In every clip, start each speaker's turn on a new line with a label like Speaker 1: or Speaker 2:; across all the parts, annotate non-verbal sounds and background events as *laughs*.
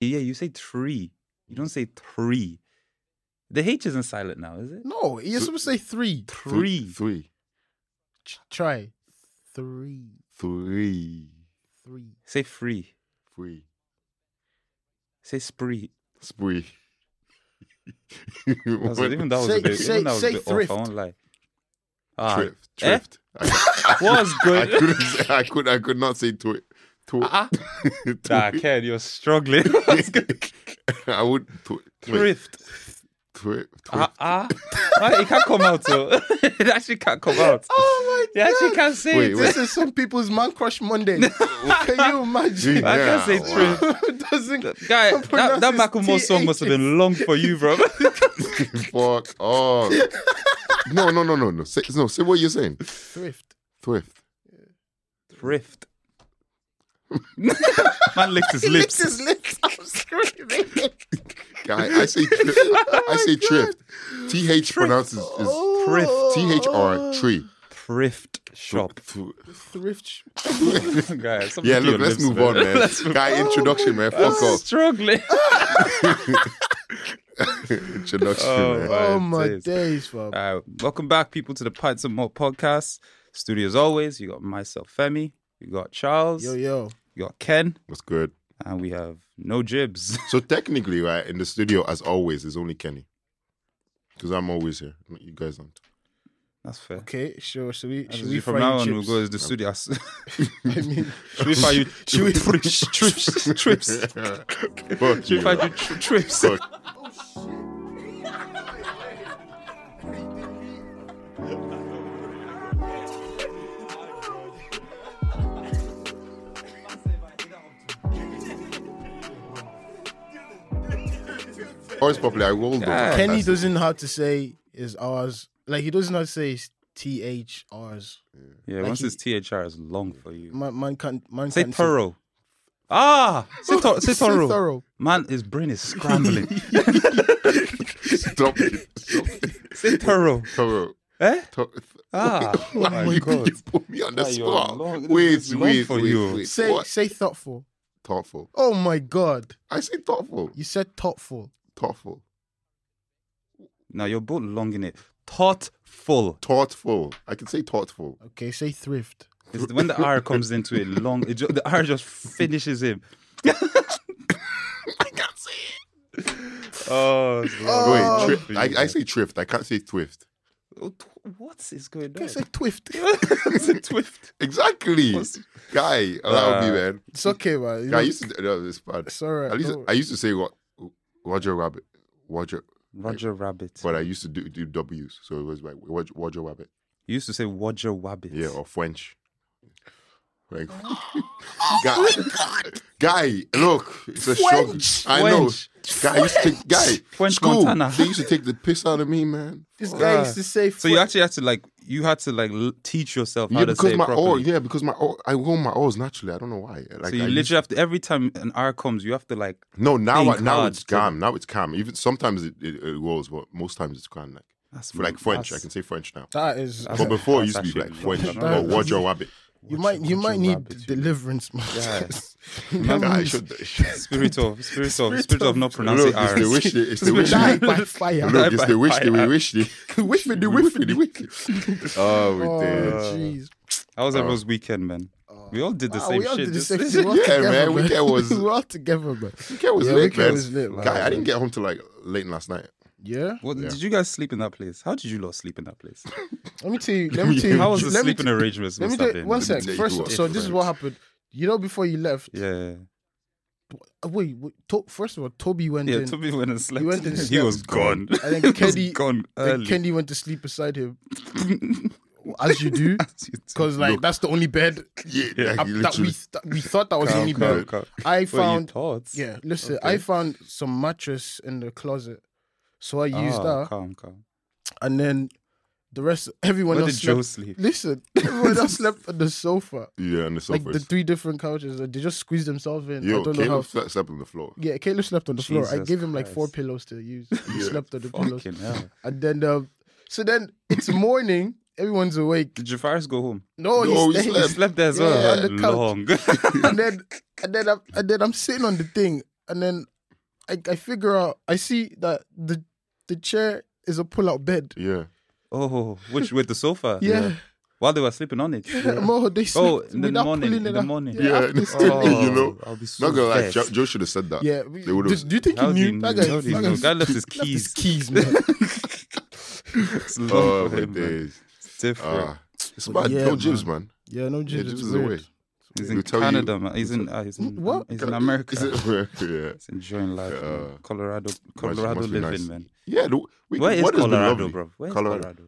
Speaker 1: Yeah, you say three. You don't say three. The H isn't silent now, is it?
Speaker 2: No, you're supposed to say three.
Speaker 1: Three.
Speaker 3: Three.
Speaker 2: Ch- try. Three.
Speaker 3: Three.
Speaker 2: Three.
Speaker 1: Say free.
Speaker 3: Three.
Speaker 1: Say spree. *laughs*
Speaker 3: Spree.
Speaker 1: I was like, even that was
Speaker 2: Say-
Speaker 1: a bit,
Speaker 2: say-
Speaker 1: even that was
Speaker 2: say
Speaker 1: a bit
Speaker 2: thrift.
Speaker 1: off. I won't lie. Ah,
Speaker 3: Trift.
Speaker 1: eh?
Speaker 3: Trift. I,
Speaker 1: was
Speaker 3: *laughs* I
Speaker 1: good.
Speaker 3: couldn't. Say, I could. I could not say twit. Twit.
Speaker 1: Ah,
Speaker 3: Twit.
Speaker 1: nah, Ken, you're struggling. *laughs*
Speaker 3: I would. Twit. Twit.
Speaker 1: Thrift.
Speaker 3: Twit.
Speaker 1: Ah, ah. Why? It can't come out. though. *laughs* it actually can't come out.
Speaker 2: Oh my
Speaker 1: You actually can't say
Speaker 3: Wait,
Speaker 1: it.
Speaker 3: wait.
Speaker 2: This is some people's man
Speaker 1: *laughs*
Speaker 2: crush Monday. Can you imagine? *laughs*
Speaker 1: I can't say
Speaker 3: Yeah,
Speaker 1: thrift.
Speaker 2: Doesn't
Speaker 1: Guy,
Speaker 2: can't
Speaker 1: that, that
Speaker 2: pronounce his
Speaker 1: Macklemore song must have been long for you, bro. *laughs*
Speaker 3: Fuck off. No, no, no, no, no. Say, no, say what you're saying.
Speaker 2: thrift.
Speaker 3: Thrift. *laughs*
Speaker 1: Thrift. *laughs* Man licked his lips.
Speaker 2: Licked
Speaker 1: *laughs*
Speaker 2: his lips. I'm screaming.
Speaker 3: Guy, I say tri- I say trift. T H pronounces is
Speaker 1: Oh. Thrift.
Speaker 3: T H R tree.
Speaker 1: Thrift *laughs* shop.
Speaker 2: Thrift. sh-
Speaker 1: *laughs* Guy, something
Speaker 3: Yeah,
Speaker 1: to
Speaker 3: look,
Speaker 1: Oh. your
Speaker 3: let's
Speaker 1: lips,
Speaker 3: move
Speaker 1: man.
Speaker 3: on,
Speaker 1: *laughs*
Speaker 3: man. Guy, introduction, man. Fuck
Speaker 1: I'm
Speaker 3: off.
Speaker 1: struggling.
Speaker 3: Introduction,
Speaker 1: Oh,
Speaker 3: man.
Speaker 1: man.
Speaker 2: Oh my
Speaker 1: Jeez.
Speaker 2: days, fam.
Speaker 1: *laughs* Uh, welcome back, people, to the Pints and More podcast. Studio as always, you got myself, Femi. You got Charles.
Speaker 2: Yo, yo.
Speaker 1: You got Ken.
Speaker 3: That's good.
Speaker 1: And we have no jibs. *laughs*
Speaker 3: So technically, right, in the studio, as always, is only Kenny. Because I'm always here. You guys aren't.
Speaker 1: That's fair.
Speaker 2: Okay, sure. Should we? Should
Speaker 1: Actually,
Speaker 2: we
Speaker 1: From
Speaker 2: fry
Speaker 1: now
Speaker 2: you
Speaker 1: on, we'll
Speaker 2: chips?
Speaker 1: go to the studio. *laughs* should
Speaker 2: *laughs* I mean,
Speaker 1: we find you
Speaker 2: Should
Speaker 1: *laughs*
Speaker 2: we-
Speaker 1: trips? Trips? Trips? *laughs*
Speaker 3: Fuck
Speaker 1: Should we
Speaker 3: you.
Speaker 1: find you
Speaker 3: man.
Speaker 1: tri- trips?
Speaker 3: Fuck. Ours properly, I rolled
Speaker 1: Yeah.
Speaker 3: on.
Speaker 2: Kenny doesn't know how to say is ours. Like he doesn't know how to say is T H R's.
Speaker 1: *laughs* Yeah,
Speaker 2: Like
Speaker 1: once
Speaker 2: he-
Speaker 1: his THR is long for you.
Speaker 2: Man, man can't. Man
Speaker 1: Say
Speaker 2: can't *laughs*
Speaker 1: thorough. Ah, say, to- say
Speaker 2: Say
Speaker 1: thorough.
Speaker 2: thorough.
Speaker 1: Man, his brain is scrambling.
Speaker 3: Stop it. Stop it.
Speaker 1: say thorough.
Speaker 3: Thorough.
Speaker 1: Eh?
Speaker 3: Thor-
Speaker 1: Ah, oh
Speaker 3: Why
Speaker 1: my
Speaker 3: you,
Speaker 1: God.
Speaker 3: you put me on the
Speaker 1: Ah, you're
Speaker 3: spot.
Speaker 1: long- this
Speaker 3: wait,
Speaker 1: is long
Speaker 3: wait,
Speaker 1: for
Speaker 3: wait,
Speaker 1: you.
Speaker 3: wait.
Speaker 2: Say
Speaker 3: What?
Speaker 2: say thoughtful.
Speaker 3: Thoughtful.
Speaker 2: Oh my god!
Speaker 3: I say thoughtful.
Speaker 2: You said thoughtful.
Speaker 3: Thoughtful.
Speaker 1: Now you're both long in it. Thoughtful.
Speaker 3: Thoughtful. I can say thoughtful.
Speaker 2: Okay, say thrift.
Speaker 1: It's when the R comes into it, long. It ju- the R just finishes him.
Speaker 3: I can't say
Speaker 1: Oh,
Speaker 3: Oh, wait,
Speaker 1: for
Speaker 3: tri- I, I
Speaker 1: you.
Speaker 3: say trift. I can't say twift.
Speaker 1: Oh, tw- What is going
Speaker 2: Okay,
Speaker 1: on?
Speaker 2: say *laughs* twift.
Speaker 1: it's a twift.
Speaker 3: Exactly.
Speaker 1: What's-
Speaker 3: Guy, allow
Speaker 1: Uh,
Speaker 3: me, man.
Speaker 2: It's okay, man. You
Speaker 3: Guy, I
Speaker 2: know,
Speaker 3: used to. No, it's bad.
Speaker 2: it's alright.
Speaker 3: I used to, I used to say what Roger Rabbit. Roger,
Speaker 1: Roger Rabbit.
Speaker 3: but I used to do, do W's, so it was like Roger, Roger Rabbit.
Speaker 1: You used to say Roger Rabbit.
Speaker 3: Yeah, oh. or French. Like, guy, *laughs* guy, look, it's a struggle. I know.
Speaker 1: French.
Speaker 3: Guy, I used to take, guy,
Speaker 1: French
Speaker 3: school,
Speaker 1: Montana.
Speaker 3: they used to take the piss out of
Speaker 1: *laughs*
Speaker 3: me, man.
Speaker 2: this guy
Speaker 1: Ah.
Speaker 2: used to say.
Speaker 1: So you actually had to like you had to like l- teach yourself how
Speaker 3: Yeah,
Speaker 1: to say
Speaker 3: because
Speaker 1: it
Speaker 3: my
Speaker 1: properly.
Speaker 3: all, yeah, because my all, I roll my O's naturally. I don't know why. Like,
Speaker 1: so you
Speaker 3: I
Speaker 1: literally
Speaker 3: used-
Speaker 1: have to every time an R comes, you have to like
Speaker 3: no now,
Speaker 1: think
Speaker 3: now
Speaker 1: hard
Speaker 3: it's
Speaker 1: to-
Speaker 3: calm. Now it's calm. Even sometimes it, it, it rolls, but most times it's calm. Like
Speaker 1: that's
Speaker 3: for like French, I
Speaker 1: that's-
Speaker 3: can say French now.
Speaker 2: That is.
Speaker 1: That's-
Speaker 3: But before it used
Speaker 1: that's
Speaker 3: to be like
Speaker 1: actually
Speaker 3: French
Speaker 1: lovely.
Speaker 3: or
Speaker 2: That-
Speaker 3: Roger Rabbit.
Speaker 2: you might
Speaker 1: Roger
Speaker 2: you might need
Speaker 1: Rabbit, you-
Speaker 2: deliverance, man. *laughs*
Speaker 3: *laughs*
Speaker 1: Yes.
Speaker 3: Guy, I should,
Speaker 1: Spirit of, spirit of, spirit,
Speaker 2: Spirit
Speaker 1: of,
Speaker 2: of-
Speaker 1: not pronouncing
Speaker 3: look,
Speaker 1: R.
Speaker 3: it's the wish. It's the wish.
Speaker 2: Die
Speaker 3: *laughs*
Speaker 2: by fire.
Speaker 3: Look, it's the wish. The
Speaker 1: Fire.
Speaker 3: wish. The *laughs*
Speaker 2: Whiffy,
Speaker 3: wiffy. Oh, we
Speaker 2: Oh,
Speaker 3: did.
Speaker 2: jeez.
Speaker 1: How was everyone's weekend, man? We all did the
Speaker 2: Wow,
Speaker 1: same
Speaker 2: Ah, we all
Speaker 1: shit.
Speaker 2: did
Speaker 1: *laughs*
Speaker 2: the
Speaker 1: This-
Speaker 2: same
Speaker 1: this-
Speaker 2: shit. We're all
Speaker 3: Yeah,
Speaker 2: together,
Speaker 3: man, weekend
Speaker 2: *laughs*
Speaker 3: was-
Speaker 2: We're all together, man.
Speaker 3: Weekend was
Speaker 2: Yeah,
Speaker 3: late,
Speaker 2: weekend
Speaker 3: man.
Speaker 2: was lit, man.
Speaker 3: Guy, I didn't get home till like late last night.
Speaker 2: Yeah.
Speaker 1: What,
Speaker 3: Yeah.
Speaker 1: Did you guys sleep in that place? How did you lot sleep in that *laughs* place?
Speaker 2: Let me tell
Speaker 3: *laughs*
Speaker 2: you. Let me tell you.
Speaker 1: How was the
Speaker 2: let me
Speaker 1: sleeping arrangements?
Speaker 2: Let me
Speaker 1: must
Speaker 2: tell
Speaker 1: have
Speaker 2: you,
Speaker 1: been?
Speaker 2: one
Speaker 3: Let me
Speaker 2: sec.
Speaker 3: tell you
Speaker 2: First,
Speaker 3: what.
Speaker 2: so this is what happened. You know, before you left,
Speaker 1: Yeah,
Speaker 2: uh, wait, wait to, first of all, Toby went
Speaker 1: yeah.
Speaker 2: in.
Speaker 1: Toby went and slept.
Speaker 2: went
Speaker 1: *laughs*
Speaker 2: and
Speaker 1: he
Speaker 2: slept.
Speaker 1: was gone.
Speaker 2: And then
Speaker 1: *laughs* He was
Speaker 2: Kenny-
Speaker 1: gone
Speaker 2: then
Speaker 1: early. *laughs*
Speaker 2: Kenny went to sleep beside him, *laughs* as you do, because like
Speaker 3: Look.
Speaker 2: that's the only bed
Speaker 3: Yeah,
Speaker 1: Yeah.
Speaker 3: like,
Speaker 2: uh, that we
Speaker 3: literally.
Speaker 2: that we thought that was the only bed. I found
Speaker 1: thoughts.
Speaker 2: yeah. Listen, I found some mattress in the closet, so I used that,
Speaker 1: Calm, Ah, calm.
Speaker 2: and then the rest everyone
Speaker 1: Where did
Speaker 2: else
Speaker 1: Joe
Speaker 2: slept.
Speaker 1: sleep?
Speaker 2: *laughs* Listen, everyone else slept on
Speaker 1: *laughs*
Speaker 2: the sofa,
Speaker 3: Yeah, on the
Speaker 2: like the
Speaker 3: sofas.
Speaker 2: three different couches. and They just squeezed themselves in. I
Speaker 3: Yo,
Speaker 2: don't know how.
Speaker 3: Caleb slept slept on the floor.
Speaker 2: Yeah, Caleb slept on the floor. I
Speaker 1: Jesus
Speaker 2: gave him like four
Speaker 1: Christ.
Speaker 2: pillows
Speaker 1: *laughs*
Speaker 2: to use. He
Speaker 3: Yeah.
Speaker 2: slept on the pillows.
Speaker 1: Fucking hell.
Speaker 2: And then, uh, so then it's morning. Everyone's awake.
Speaker 1: Did Jafaris go home?
Speaker 2: No,
Speaker 3: No,
Speaker 2: he's *laughs*
Speaker 3: he
Speaker 2: staying.
Speaker 1: He slept there as
Speaker 2: Yeah,
Speaker 1: well.
Speaker 2: on the couch.
Speaker 1: Long. *laughs*
Speaker 2: and then, and then, I'm, and then I'm sitting on the thing, and then I, I figure out I see that the the chair is a pull out bed.
Speaker 3: Yeah.
Speaker 1: Oh, which with the sofa?
Speaker 2: Yeah.
Speaker 1: While they were sleeping on it.
Speaker 2: *laughs* Mo, they sleep
Speaker 1: Oh, in the
Speaker 2: without
Speaker 1: morning,
Speaker 2: pulling
Speaker 1: in
Speaker 2: it
Speaker 1: the
Speaker 2: out.
Speaker 1: morning.
Speaker 2: Yeah.
Speaker 3: *laughs* Yeah,
Speaker 2: after
Speaker 3: it's
Speaker 2: sleep.
Speaker 3: Oh. *laughs* you know,
Speaker 1: I'll be so
Speaker 3: Not gonna lie,
Speaker 1: vexed.
Speaker 3: Joe, Joe should have said *laughs* that.
Speaker 2: Yeah, we-
Speaker 3: They would've-
Speaker 2: do, do you think
Speaker 1: How
Speaker 2: he
Speaker 1: do you
Speaker 2: knew?
Speaker 1: know?
Speaker 2: That guy,
Speaker 1: How do you
Speaker 2: that
Speaker 1: know?
Speaker 2: guy's-
Speaker 1: Guy
Speaker 3: *laughs*
Speaker 1: left his
Speaker 2: left his
Speaker 1: keys.
Speaker 2: keys, man.
Speaker 1: It's *laughs* long
Speaker 3: Oh
Speaker 1: for
Speaker 3: my
Speaker 1: him, man.
Speaker 3: days.
Speaker 1: It's different.
Speaker 3: Ah, it's mad.
Speaker 2: Yeah,
Speaker 3: no gyms, man.
Speaker 2: *laughs* yeah, no,
Speaker 3: Yeah,
Speaker 2: Jim,
Speaker 3: gyms
Speaker 2: it's
Speaker 3: is away.
Speaker 2: weird.
Speaker 1: he's
Speaker 3: They
Speaker 1: in
Speaker 3: will tell you-
Speaker 1: Canada, man. He's in, uh, he's in,
Speaker 2: What?
Speaker 1: he's in America.
Speaker 3: Is it- *laughs* yeah.
Speaker 1: He's enjoying life, man.
Speaker 3: Uh,
Speaker 1: Colorado, Colorado
Speaker 3: must be
Speaker 1: living,
Speaker 3: nice.
Speaker 1: man.
Speaker 3: Yeah, the, we,
Speaker 1: Where is
Speaker 3: what has been
Speaker 1: Colorado,
Speaker 3: lovely-
Speaker 1: bro? Where is
Speaker 3: Colorado.
Speaker 1: Colorado.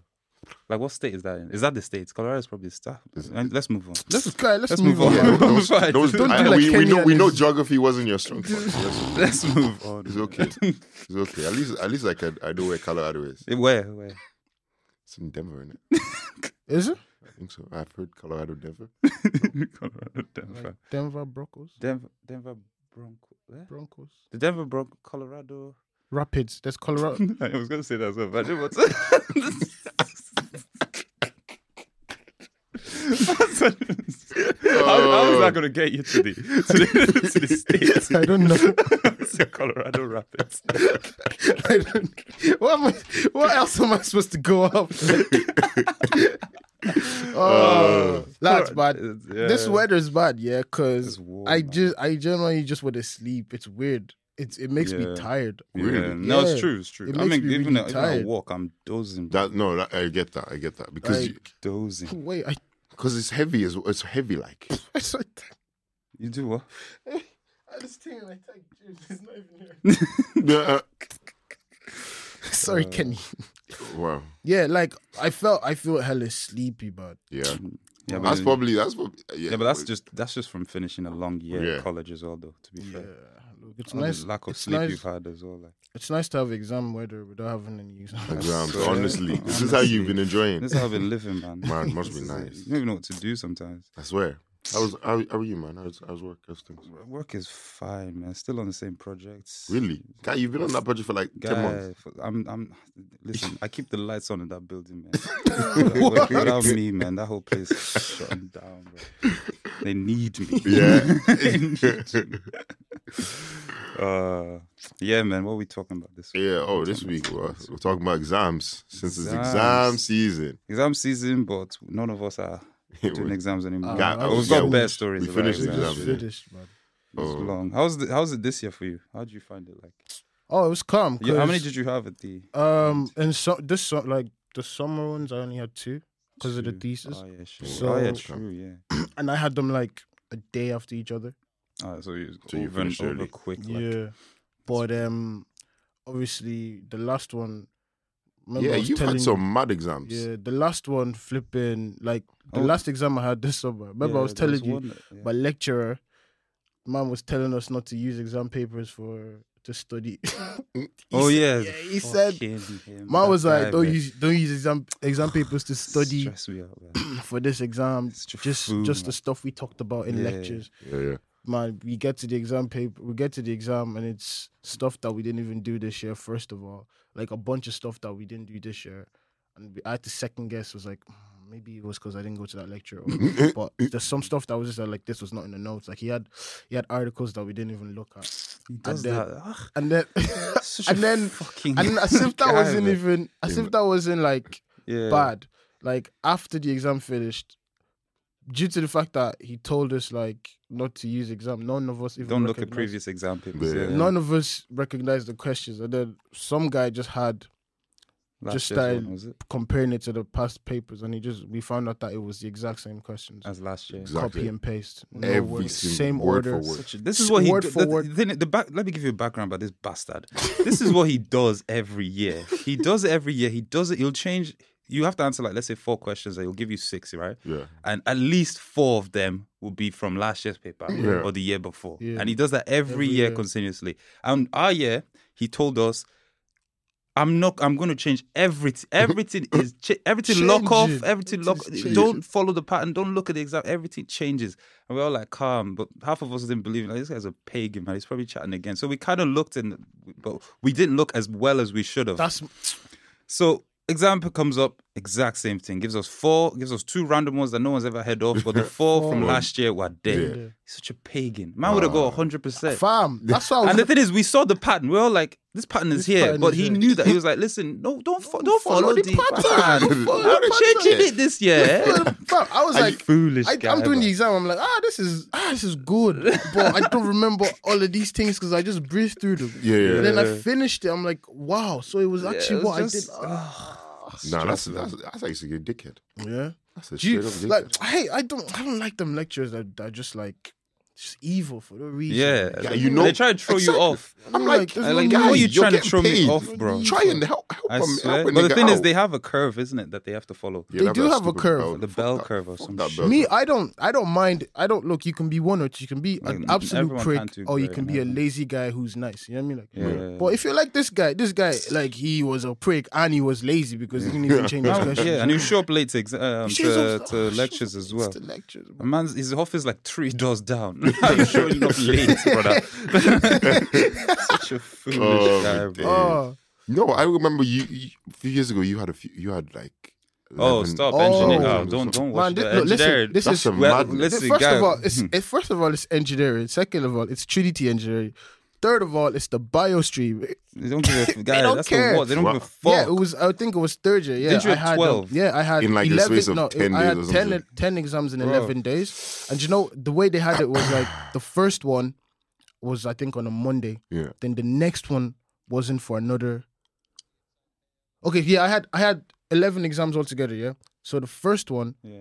Speaker 1: Like, what state is that in? Is that the states? Colorado is probably the state. And Let's move on.
Speaker 2: Let's, guy, let's,
Speaker 1: Let's
Speaker 2: move
Speaker 1: move
Speaker 2: on.
Speaker 3: Yeah,
Speaker 1: Don't
Speaker 3: those,
Speaker 1: fight.
Speaker 3: those,
Speaker 1: Don't do
Speaker 3: I-
Speaker 2: like
Speaker 3: we, we
Speaker 2: Kenya
Speaker 3: know we
Speaker 2: and
Speaker 3: know
Speaker 2: his-
Speaker 3: geography wasn't your
Speaker 1: *laughs*
Speaker 3: strong point.
Speaker 1: *laughs*
Speaker 3: That's-
Speaker 1: Let's
Speaker 3: *laughs*
Speaker 1: move on.
Speaker 3: It's okay. It's okay. At least at least I can I know where Colorado is.
Speaker 1: *laughs* Where?
Speaker 3: *laughs*
Speaker 1: Where?
Speaker 3: It's in Denver, isn't it?
Speaker 2: Is it?
Speaker 3: I think so. I've heard Colorado, Denver.
Speaker 1: Colorado, Denver.
Speaker 2: Denver Broncos.
Speaker 1: Denver, Denver Broncos. eh?
Speaker 2: Broncos.
Speaker 1: The Denver Broncos, Colorado.
Speaker 2: Rapids. There's Colorado.
Speaker 1: *laughs* I was gonna say that as well, but I
Speaker 3: *laughs*
Speaker 1: didn't want to. how, how is
Speaker 3: Oh.
Speaker 1: that gonna get you to the to the,
Speaker 3: *laughs*
Speaker 1: to the states? *laughs*
Speaker 2: I don't know.
Speaker 1: It's the Colorado Rapids.
Speaker 2: *laughs* I don't, what, am I, what else am I supposed to go up? *laughs* oh, that's bad.
Speaker 1: Uh, Yeah.
Speaker 2: This weather's bad, yeah,
Speaker 1: It's
Speaker 2: because
Speaker 1: warm,
Speaker 2: I
Speaker 1: man.
Speaker 2: just I generally just want to sleep. It's weird. It's it makes
Speaker 1: Yeah.
Speaker 2: me tired.
Speaker 1: Yeah.
Speaker 3: Really?
Speaker 1: No,
Speaker 2: Yeah.
Speaker 1: it's true. It's true.
Speaker 2: It
Speaker 1: I
Speaker 2: makes
Speaker 1: mean,
Speaker 2: me
Speaker 1: even,
Speaker 2: really
Speaker 1: a, even a
Speaker 2: tired.
Speaker 1: walk, I'm dozing.
Speaker 3: That no, that, I get that. I get that because
Speaker 2: Like-
Speaker 1: dozing.
Speaker 2: Wait, I, *laughs*
Speaker 3: because it's heavy as it's heavy
Speaker 1: *laughs*
Speaker 3: like.
Speaker 2: I just I
Speaker 1: You do what?
Speaker 2: just think *laughs* I think James is not even
Speaker 1: *laughs*
Speaker 2: here. *laughs*
Speaker 3: Yeah,
Speaker 2: Sorry, Kenny.
Speaker 3: uh, wow.
Speaker 2: Yeah, like I felt I feel hella sleepy, but
Speaker 3: Yeah.
Speaker 1: Yeah,
Speaker 3: that's
Speaker 1: then-
Speaker 3: probably that's probably yeah.
Speaker 1: Yeah, but that's just that's just from finishing a long year
Speaker 3: Yeah.
Speaker 1: at college as well, though. To be
Speaker 2: yeah,
Speaker 1: fair,
Speaker 2: uh, look, it's
Speaker 1: All Oh, the
Speaker 2: nice.
Speaker 1: lack of
Speaker 2: it's
Speaker 1: sleep
Speaker 2: nice.
Speaker 1: you've had as well. Like
Speaker 2: It's nice to have exam weather without having any exam.
Speaker 3: exams.
Speaker 1: Yeah. *laughs*
Speaker 3: Honestly, this is how you've been enjoying.
Speaker 1: this is how I've been living, man. *laughs*
Speaker 3: Man, must be
Speaker 1: This is it.
Speaker 3: nice.
Speaker 1: You don't even know what to do sometimes.
Speaker 3: I swear. I was how, how are you, man? I was I was work. How's things?
Speaker 1: Work is fine, man. Still on the same projects.
Speaker 3: Really, guy, you've been on that project for like
Speaker 1: Guy,
Speaker 3: ten months.
Speaker 1: f- I'm, I'm. Listen, I keep the lights on in that building,
Speaker 3: *laughs*
Speaker 1: man. Without- Without me, man, that whole place is shutting down, bro. They need me.
Speaker 3: Yeah.
Speaker 1: They need me. uh, yeah, man. What are we talking about this week?
Speaker 3: Yeah. Oh, this week we're, we're talking about exams since it's exam
Speaker 1: Exams.
Speaker 3: season.
Speaker 1: Exam season, but none of us
Speaker 3: *laughs*
Speaker 1: are doing
Speaker 3: We-
Speaker 1: exams anymore.
Speaker 2: Guy, Uh, I
Speaker 1: We've
Speaker 2: was-
Speaker 1: got
Speaker 2: yeah,
Speaker 1: bad
Speaker 2: we-
Speaker 1: stories.
Speaker 3: we
Speaker 1: about
Speaker 3: finished
Speaker 2: It's
Speaker 1: exams.
Speaker 3: exams,
Speaker 2: just
Speaker 3: yeah.
Speaker 2: finished, man.
Speaker 1: It's
Speaker 3: Oh.
Speaker 1: long. How's the, how's it this year for you? How did you find it? Like,
Speaker 2: Oh, it was calm.
Speaker 1: you, how many
Speaker 2: 'cause,
Speaker 1: did you have at the?
Speaker 2: um and so this so, like the summer ones I only had two because of the
Speaker 1: Two.
Speaker 2: thesis,
Speaker 1: Oh yeah, sure.
Speaker 2: So-
Speaker 1: oh yeah, true. Yeah.
Speaker 2: and I had them like a day after each other.
Speaker 1: All right, Oh, so you
Speaker 3: So you
Speaker 1: over and
Speaker 3: finished
Speaker 1: over
Speaker 3: early.
Speaker 1: quick. Like,
Speaker 2: yeah, but um, obviously the last one. remember
Speaker 3: Yeah,
Speaker 2: I was
Speaker 3: you've
Speaker 2: telling
Speaker 3: had some mad exams.
Speaker 2: Yeah, the last one flipping like the
Speaker 1: Oh.
Speaker 2: last exam I had this summer. Remember I
Speaker 1: yeah,
Speaker 2: was
Speaker 1: there
Speaker 2: telling you,
Speaker 1: one that- yeah.
Speaker 2: my lecturer, man was telling us not to use exam papers for to study. *laughs* He
Speaker 1: oh
Speaker 2: said-
Speaker 1: yeah.
Speaker 2: he said.
Speaker 1: fucking him,
Speaker 2: Man
Speaker 1: that
Speaker 2: was
Speaker 1: guy,
Speaker 2: like, don't
Speaker 1: man.
Speaker 2: use don't use exam exam papers to study
Speaker 1: Stress me out,
Speaker 2: *laughs*
Speaker 1: man.
Speaker 2: for this exam.
Speaker 1: It's
Speaker 2: Just
Speaker 1: food,
Speaker 2: just the
Speaker 1: man.
Speaker 2: stuff we talked about in
Speaker 1: Yeah.
Speaker 2: lectures.
Speaker 3: yeah, yeah. *laughs*
Speaker 2: Man, we get to the exam paper, we get to the exam, and it's stuff that we didn't even do this year. First of all, like a bunch of stuff that we didn't do this year, and we- I had to second guess. Was like, "Mm, maybe it was because I didn't go to that lecture,
Speaker 1: *coughs*
Speaker 2: or, but there's some stuff that was just like this was not in the notes. Like he had he had articles that we didn't even look at,
Speaker 1: He does
Speaker 2: then-
Speaker 1: that. Ugh,
Speaker 2: and then *laughs*
Speaker 1: such
Speaker 2: and
Speaker 1: a
Speaker 2: then
Speaker 1: fucking *laughs*
Speaker 2: and as if
Speaker 1: guy,
Speaker 2: that wasn't
Speaker 1: man.
Speaker 2: even as if that wasn't like
Speaker 1: yeah.
Speaker 2: bad. Like after the exam finished, due to the fact that he told us like not to use exam, none of us even
Speaker 1: Don't look at
Speaker 2: recognized-
Speaker 1: previous exam papers.
Speaker 3: Yeah.
Speaker 1: Yeah.
Speaker 2: None of us recognized the questions, and then some guy just had
Speaker 1: Last
Speaker 2: just
Speaker 1: year's one,
Speaker 2: started-
Speaker 1: was it?
Speaker 2: comparing it to the past papers, and he just we found out that it was the exact same questions,
Speaker 1: As last year.
Speaker 3: Exactly.
Speaker 2: copy and paste, no
Speaker 3: Every
Speaker 2: words,
Speaker 3: single
Speaker 2: same
Speaker 3: word for
Speaker 2: order.
Speaker 3: word.
Speaker 1: Such a- this
Speaker 2: S-
Speaker 1: is what he
Speaker 2: word
Speaker 1: do-
Speaker 2: for
Speaker 1: the,
Speaker 2: word.
Speaker 1: the thing- the back, let me give you a background about this
Speaker 2: *laughs*
Speaker 1: bastard. This is what he does every year. He does it every year. He does it. He'll change. You have to answer like let's say four questions. and He'll give you six, right?
Speaker 3: Yeah.
Speaker 1: And at least four of them will be from last year's paper
Speaker 3: Yeah.
Speaker 1: or the year before.
Speaker 2: Yeah.
Speaker 1: And he does that every,
Speaker 2: Every
Speaker 1: year
Speaker 2: year.
Speaker 1: continuously. And our year, he told us. I'm not. I'm going to change everything. Everything is cha- everything. Lock off.
Speaker 2: Changing.
Speaker 1: Everything. Lock.
Speaker 2: Everything's changing.
Speaker 1: Don't follow the pattern. Don't look at the exact. Everything changes. And we're all like, calm. But half of us didn't believe it. Like, this guy's a pagan, man. He's probably chatting again. So we kind of looked and, but we didn't look as well as we should have.
Speaker 2: That's
Speaker 1: so exam comes up. Exact same thing. Gives us four, gives us two random ones that no one's ever heard of, but
Speaker 2: *laughs*
Speaker 1: the four from
Speaker 2: Four.
Speaker 1: last year were dead.
Speaker 2: Yeah.
Speaker 1: He's such a pagan. Man would have got 100%.
Speaker 2: Fam, that's why I was
Speaker 1: And the thing is, we saw the pattern. We are all like, "This pattern is
Speaker 2: This
Speaker 1: here,"
Speaker 2: pattern
Speaker 1: but
Speaker 2: is
Speaker 1: he
Speaker 2: here.
Speaker 1: knew
Speaker 2: *laughs*
Speaker 1: that he was like, "Listen, no, don't fo- don't follow,
Speaker 2: follow
Speaker 1: the
Speaker 2: the
Speaker 1: pattern.
Speaker 2: pattern.
Speaker 3: Don't follow
Speaker 1: I'm
Speaker 2: the
Speaker 1: changing
Speaker 3: pattern."
Speaker 1: it this year."
Speaker 2: *laughs* Fam, I was
Speaker 3: Are
Speaker 2: like,
Speaker 3: you
Speaker 1: Foolish.
Speaker 2: I,
Speaker 1: guy,
Speaker 2: I'm doing
Speaker 1: man.
Speaker 2: the exam. I'm like, ah, this is ah, this is good, but I don't remember all of these things because I just breezed through them.
Speaker 3: Yeah, yeah,
Speaker 2: And then I
Speaker 1: yeah.
Speaker 2: finished it. I'm like, wow. So it was
Speaker 1: Yeah, it
Speaker 2: actually
Speaker 1: was
Speaker 2: what
Speaker 1: just-
Speaker 2: I did. Ah.
Speaker 3: Nah, that's
Speaker 1: Stressful.
Speaker 3: that's that's actually a dickhead.
Speaker 2: yeah.
Speaker 3: That's a
Speaker 2: Do you,
Speaker 3: straight up dickhead.
Speaker 2: like, hey, I don't, I don't like them lectures that that are just like just evil for no reason.
Speaker 1: Yeah,
Speaker 3: Yeah,
Speaker 1: you
Speaker 3: you
Speaker 1: know,
Speaker 3: know-
Speaker 1: they try to throw
Speaker 3: Exactly.
Speaker 1: you off.
Speaker 3: I'm
Speaker 2: like,
Speaker 3: like,
Speaker 2: there's
Speaker 1: I like,
Speaker 2: no
Speaker 1: why
Speaker 2: need.
Speaker 1: are you
Speaker 3: You're
Speaker 1: trying to
Speaker 3: getting
Speaker 1: throw me
Speaker 3: paid.
Speaker 1: off, bro?
Speaker 3: Try and help help
Speaker 1: I
Speaker 3: him.
Speaker 1: swear.
Speaker 3: help a
Speaker 1: But the
Speaker 3: nigga
Speaker 1: thing is,
Speaker 3: out.
Speaker 1: they have a curve, isn't it, that they have to follow?
Speaker 3: Yeah,
Speaker 2: They
Speaker 3: that
Speaker 2: do
Speaker 3: was
Speaker 2: have a
Speaker 3: stupid
Speaker 2: curve.
Speaker 3: belt.
Speaker 1: The
Speaker 3: Fuck
Speaker 1: bell
Speaker 3: that-
Speaker 1: curve or
Speaker 3: fuck
Speaker 1: some
Speaker 3: that
Speaker 1: shit.
Speaker 3: belt.
Speaker 2: Me, I don't, I don't mind. I don't look. You can be one or two. You can be an
Speaker 1: Like,
Speaker 2: absolute
Speaker 1: everyone
Speaker 2: prick,
Speaker 1: can't do
Speaker 2: or you
Speaker 1: great,
Speaker 2: can be a
Speaker 1: man.
Speaker 2: lazy guy who's nice. You know what I mean? Like,
Speaker 1: Yeah.
Speaker 2: But if you're like this guy, this guy, like he was a prick and he was lazy because he didn't even
Speaker 1: *laughs*
Speaker 2: change his
Speaker 1: No,
Speaker 2: questions.
Speaker 1: yeah, and you show up late to, exa- um,
Speaker 2: He shows
Speaker 1: to,
Speaker 2: up- *laughs*
Speaker 1: to lectures as well.
Speaker 2: It's the lectures.
Speaker 1: A man's his office like three doors
Speaker 2: *laughs*
Speaker 1: down. *laughs* How you showing up late, brother? *laughs* Such a foolish
Speaker 3: Oh,
Speaker 1: guy,
Speaker 3: my
Speaker 1: bro.
Speaker 2: Oh,
Speaker 3: No, I remember you, you a few years ago. You had a few. You had like.
Speaker 1: Oh,
Speaker 3: 11
Speaker 1: stop
Speaker 2: Oh.
Speaker 1: engineering! Oh, don't don't watch
Speaker 2: man, this,
Speaker 1: the
Speaker 2: look, listen,
Speaker 1: engineering.
Speaker 2: this
Speaker 3: That's
Speaker 2: is
Speaker 3: a
Speaker 1: Well,
Speaker 3: madness.
Speaker 1: let's see,
Speaker 2: Oh, first
Speaker 1: guy.
Speaker 2: of all, it's
Speaker 3: Hmm.
Speaker 2: it, first of all it's engineering. Second of all, it's Trinity engineering. Third of all, it's the bio stream.
Speaker 1: *laughs* They don't
Speaker 2: *laughs*
Speaker 1: give a guy.
Speaker 2: don't
Speaker 1: that's
Speaker 2: care.
Speaker 1: the what. They don't
Speaker 3: Well,
Speaker 1: give a
Speaker 2: Yeah,
Speaker 1: fuck.
Speaker 2: it was. I think it was third year. Yeah,
Speaker 1: Didn't you
Speaker 2: I
Speaker 1: have
Speaker 2: had
Speaker 1: 12?
Speaker 2: Um, yeah, I had
Speaker 3: In, like, the
Speaker 2: 11,
Speaker 3: space of
Speaker 2: no,
Speaker 3: 10
Speaker 2: I
Speaker 3: days
Speaker 2: had
Speaker 3: or
Speaker 2: 10,
Speaker 3: something.
Speaker 2: 10 exams in
Speaker 1: Bro.
Speaker 2: eleven days, and you know the way they had it was like the first one was I think on a Monday.
Speaker 3: Yeah.
Speaker 2: Then the next one wasn't for another. Okay, yeah, I had I had eleven exams altogether. Yeah, so the first one
Speaker 1: Yeah,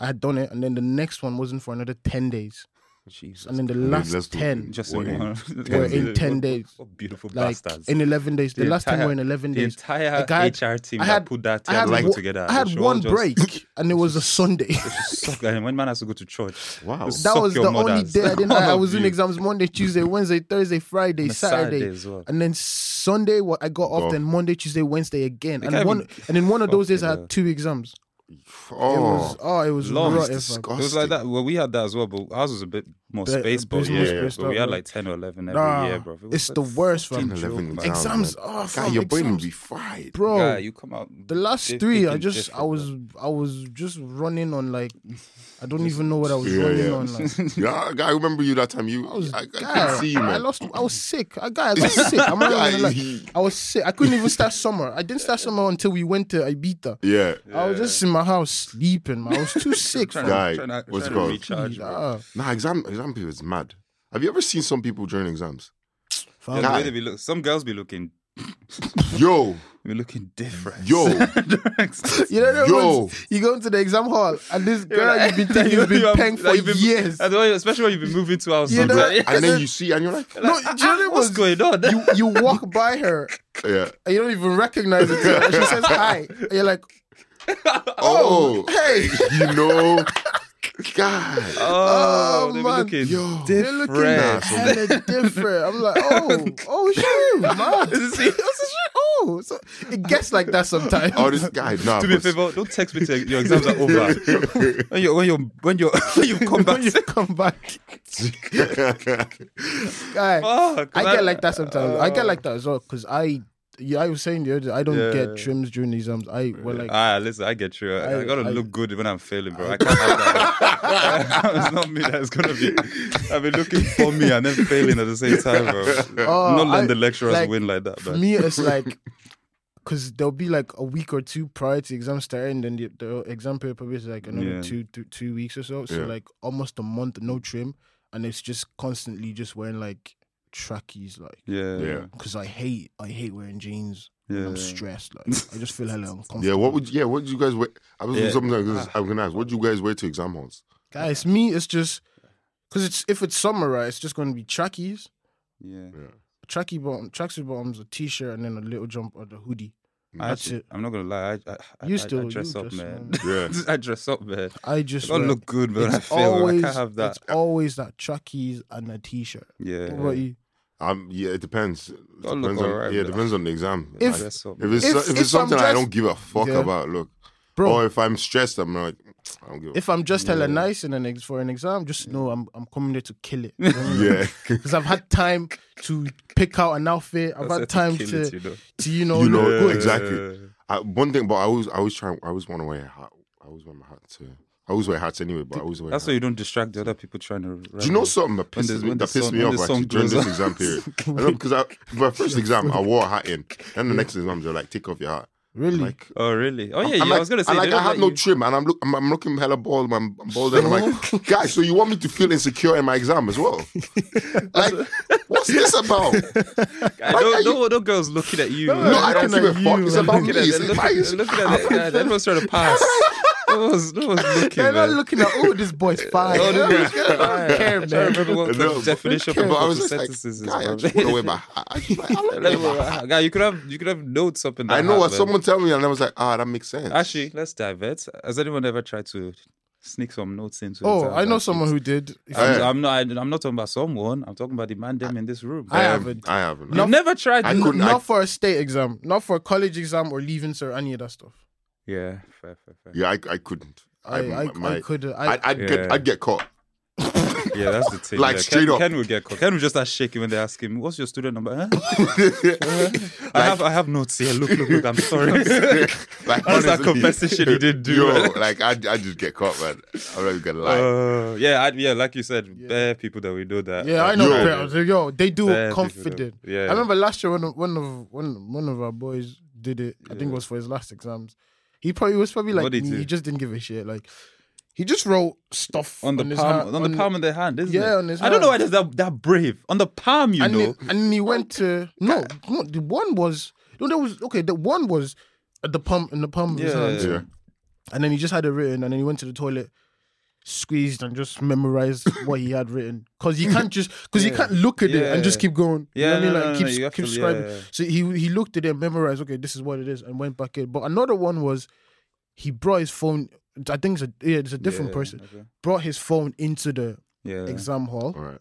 Speaker 2: I had done it, and then the next one wasn't for another ten days,
Speaker 1: Jesus.
Speaker 2: and then the
Speaker 3: then
Speaker 2: last
Speaker 3: let's do-
Speaker 2: ten,
Speaker 1: just
Speaker 3: We're in
Speaker 1: *laughs*
Speaker 2: *laughs*
Speaker 1: one-
Speaker 2: 10 days.
Speaker 1: What beautiful
Speaker 2: like
Speaker 1: bastards!
Speaker 2: in eleven days, the,
Speaker 1: The
Speaker 2: last time
Speaker 1: entire-
Speaker 2: were in eleven
Speaker 1: the
Speaker 2: days.
Speaker 1: entire
Speaker 2: I had-
Speaker 1: HR team
Speaker 2: I
Speaker 1: that
Speaker 2: had-
Speaker 1: put that
Speaker 2: I had,
Speaker 1: team
Speaker 3: like-
Speaker 2: one-
Speaker 1: together.
Speaker 2: I had
Speaker 1: they should all
Speaker 2: one
Speaker 1: just-
Speaker 2: break, and it
Speaker 1: *laughs*
Speaker 2: was a Sunday.
Speaker 1: they should suck- and when man has to go to church,
Speaker 3: Wow.
Speaker 1: Just
Speaker 2: That
Speaker 1: suck
Speaker 2: was
Speaker 1: your
Speaker 2: the only
Speaker 1: mothers.
Speaker 2: day I didn't.
Speaker 1: All
Speaker 2: I
Speaker 1: *laughs*
Speaker 2: I
Speaker 1: of
Speaker 2: was in
Speaker 1: you.
Speaker 2: exams Monday, Tuesday, Wednesday, Thursday, Friday,
Speaker 1: On a
Speaker 2: Saturday,
Speaker 1: Saturday as well.
Speaker 2: and then Sunday. What I got off.
Speaker 3: Off.
Speaker 2: Then Monday, Tuesday, Wednesday again,
Speaker 1: can't
Speaker 2: and one.
Speaker 1: even-
Speaker 2: And in one of those days, I
Speaker 1: Fucking uh,
Speaker 2: had two exams. It was
Speaker 3: Oh,
Speaker 2: oh, it was
Speaker 1: Long.
Speaker 2: rough.
Speaker 3: It's
Speaker 2: fam.
Speaker 1: It was like that. Well, we had that as well, but ours was a bit more
Speaker 2: Bit-
Speaker 1: space,
Speaker 2: a
Speaker 1: but
Speaker 2: bit
Speaker 1: yeah,
Speaker 3: more spaced
Speaker 1: but we
Speaker 2: out,
Speaker 1: had
Speaker 2: yeah.
Speaker 1: like 10 or 11 every
Speaker 2: Nah,
Speaker 1: year, bro. It was
Speaker 2: it's
Speaker 1: a
Speaker 2: the worst, fam.
Speaker 1: fucking
Speaker 3: 11
Speaker 1: joke, man.
Speaker 3: exams.
Speaker 2: Exams.
Speaker 3: man.
Speaker 2: Oh,
Speaker 3: God,
Speaker 2: fam,
Speaker 3: your brain will
Speaker 2: exams.
Speaker 3: be fried.
Speaker 2: bro.
Speaker 1: Guy, you come out.
Speaker 2: the last
Speaker 1: diff-
Speaker 2: three, I
Speaker 1: thinking
Speaker 2: just I
Speaker 1: different,
Speaker 2: was I was just running on like I don't even know what I was
Speaker 3: Yeah,
Speaker 2: running
Speaker 3: yeah.
Speaker 2: on. Like.
Speaker 3: *laughs* Yeah, I remember you that time. You,
Speaker 2: I was
Speaker 3: *laughs* I, I
Speaker 2: guy,
Speaker 3: can see you,
Speaker 2: I
Speaker 3: man.
Speaker 2: lost. I was sick. I guy, I
Speaker 3: *laughs*
Speaker 2: got sick. I'm not even gonna lie.
Speaker 3: Guy.
Speaker 2: I was sick. I couldn't even start summer. I didn't start summer until we went to Ibiza.
Speaker 3: *laughs* Yeah,
Speaker 2: I was just in my house sleeping. Man. I
Speaker 1: *laughs*
Speaker 2: was too sick.
Speaker 1: Trying
Speaker 2: fam.
Speaker 1: to-
Speaker 3: Guy,
Speaker 1: trying to-
Speaker 3: what's
Speaker 1: trying
Speaker 3: it
Speaker 1: to
Speaker 3: called?
Speaker 1: recharge, bro.
Speaker 2: Nah,
Speaker 3: nah. Exam, exam period is mad. Have you ever seen some people during exams?
Speaker 1: Yeah,
Speaker 2: fam.
Speaker 1: the way
Speaker 3: Guy.
Speaker 1: they be look, some girls be looking,
Speaker 2: *laughs*
Speaker 3: Yo,
Speaker 1: be looking different. *laughs*
Speaker 3: yo,
Speaker 2: You know that
Speaker 3: Yo.
Speaker 2: ones- you go into the exam hall and this
Speaker 1: You're
Speaker 2: girl
Speaker 1: like- *laughs*
Speaker 2: you've been taking,
Speaker 1: you're-
Speaker 2: you've been
Speaker 1: you're-
Speaker 2: paying for
Speaker 1: like, you've been-
Speaker 2: years.
Speaker 1: I don't know, especially when you've been moving to our
Speaker 2: You know-
Speaker 1: sometimes.
Speaker 3: and then you see, and you're like,
Speaker 2: No,
Speaker 3: *laughs*
Speaker 2: do you know
Speaker 1: *laughs*
Speaker 2: that
Speaker 1: What's
Speaker 2: was
Speaker 1: going on?
Speaker 2: you, you walk by her *laughs*
Speaker 3: yeah.
Speaker 2: and you don't even recognize it.
Speaker 1: *laughs*
Speaker 2: And she says hi. And you're like,
Speaker 3: Oh,
Speaker 2: hey.
Speaker 3: you
Speaker 2: *laughs*
Speaker 3: know, God.
Speaker 1: Oh,
Speaker 2: Oh,
Speaker 1: they be
Speaker 2: man.
Speaker 1: looking
Speaker 3: Yo.
Speaker 2: They're looking
Speaker 1: different.
Speaker 2: *laughs*
Speaker 3: so-
Speaker 2: hella different. I'm like, *laughs* oh, oh
Speaker 1: *laughs*
Speaker 2: shoot, man. *laughs*
Speaker 1: Is it-
Speaker 2: This is shit. Oh, so it gets like that sometimes. *laughs*
Speaker 3: Oh, this guy,
Speaker 1: *laughs*
Speaker 3: nah.
Speaker 1: Do me a
Speaker 3: but-
Speaker 1: favor, don't text me till your exams are over.
Speaker 3: *laughs*
Speaker 1: when you when you when you *laughs* when you come back,
Speaker 2: when you come *laughs* back,
Speaker 3: *laughs*
Speaker 2: guy.
Speaker 1: Fuck,
Speaker 2: I
Speaker 1: man.
Speaker 2: get like that Uh, sometimes. I get like that as well because I, yeah, I was saying the other day, I don't
Speaker 1: Yeah.
Speaker 2: get trims during the exams. I well like.
Speaker 1: Ah, listen, I get you. I, I
Speaker 2: I-
Speaker 1: gotta
Speaker 2: I-
Speaker 1: look good when I'm failing, bro. I can't have that. *laughs* it's not me that's gonna be. I've been looking for me and then failing at the same time, bro.
Speaker 2: oh,
Speaker 1: not letting the
Speaker 2: I-
Speaker 1: lecturers
Speaker 2: like,
Speaker 1: win like that,
Speaker 2: For
Speaker 1: man.
Speaker 2: me,
Speaker 3: *laughs*
Speaker 2: it's like because there'll be like a week or two prior to exam starting, then the, the exam period probably is like another
Speaker 1: Yeah.
Speaker 2: two, two two weeks or so. So
Speaker 3: Yeah.
Speaker 2: like almost a month no trim, and it's just constantly just wearing like trackies, like
Speaker 1: Yeah, yeah.
Speaker 3: Yeah.
Speaker 2: because I hate I hate wearing jeans. I'm stressed. Like I just feel hella uncomfortable.
Speaker 3: *laughs* Yeah, what would yeah, what did you guys wear? I was
Speaker 1: Yeah. Ah.
Speaker 3: sometimes I was- I was gonna ask, what do you guys wear to exam halls?
Speaker 2: guys? Me, it's just because it's if it's summer, right? It's just going to be trackies,
Speaker 1: yeah.
Speaker 3: Yeah.
Speaker 2: tracky bottom, tracksuit bottoms, a t-shirt, and then a little jump or the hoodie.
Speaker 1: I
Speaker 2: That's
Speaker 1: actually,
Speaker 2: it.
Speaker 1: I'm not gonna lie. I, I, I,
Speaker 2: You
Speaker 1: I-
Speaker 2: still-
Speaker 1: I dress
Speaker 2: you
Speaker 1: up,
Speaker 2: dress
Speaker 1: man.
Speaker 2: up.
Speaker 3: Yeah.
Speaker 1: *laughs* I dress up, man.
Speaker 2: I
Speaker 1: I
Speaker 2: just
Speaker 1: gotta
Speaker 2: wear-
Speaker 1: look good, but I
Speaker 2: It's
Speaker 1: fail. I can't have that.
Speaker 2: It's always that trackies and a t-shirt. What about
Speaker 1: Yeah.
Speaker 2: you?
Speaker 3: Um yeah, it depends. It
Speaker 1: Gotta look
Speaker 3: depends on,
Speaker 1: alright,
Speaker 3: yeah, it
Speaker 1: bro.
Speaker 3: depends on the exam.
Speaker 2: If-
Speaker 1: I dress up.
Speaker 3: if it's
Speaker 2: If- if
Speaker 3: if,
Speaker 2: I'm
Speaker 3: it's something I
Speaker 2: dressed-
Speaker 3: don't give a fuck
Speaker 2: Yeah.
Speaker 3: about, look.
Speaker 2: Bro.
Speaker 3: Or if I'm stressed, I'm like, I don't give a
Speaker 2: If I'm just hella
Speaker 3: Yeah.
Speaker 2: nice in an ex- for an exam, just know I'm I'm coming there to
Speaker 1: *laughs*
Speaker 2: kill it.
Speaker 3: yeah.
Speaker 2: Because I've had time to pick out an outfit. I've
Speaker 1: That's
Speaker 2: had
Speaker 1: it,
Speaker 2: time
Speaker 1: kill
Speaker 2: to,
Speaker 1: it, you know.
Speaker 2: to you know,
Speaker 3: You know,
Speaker 2: look good.
Speaker 3: Oh, exactly.
Speaker 1: Yeah.
Speaker 3: *laughs* I, one thing, but I always, I always try, I always want to wear a hat. I always wear my hat to. I always wear hats anyway, but I always wear.
Speaker 1: That's
Speaker 3: a
Speaker 1: why
Speaker 3: hat.
Speaker 1: you don't distract the other people trying to.
Speaker 3: Do you know something that
Speaker 1: When the-
Speaker 3: pisses me,
Speaker 1: when the
Speaker 3: that pissed
Speaker 1: sun-
Speaker 3: me
Speaker 1: when
Speaker 3: off
Speaker 1: the
Speaker 3: actually,
Speaker 1: sun
Speaker 3: during
Speaker 1: goes
Speaker 3: this
Speaker 1: up.
Speaker 3: exam
Speaker 1: *laughs*
Speaker 3: period? I know because I, my first exam, I wore a hat in, and the next exam they're like, take off your hat.
Speaker 2: Really?
Speaker 3: Like,
Speaker 1: Oh really? Oh
Speaker 3: I'm-
Speaker 1: yeah,
Speaker 3: I'm
Speaker 1: yeah.
Speaker 3: like,
Speaker 1: I was gonna say.
Speaker 3: I'm like,
Speaker 1: they
Speaker 3: I
Speaker 1: don't
Speaker 3: have
Speaker 1: let
Speaker 3: no
Speaker 1: you-
Speaker 3: trim, and I'm look, I'm, I'm looking hella bald, I'm, I'm bald, and I'm
Speaker 1: *laughs*
Speaker 3: like, guys, so you want me to feel insecure in my exam as well? like, what's this about?
Speaker 1: I
Speaker 3: Why are
Speaker 1: don't,
Speaker 3: you-
Speaker 1: no, no girls looking at you.
Speaker 3: No, I don't give a
Speaker 2: you,
Speaker 3: fuck. It's
Speaker 2: man.
Speaker 3: about me.
Speaker 1: Looking at
Speaker 3: It's
Speaker 1: them,
Speaker 3: my-
Speaker 1: looking- looking at that guy. Everyone's
Speaker 3: *laughs*
Speaker 1: trying to pass. No one's, no one's looking.
Speaker 2: They're not
Speaker 1: man.
Speaker 2: looking at, oh,
Speaker 1: *laughs*
Speaker 2: this boy's fine.
Speaker 1: Oh, no,
Speaker 2: I
Speaker 3: *laughs*
Speaker 1: no.
Speaker 2: don't care,
Speaker 1: I don't
Speaker 2: man.
Speaker 1: remember what
Speaker 3: No,
Speaker 1: the
Speaker 3: but-
Speaker 1: definition
Speaker 3: But
Speaker 1: for
Speaker 3: I was
Speaker 1: fucking
Speaker 3: just like,
Speaker 1: sentences is.
Speaker 3: guy,
Speaker 1: *laughs*
Speaker 3: I
Speaker 1: bro.
Speaker 3: just want to wear my hat. I just- I wanna wear
Speaker 1: Let me-
Speaker 3: my hat.
Speaker 1: guy, you could have you could have notes up in the
Speaker 3: I know
Speaker 1: hat,
Speaker 3: what
Speaker 1: man.
Speaker 3: someone told me, and I was like, ah, that makes sense.
Speaker 1: Actually, let's divert. Has anyone ever tried to sneak some notes into?
Speaker 2: *laughs* Oh,
Speaker 1: into
Speaker 2: I know
Speaker 1: our
Speaker 2: someone
Speaker 1: sheets?
Speaker 2: who did. If
Speaker 3: Uh,
Speaker 2: you-
Speaker 1: I'm,
Speaker 3: Yeah.
Speaker 1: I'm not. I, am not talking about someone. I'm talking about the man them in this room.
Speaker 2: I
Speaker 1: You've
Speaker 2: haven't.
Speaker 3: Um, I haven't.
Speaker 2: No,
Speaker 1: never tried.
Speaker 3: I
Speaker 1: n-
Speaker 3: couldn't-
Speaker 2: Not for a state exam, not for a college exam or leaving or any of that stuff.
Speaker 1: Yeah, fair, fair,
Speaker 3: *laughs*
Speaker 1: fair.
Speaker 3: Yeah, I, I couldn't.
Speaker 2: I, I, I could. I,
Speaker 3: I'd, I'd get,
Speaker 1: Yeah.
Speaker 3: I'd get caught.
Speaker 1: Yeah, that's the thing.
Speaker 3: Like,
Speaker 1: yeah.
Speaker 3: straight
Speaker 1: Ken,
Speaker 3: up.
Speaker 1: Ken will get caught. Ken will just start shaking when they ask him, "What's your student number?"
Speaker 3: *laughs*
Speaker 1: Huh? I have I have notes here. Look, look, look. I'm sorry.
Speaker 3: *laughs* like
Speaker 1: That's that
Speaker 3: honestly,
Speaker 1: confessing shit he did do,
Speaker 3: Yo,
Speaker 1: man.
Speaker 3: like I, I just get caught, man. I'm not
Speaker 1: *laughs*
Speaker 3: even gonna lie.
Speaker 1: *laughs* Uh, yeah, I, yeah, like you said, bare people that we know that.
Speaker 2: yeah, I
Speaker 1: that
Speaker 2: know.
Speaker 1: do it.
Speaker 2: Yo, yo they do
Speaker 1: Bare
Speaker 2: it
Speaker 1: people
Speaker 2: confident.
Speaker 1: that- yeah.
Speaker 2: I remember last year one of one of one, one of our boys did it. I think it was for his last exams. He probably was probably like
Speaker 1: What'd he
Speaker 2: me,
Speaker 1: do?
Speaker 2: he just didn't give a shit. Like he just wrote stuff
Speaker 1: on the
Speaker 2: his
Speaker 1: palm,
Speaker 2: hand-
Speaker 1: on the palm of their hand, isn't it?
Speaker 2: Yeah, on his
Speaker 1: I don't know why
Speaker 2: hand.
Speaker 1: there's that that brave on the palm. You
Speaker 2: and
Speaker 1: know,
Speaker 2: He, and he went to no, no. The one was no. There was okay. The one was at the pump in the pump of his
Speaker 1: Yeah.
Speaker 2: hand,
Speaker 3: Yeah.
Speaker 2: and then he just had it written, and then he went to the toilet, squeezed, and
Speaker 1: *coughs*
Speaker 2: just memorized what he had written because you can't just because you
Speaker 1: Yeah.
Speaker 2: can't look at it and just
Speaker 1: Yeah.
Speaker 2: keep going.
Speaker 1: Yeah,
Speaker 2: you
Speaker 1: no,
Speaker 2: know what I mean?
Speaker 1: no,
Speaker 2: like
Speaker 1: no, you
Speaker 2: keep
Speaker 1: have
Speaker 2: keep
Speaker 1: to-
Speaker 2: scribing.
Speaker 1: yeah.
Speaker 2: So he he looked at it, and memorized. Okay, this is what it is, and went back in. But another one was he brought his phone. I think it's a yeah, it's a different
Speaker 1: Yeah,
Speaker 2: person.
Speaker 1: okay.
Speaker 2: Brought his phone into the
Speaker 1: Yeah,
Speaker 2: exam hall.
Speaker 3: All right.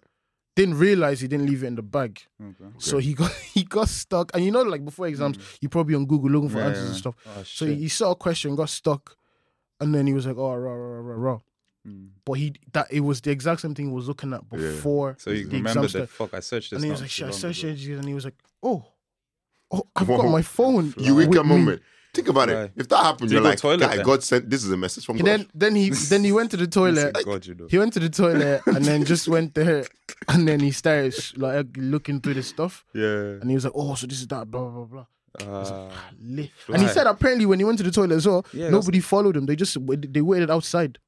Speaker 2: Didn't realize he didn't leave it in the bag.
Speaker 1: okay. Mm.
Speaker 2: So he got *laughs* he got stuck, and you know, like before exams, you probably on Google looking for
Speaker 1: Yeah,
Speaker 2: answers
Speaker 1: yeah.
Speaker 2: and stuff.
Speaker 1: Oh,
Speaker 2: So
Speaker 1: shit.
Speaker 2: he saw a question, got stuck, and then he was like, "Oh, rah rah rah rah." rah.
Speaker 3: Hmm.
Speaker 1: Mm.
Speaker 2: But he that it was the exact same thing he was looking at before
Speaker 1: So you
Speaker 2: the
Speaker 1: remember
Speaker 2: exam
Speaker 1: that?
Speaker 2: started.
Speaker 1: Fuck, I searched this.
Speaker 2: And he was
Speaker 1: not
Speaker 2: like,
Speaker 1: too
Speaker 2: "Shit, I
Speaker 1: long
Speaker 2: searched
Speaker 1: ago."
Speaker 2: it," and he was like, "Oh, oh, I've
Speaker 3: Whoa.
Speaker 2: got my
Speaker 1: *laughs*
Speaker 2: phone." with
Speaker 3: Eureka
Speaker 2: me."
Speaker 3: moment. Think about
Speaker 1: Right.
Speaker 3: it. If that happened,
Speaker 1: Do you
Speaker 3: you're
Speaker 1: go
Speaker 3: like,
Speaker 1: toilet
Speaker 3: "Guy,
Speaker 1: then?"
Speaker 3: God sent this is a message from
Speaker 2: He
Speaker 3: God.
Speaker 2: then then
Speaker 1: *laughs*
Speaker 2: he then he went to the *laughs* toilet.
Speaker 1: Thank God, you know.
Speaker 2: He went to the
Speaker 1: *laughs*
Speaker 2: toilet and then just went there, and then he started sh- like looking through the stuff,
Speaker 1: Yeah.
Speaker 2: and he was like, "Oh, so this is that blah blah blah." blah.
Speaker 1: Ah.
Speaker 2: Lit. And he
Speaker 1: Right.
Speaker 2: said apparently when he went to the toilet as well,
Speaker 1: Yeah, that's-
Speaker 2: nobody followed him. They just wait- they waited outside,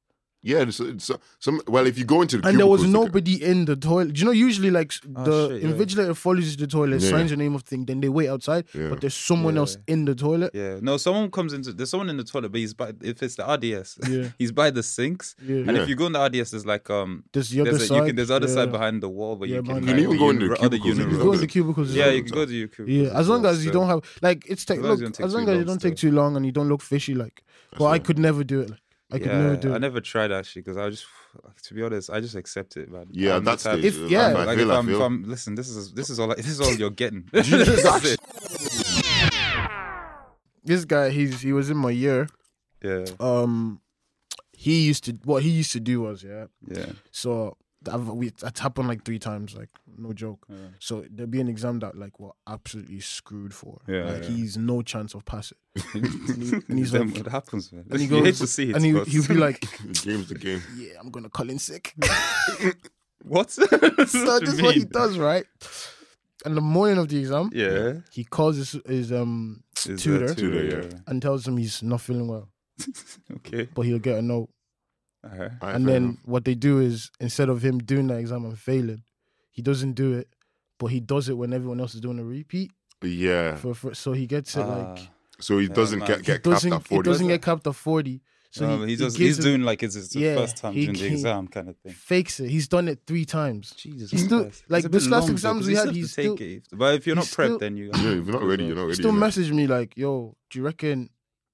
Speaker 3: yeah, so, so, some. Well, if you go into the
Speaker 2: and there was
Speaker 3: cubicles, the-
Speaker 2: nobody in the toilet. Do you know usually like s-
Speaker 1: Oh,
Speaker 2: the
Speaker 1: shit, yeah.
Speaker 2: invigilator follows you to the toilet,
Speaker 3: Yeah.
Speaker 2: signs your name of thing, then they wait outside,
Speaker 3: Yeah.
Speaker 2: but there's someone
Speaker 1: Yeah.
Speaker 2: else in the toilet.
Speaker 1: Yeah, no. Someone comes into there's someone in the toilet, but he's by if it's the RDS,
Speaker 2: Yeah.
Speaker 1: *laughs* he's by the sinks.
Speaker 2: Yeah.
Speaker 1: And
Speaker 3: Yeah.
Speaker 1: if you go in the RDS, there's like um,
Speaker 2: There's the other
Speaker 1: there's a,
Speaker 2: side.
Speaker 1: you can, there's the other
Speaker 2: yeah.
Speaker 1: side behind the wall where
Speaker 2: Yeah,
Speaker 1: you can.
Speaker 2: behind
Speaker 1: like,
Speaker 2: the- You
Speaker 3: can even go in
Speaker 1: uni-
Speaker 3: the
Speaker 1: other
Speaker 3: cubicles,
Speaker 1: uni
Speaker 3: you
Speaker 2: You
Speaker 3: can
Speaker 2: go in
Speaker 1: rooms.
Speaker 2: the cubicles. as
Speaker 1: Yeah,
Speaker 2: well.
Speaker 1: you can go to your cubicles
Speaker 2: Yeah, as long as you
Speaker 1: well,
Speaker 2: don't have like it's take
Speaker 1: As long as
Speaker 2: look
Speaker 1: you don't take
Speaker 2: as long
Speaker 1: too
Speaker 2: as you
Speaker 1: long
Speaker 2: don't
Speaker 1: still.
Speaker 2: take too long and you don't look fishy like. But I could never do it. Like, I could
Speaker 1: yeah,
Speaker 2: never do
Speaker 1: I
Speaker 2: it.
Speaker 1: never tried actually because I just, *sighs* to be honest, I just accept it, man.
Speaker 3: Yeah,
Speaker 1: I'm the
Speaker 3: that's
Speaker 1: type-
Speaker 3: the-
Speaker 2: If- yeah.
Speaker 3: I
Speaker 1: Like
Speaker 3: feel,
Speaker 1: if
Speaker 3: I
Speaker 1: I'm, if
Speaker 3: feel.
Speaker 1: I'm, listen, this is this is all I- this is all you're
Speaker 2: *laughs*
Speaker 1: getting. This *laughs* is it.
Speaker 2: This guy, he's he was in my year.
Speaker 1: Yeah,
Speaker 2: Um, he used to what he used to do was yeah.
Speaker 1: yeah.
Speaker 2: So I've, we, that's happened like three times, like no joke. So there'll be an exam that like we're absolutely screwed for.
Speaker 1: Yeah,
Speaker 2: like
Speaker 1: yeah.
Speaker 2: he's no chance
Speaker 1: *laughs*
Speaker 2: of passing.
Speaker 1: and
Speaker 2: he- and he's
Speaker 1: then
Speaker 2: like-
Speaker 1: what happens, man?
Speaker 2: And he
Speaker 1: *laughs* you
Speaker 2: goes,
Speaker 1: hate to see it,
Speaker 2: and he,
Speaker 1: but-
Speaker 2: he'll
Speaker 1: *laughs*
Speaker 2: be like,
Speaker 3: the game's the game.
Speaker 2: "Yeah, I'm gonna call in sick."
Speaker 1: what? so this
Speaker 2: so this is what he does, right? And the morning of the exam,
Speaker 1: Yeah,
Speaker 2: he calls his, his um
Speaker 1: Is that
Speaker 2: tutor
Speaker 1: tutor,
Speaker 2: and tells him he's not feeling well,
Speaker 1: yeah. Okay,
Speaker 2: but he'll get a note.
Speaker 1: alright.
Speaker 3: All right,
Speaker 2: and
Speaker 3: fair
Speaker 2: then
Speaker 3: enough.
Speaker 2: what they do is instead of him doing that exam and failing, he doesn't do it, but he does it when everyone else is doing a repeat.
Speaker 3: yeah,
Speaker 2: For, for so he gets it like
Speaker 1: Ah.
Speaker 3: so he doesn't
Speaker 1: man.
Speaker 3: get,
Speaker 2: he
Speaker 3: get capped
Speaker 2: doesn't
Speaker 3: at
Speaker 2: he
Speaker 3: forty.
Speaker 2: doesn't get capped at forty. So
Speaker 1: No,
Speaker 2: he,
Speaker 1: but he
Speaker 2: he
Speaker 1: just
Speaker 2: gives
Speaker 1: he's
Speaker 2: it-
Speaker 1: doing like it's his
Speaker 2: yeah,
Speaker 1: first time
Speaker 2: he
Speaker 1: doing the
Speaker 2: came-
Speaker 1: exam kind of thing.
Speaker 2: fakes it. He's done it three times.
Speaker 1: Jesus,
Speaker 2: He's still-
Speaker 1: Christ.
Speaker 2: like,
Speaker 1: It's a
Speaker 2: this
Speaker 1: bit
Speaker 2: last
Speaker 1: long, though,
Speaker 2: exams
Speaker 1: 'cause
Speaker 2: we
Speaker 1: you
Speaker 2: had,
Speaker 1: still have
Speaker 2: he's
Speaker 1: to take it. But if you're not
Speaker 2: he's
Speaker 1: prepped,
Speaker 2: still-
Speaker 1: then you.
Speaker 3: Yeah, if you're not ready, you're not
Speaker 2: He
Speaker 3: ready.
Speaker 2: still
Speaker 3: you know.
Speaker 2: messaged me like, "Yo, do you reckon?